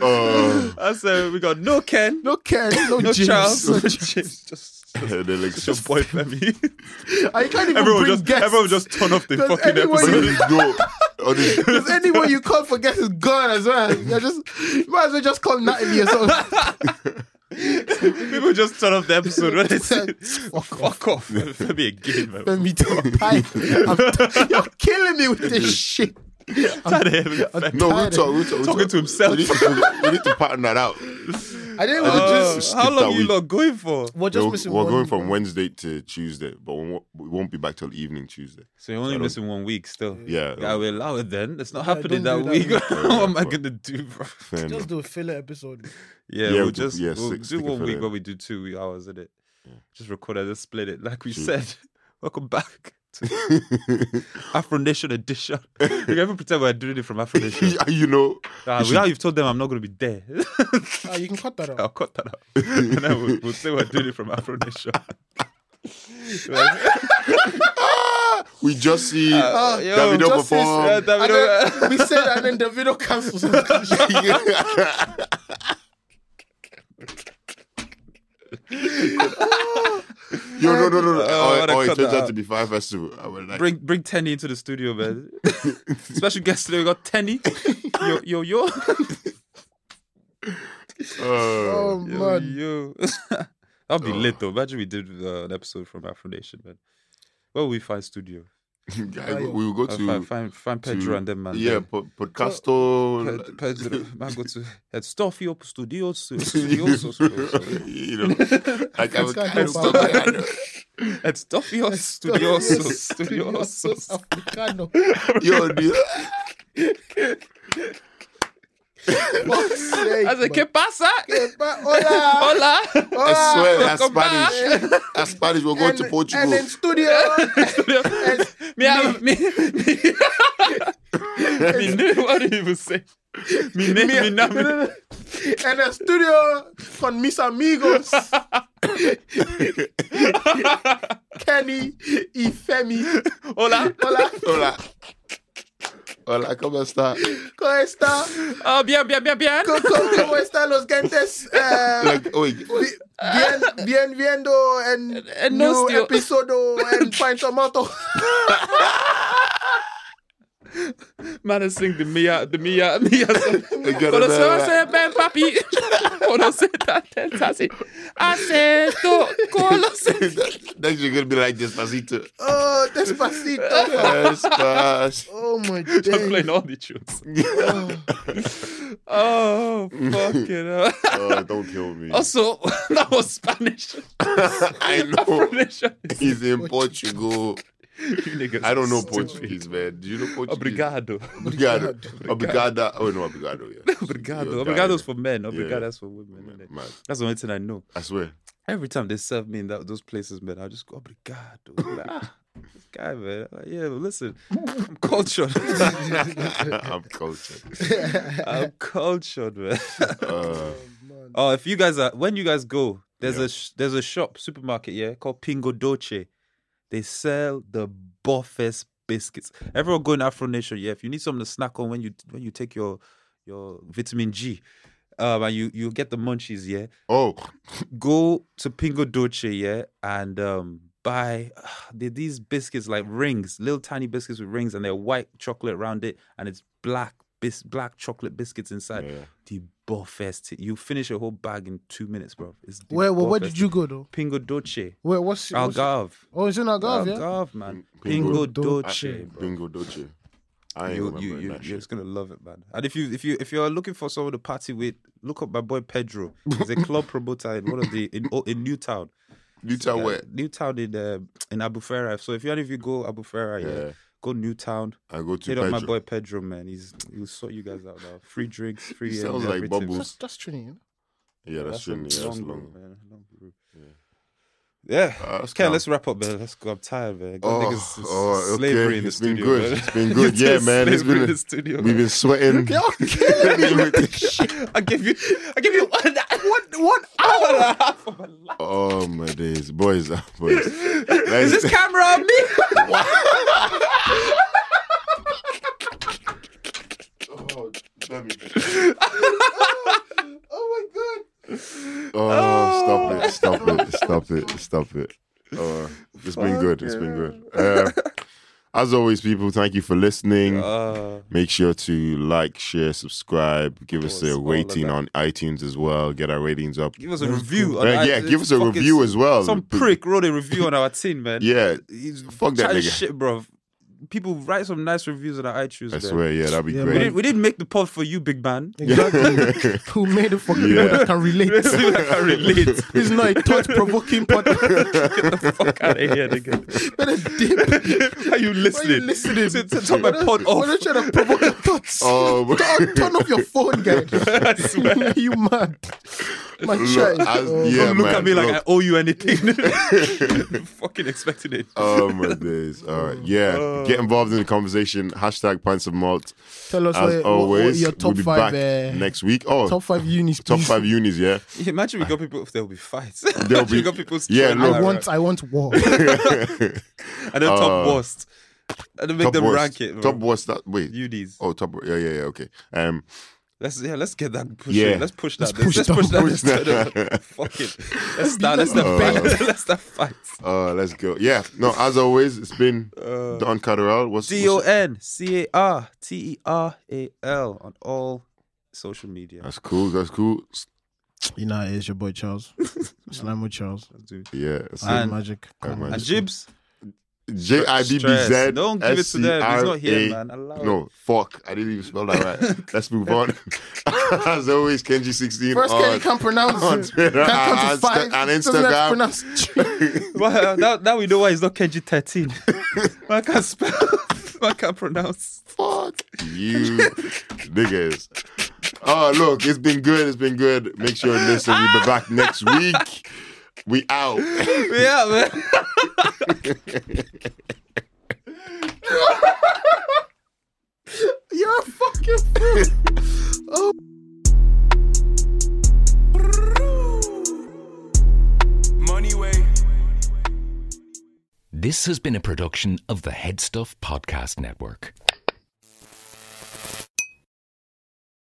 Speaker 3: uh,
Speaker 1: I said, we got no Ken,
Speaker 2: No Ken, no,
Speaker 1: no
Speaker 2: James.
Speaker 1: Charles, no *laughs*
Speaker 2: no
Speaker 1: James. *laughs* Just
Speaker 3: and then like,
Speaker 1: your boy, Femi. *laughs*
Speaker 2: Ch- I can't even
Speaker 1: Everyone
Speaker 2: bring
Speaker 1: just,
Speaker 2: guests.
Speaker 1: everyone just turn off the
Speaker 2: Does
Speaker 1: fucking
Speaker 2: anyone-
Speaker 1: episode.
Speaker 3: Please go.
Speaker 1: *laughs*
Speaker 3: Honestly,
Speaker 2: Because anyone you call for guests is gone as well. You're just you might as well just call Natalie or something.
Speaker 1: *laughs* People just turn off the
Speaker 2: *laughs*
Speaker 1: episode when they say,
Speaker 2: Fuck off.
Speaker 1: fuck off. Femi again, man.
Speaker 2: Femi to a pipe. I'm t- you're killing me with this shit.
Speaker 1: Tired of
Speaker 3: *laughs*
Speaker 1: hearing Femi.
Speaker 3: no, we'll talk. We'll talk.
Speaker 1: Talking
Speaker 3: We'll talk.
Speaker 1: to himself.
Speaker 3: We need to, we need to pattern
Speaker 1: *laughs*
Speaker 3: that out.
Speaker 2: I didn't want to
Speaker 1: Uh,
Speaker 2: just.
Speaker 3: skip
Speaker 1: how long
Speaker 3: that
Speaker 1: you
Speaker 3: week.
Speaker 1: lot going for?
Speaker 2: We're just
Speaker 3: We're,
Speaker 2: missing
Speaker 3: we're
Speaker 2: one
Speaker 3: going
Speaker 2: week,
Speaker 3: from
Speaker 2: man.
Speaker 3: Wednesday to Tuesday, but we won't, we won't be back till evening Tuesday.
Speaker 1: So you're only missing one week still.
Speaker 3: Yeah.
Speaker 1: I will allow it then. It's not happening that,
Speaker 2: don't do
Speaker 1: week.
Speaker 2: that
Speaker 1: *laughs* what am I
Speaker 3: fuck.
Speaker 1: gonna do, bro?
Speaker 3: Fair enough.
Speaker 2: Just do a filler episode.
Speaker 1: Yeah,
Speaker 3: Yeah,
Speaker 1: we'll
Speaker 3: we'll do-
Speaker 1: just
Speaker 3: yeah,
Speaker 1: we'll
Speaker 3: stick-
Speaker 1: do
Speaker 3: stick it
Speaker 1: one
Speaker 3: for
Speaker 1: week
Speaker 3: the-
Speaker 1: where we do two hours in it. Just record it, just split it, like we
Speaker 3: True.
Speaker 1: said. *laughs* Welcome back to
Speaker 3: *laughs*
Speaker 1: Afro Nation edition. You can even pretend we're doing it from
Speaker 3: *laughs*
Speaker 1: Afro Nation.
Speaker 3: *laughs* Yeah, you know,
Speaker 1: Nah, now you've told them I'm not gonna be there. *laughs*
Speaker 2: Ah, you can cut that
Speaker 3: *laughs*
Speaker 2: out.
Speaker 1: I'll cut that out. *laughs* And then we'll, we'll say we're doing it from Afro
Speaker 3: *laughs*
Speaker 1: Nation. Like,
Speaker 3: we just see
Speaker 1: Uh, yo,
Speaker 3: Davido
Speaker 2: just see-
Speaker 1: *laughs*
Speaker 3: perform.
Speaker 1: yeah, Davido,
Speaker 2: And
Speaker 1: uh,
Speaker 2: then we said, and then the video *laughs* cancels. us.
Speaker 3: *laughs* Yo, no, no, no, no.
Speaker 1: I
Speaker 3: oh,
Speaker 1: wanna
Speaker 3: oh, it
Speaker 1: cut
Speaker 3: turns
Speaker 1: that
Speaker 3: out to be Fire Festival. I was like,
Speaker 1: Bring bring Tenny into the studio, man.
Speaker 3: *laughs*
Speaker 1: Special guest today, we got Tenny. Yo, yo, yo.
Speaker 3: oh,
Speaker 2: oh
Speaker 3: *laughs*
Speaker 1: Yo,
Speaker 2: man,
Speaker 1: yo. *laughs* That'd
Speaker 3: Oh.
Speaker 1: be lit though. Imagine we did uh, an episode from Afro Nation, man. Where will we find studio?
Speaker 3: guys, we will go
Speaker 1: Uh,
Speaker 3: to.
Speaker 1: find, find, find Pedro
Speaker 3: to-
Speaker 1: and them, man.
Speaker 3: Yeah,
Speaker 1: then.
Speaker 3: po- podcasto.
Speaker 1: Pe-
Speaker 3: *laughs*
Speaker 1: Pedro, man, go to head stuff your studio, stu- studio, so- so- so-
Speaker 3: you
Speaker 1: *laughs*
Speaker 3: know, like I
Speaker 2: This
Speaker 3: was
Speaker 2: guy
Speaker 3: kind of
Speaker 2: knows
Speaker 3: stuck
Speaker 2: about
Speaker 3: there, Oh, I know.
Speaker 1: head stuff your studio, so- studio, so- so-
Speaker 2: *laughs* Africano.
Speaker 1: *laughs*
Speaker 3: Yo, dude.
Speaker 2: Fuck's sake,
Speaker 1: I said,
Speaker 2: man.
Speaker 1: ¿Qué pasa?
Speaker 2: But *laughs* hola,
Speaker 1: Hola.
Speaker 3: *laughs*
Speaker 1: Ah,
Speaker 3: I swear, that's
Speaker 1: welcome
Speaker 3: Spanish. That's Spanish. We're going
Speaker 2: and,
Speaker 3: to
Speaker 2: and
Speaker 3: Portugal. *laughs*
Speaker 2: in studio, and,
Speaker 1: Me, I- me, me, me, ne- *laughs* what do you even say? Me, ne- me, na- me,
Speaker 2: and in studio con mis
Speaker 3: *laughs*
Speaker 2: amigos. Kenny, Ifemi,
Speaker 1: hola,
Speaker 2: hola,
Speaker 3: Hola. Hola, ¿cómo está?
Speaker 2: ¿cómo está?
Speaker 1: oh, bien, bien, bien, bien.
Speaker 2: ¿Cómo, cómo están los gentes? Eh,
Speaker 1: *laughs*
Speaker 3: Like, oh, wait.
Speaker 2: Vi- bien, bien viendo en
Speaker 1: En
Speaker 2: new
Speaker 1: hostio.
Speaker 2: episodio en Pine Tomato.
Speaker 1: Man is sing the Mia, the Mia, *laughs* Mia.
Speaker 3: get
Speaker 1: Cuando
Speaker 3: it,
Speaker 1: se
Speaker 3: uh,
Speaker 1: va a hacer ben *laughs* papi, cuando se está atenta así, hace to, cuando *laughs* se...
Speaker 3: Then you're gonna be like Despacito.
Speaker 2: Oh, despacito.
Speaker 1: *laughs*
Speaker 3: Despacito.
Speaker 2: Oh my
Speaker 1: Just
Speaker 2: days.
Speaker 1: playing all the tunes. oh, fucking *laughs* hell.
Speaker 3: Oh, don't kill me.
Speaker 1: Also, *laughs* that was *laughs* Spanish.
Speaker 3: *laughs*
Speaker 1: Oh.
Speaker 3: I
Speaker 1: *laughs*
Speaker 3: know.
Speaker 1: Affirmation.
Speaker 3: He's in Portugal.
Speaker 1: You niggas
Speaker 3: I don't know
Speaker 1: are
Speaker 3: Portuguese, man. Do
Speaker 1: *laughs*
Speaker 3: you know Portuguese?
Speaker 1: Obrigado.
Speaker 3: Obrigado. Obrigado. Oh, no, obrigado.
Speaker 1: *laughs*
Speaker 3: Yeah.
Speaker 1: Obrigado.
Speaker 3: Yeah,
Speaker 1: Obrigado's for men.
Speaker 3: Yeah.
Speaker 1: Obrigado's for women.
Speaker 3: Man,
Speaker 1: innit?
Speaker 3: man,
Speaker 1: That's the only thing I know. *laughs*
Speaker 3: I swear.
Speaker 1: Every time they serve me in that, those places, man, I just go, "Oh obrigado. I'm like, ah, this guy, man. I'm like, yeah, but listen, I'm cultured. *laughs*
Speaker 3: *laughs* I'm cultured.
Speaker 1: I'm cultured, man.
Speaker 3: Uh,
Speaker 2: Man.
Speaker 1: Oh, if you guys are, when you guys go, there's a sh- there's a shop, supermarket, yeah, called Pingo Doce. They sell the buffest biscuits. Everyone go in Afro Nation, yeah. If you need something to snack on when you when you take your your vitamin G, um, and you you get the munchies, yeah.
Speaker 3: oh,
Speaker 1: go to Pingo Dolce, yeah, and um, buy *sighs* they, these biscuits like rings, little tiny biscuits with rings, and they're white chocolate around it, and it's black bis- black chocolate biscuits inside.
Speaker 3: Yeah.
Speaker 1: The buffest. You finish a whole bag in two minutes, bro. It's the
Speaker 2: Where, where, where
Speaker 1: buffest.
Speaker 2: did you go though?
Speaker 1: Pingo Dolce,
Speaker 2: Where, what's, what's
Speaker 1: Algarve.
Speaker 2: Oh, it's in Algarve, yeah.
Speaker 1: Algarve, man.
Speaker 3: Pingo
Speaker 1: Pingo,
Speaker 2: Dolce.
Speaker 1: Dolce, bro.
Speaker 3: bingo doce. I ain't
Speaker 1: You,
Speaker 3: remembering
Speaker 1: you, you,
Speaker 3: that
Speaker 1: you're
Speaker 3: shit.
Speaker 1: just gonna love it, man. And if you, if you, if you're looking for someone to party with, look up my boy Pedro.
Speaker 3: *laughs*
Speaker 1: He's a club promoter in one of the in in Newtown.
Speaker 3: Newtown
Speaker 1: uh,
Speaker 3: where?
Speaker 1: Newtown in uh, in Abufera. So if you any of you go Abufera, yeah,
Speaker 3: Yeah.
Speaker 1: go Newtown.
Speaker 3: I go to
Speaker 1: Hit up my
Speaker 3: Pedro.
Speaker 1: boy Pedro, man. He's he'll sort you guys out now. Free drinks, free.
Speaker 3: He
Speaker 1: um,
Speaker 3: sounds like
Speaker 1: everything.
Speaker 3: Bubbles.
Speaker 2: That's, that's Trinity.
Speaker 3: Yeah, that's
Speaker 1: a
Speaker 3: true. Yeah, that's
Speaker 1: long
Speaker 3: long.
Speaker 1: route, man. Long route. Yeah.
Speaker 3: Uh, that's
Speaker 1: Okay,
Speaker 3: calm.
Speaker 1: let's wrap up, man. Let's go. I'm tired, man. God,
Speaker 3: Oh,
Speaker 1: niggas, it's
Speaker 3: oh,
Speaker 1: slavery in
Speaker 3: okay.
Speaker 1: the
Speaker 3: It's been
Speaker 1: studio.
Speaker 3: good.
Speaker 1: Man.
Speaker 3: It's
Speaker 1: *laughs*
Speaker 3: been good. Yeah, man. It's
Speaker 1: Slavery
Speaker 3: been-
Speaker 1: in the studio. *laughs*
Speaker 3: We've been sweating. *laughs*
Speaker 1: I give you, I give you one, *laughs* one, one hour and a half of my life.
Speaker 3: oh my days, boys, *laughs* ah, boys.
Speaker 1: *laughs*
Speaker 3: Let's-
Speaker 1: Is this *laughs* camera on me?
Speaker 3: *laughs* oh,
Speaker 2: Oh my god.
Speaker 3: Oh, stop
Speaker 1: Oh.
Speaker 3: it! Stop it! Stop it!
Speaker 1: *laughs*
Speaker 3: Stop it! Uh, it's been good. It's been good. Uh, as always, people, thank you for listening.
Speaker 1: Uh,
Speaker 3: Make sure to like, share, subscribe. Give us
Speaker 1: course,
Speaker 3: a
Speaker 1: all of
Speaker 3: rating
Speaker 1: that.
Speaker 3: on iTunes as well. Get our ratings up.
Speaker 1: give us a review.
Speaker 3: Uh, yeah, give us a review as well.
Speaker 1: Some prick wrote a review on our team, man.
Speaker 3: Oh, Yeah,
Speaker 1: He's
Speaker 3: Fuck that
Speaker 1: chatting
Speaker 3: nigga.
Speaker 1: shit, bro. People write some nice reviews on our iTunes.
Speaker 3: I
Speaker 1: man.
Speaker 3: swear. Yeah, that'd be
Speaker 1: We
Speaker 2: Yeah,
Speaker 3: great.
Speaker 1: didn't, we didn't make the pod for you, big man.
Speaker 2: Exactly. Who made a fucking
Speaker 3: Yeah.
Speaker 2: yeah. that can relate?
Speaker 1: Let's *laughs* see if I can relate. Get
Speaker 2: It's not a thought provoking podcast.
Speaker 1: the fuck out of here,
Speaker 3: *laughs*
Speaker 1: nigga.
Speaker 2: Better dip.
Speaker 1: Are you listening?
Speaker 2: listening?
Speaker 1: To, to, turn my pod
Speaker 2: Why
Speaker 1: off.
Speaker 2: don't you try to provoke your thoughts?
Speaker 3: *laughs* Oh, but-
Speaker 2: turn, turn off your phone,
Speaker 3: *laughs*
Speaker 2: guy. *laughs* you mad? My
Speaker 3: Look,
Speaker 2: child.
Speaker 3: as-
Speaker 2: Oh,
Speaker 3: *laughs* yeah,
Speaker 1: Don't look
Speaker 3: man,
Speaker 1: at me like
Speaker 3: look.
Speaker 1: I owe you
Speaker 3: *laughs*
Speaker 1: anything. *laughs* fucking expecting it.
Speaker 3: Oh my days! All right,
Speaker 1: *laughs*
Speaker 3: yeah.
Speaker 1: Uh.
Speaker 3: Get involved in the conversation. Hashtag pints of malt.
Speaker 2: Tell us
Speaker 3: As
Speaker 2: what,
Speaker 3: always,
Speaker 2: what your top
Speaker 3: we'll be
Speaker 2: five.
Speaker 3: back
Speaker 2: uh,
Speaker 3: next week. Oh,
Speaker 2: Top five unis.
Speaker 3: top
Speaker 2: please.
Speaker 3: five unis. Yeah,
Speaker 1: Imagine we got people. There will be fights.
Speaker 3: There'll
Speaker 1: There'll
Speaker 3: be-
Speaker 1: we got people.
Speaker 3: yeah,
Speaker 1: throwing
Speaker 3: look.
Speaker 2: I
Speaker 1: out,
Speaker 2: want. I want
Speaker 3: *laughs*
Speaker 2: war.
Speaker 1: right? and then top
Speaker 3: uh,
Speaker 1: worst. And then make
Speaker 3: top
Speaker 1: them
Speaker 3: worst.
Speaker 1: rank it.
Speaker 3: Top
Speaker 1: Top
Speaker 3: worst. That wait.
Speaker 1: unis.
Speaker 3: Oh, top. Yeah, yeah, yeah. Okay.
Speaker 1: *laughs*
Speaker 3: Um,
Speaker 1: Let's yeah, let's get that push.
Speaker 3: Yeah.
Speaker 1: Yeah. Let's push that.
Speaker 2: Let's push
Speaker 1: Let's,
Speaker 2: that.
Speaker 1: push that.
Speaker 3: Push *laughs* that.
Speaker 1: Fuck it.
Speaker 3: *laughs*
Speaker 1: Let's start. Let's
Speaker 2: Let's
Speaker 3: Oh,
Speaker 1: not fight. *laughs* Let's not fight.
Speaker 3: uh, let's go. Yeah. No, as always, it's been
Speaker 1: Uh,
Speaker 3: Don Catterall. What's,
Speaker 1: D O
Speaker 3: what's
Speaker 1: N C A R T E R A L on all social media.
Speaker 3: that's cool. That's cool.
Speaker 2: you know, it's your boy
Speaker 3: *laughs*
Speaker 2: Charles. Slime with Charles.
Speaker 3: Yeah. that's it.
Speaker 1: And-
Speaker 2: magic.
Speaker 3: And
Speaker 2: Come on.
Speaker 1: And Jibs,
Speaker 3: J I B B Z.
Speaker 1: stress. Don't give it to them. He's not here, man. Allow
Speaker 3: No, fuck. I didn't even spell that
Speaker 1: *laughs*
Speaker 3: right. Let's move on. *laughs* As always, Kenji sixteen.
Speaker 2: First
Speaker 3: on,
Speaker 2: Kenny can't pronounce
Speaker 3: on
Speaker 2: it.
Speaker 3: Twitter
Speaker 2: Can't count
Speaker 3: *laughs*
Speaker 2: to
Speaker 3: and-
Speaker 2: five.
Speaker 3: and
Speaker 2: Doesn't have to
Speaker 3: Instagram. *laughs*
Speaker 2: pronounce three.
Speaker 1: Well, uh, now, now we know why he's not Kenji
Speaker 3: *laughs*
Speaker 1: 13. Man can't spell. Man can't pronounce. *laughs*
Speaker 3: Fuck you, niggas. Oh, look, it's been good. It's been good. Make sure you listen. We'll be back next week. We out. *laughs*
Speaker 1: Yeah, man.
Speaker 2: You're a fucking
Speaker 5: Money way.
Speaker 6: This has been a production of the Headstuff Podcast Network.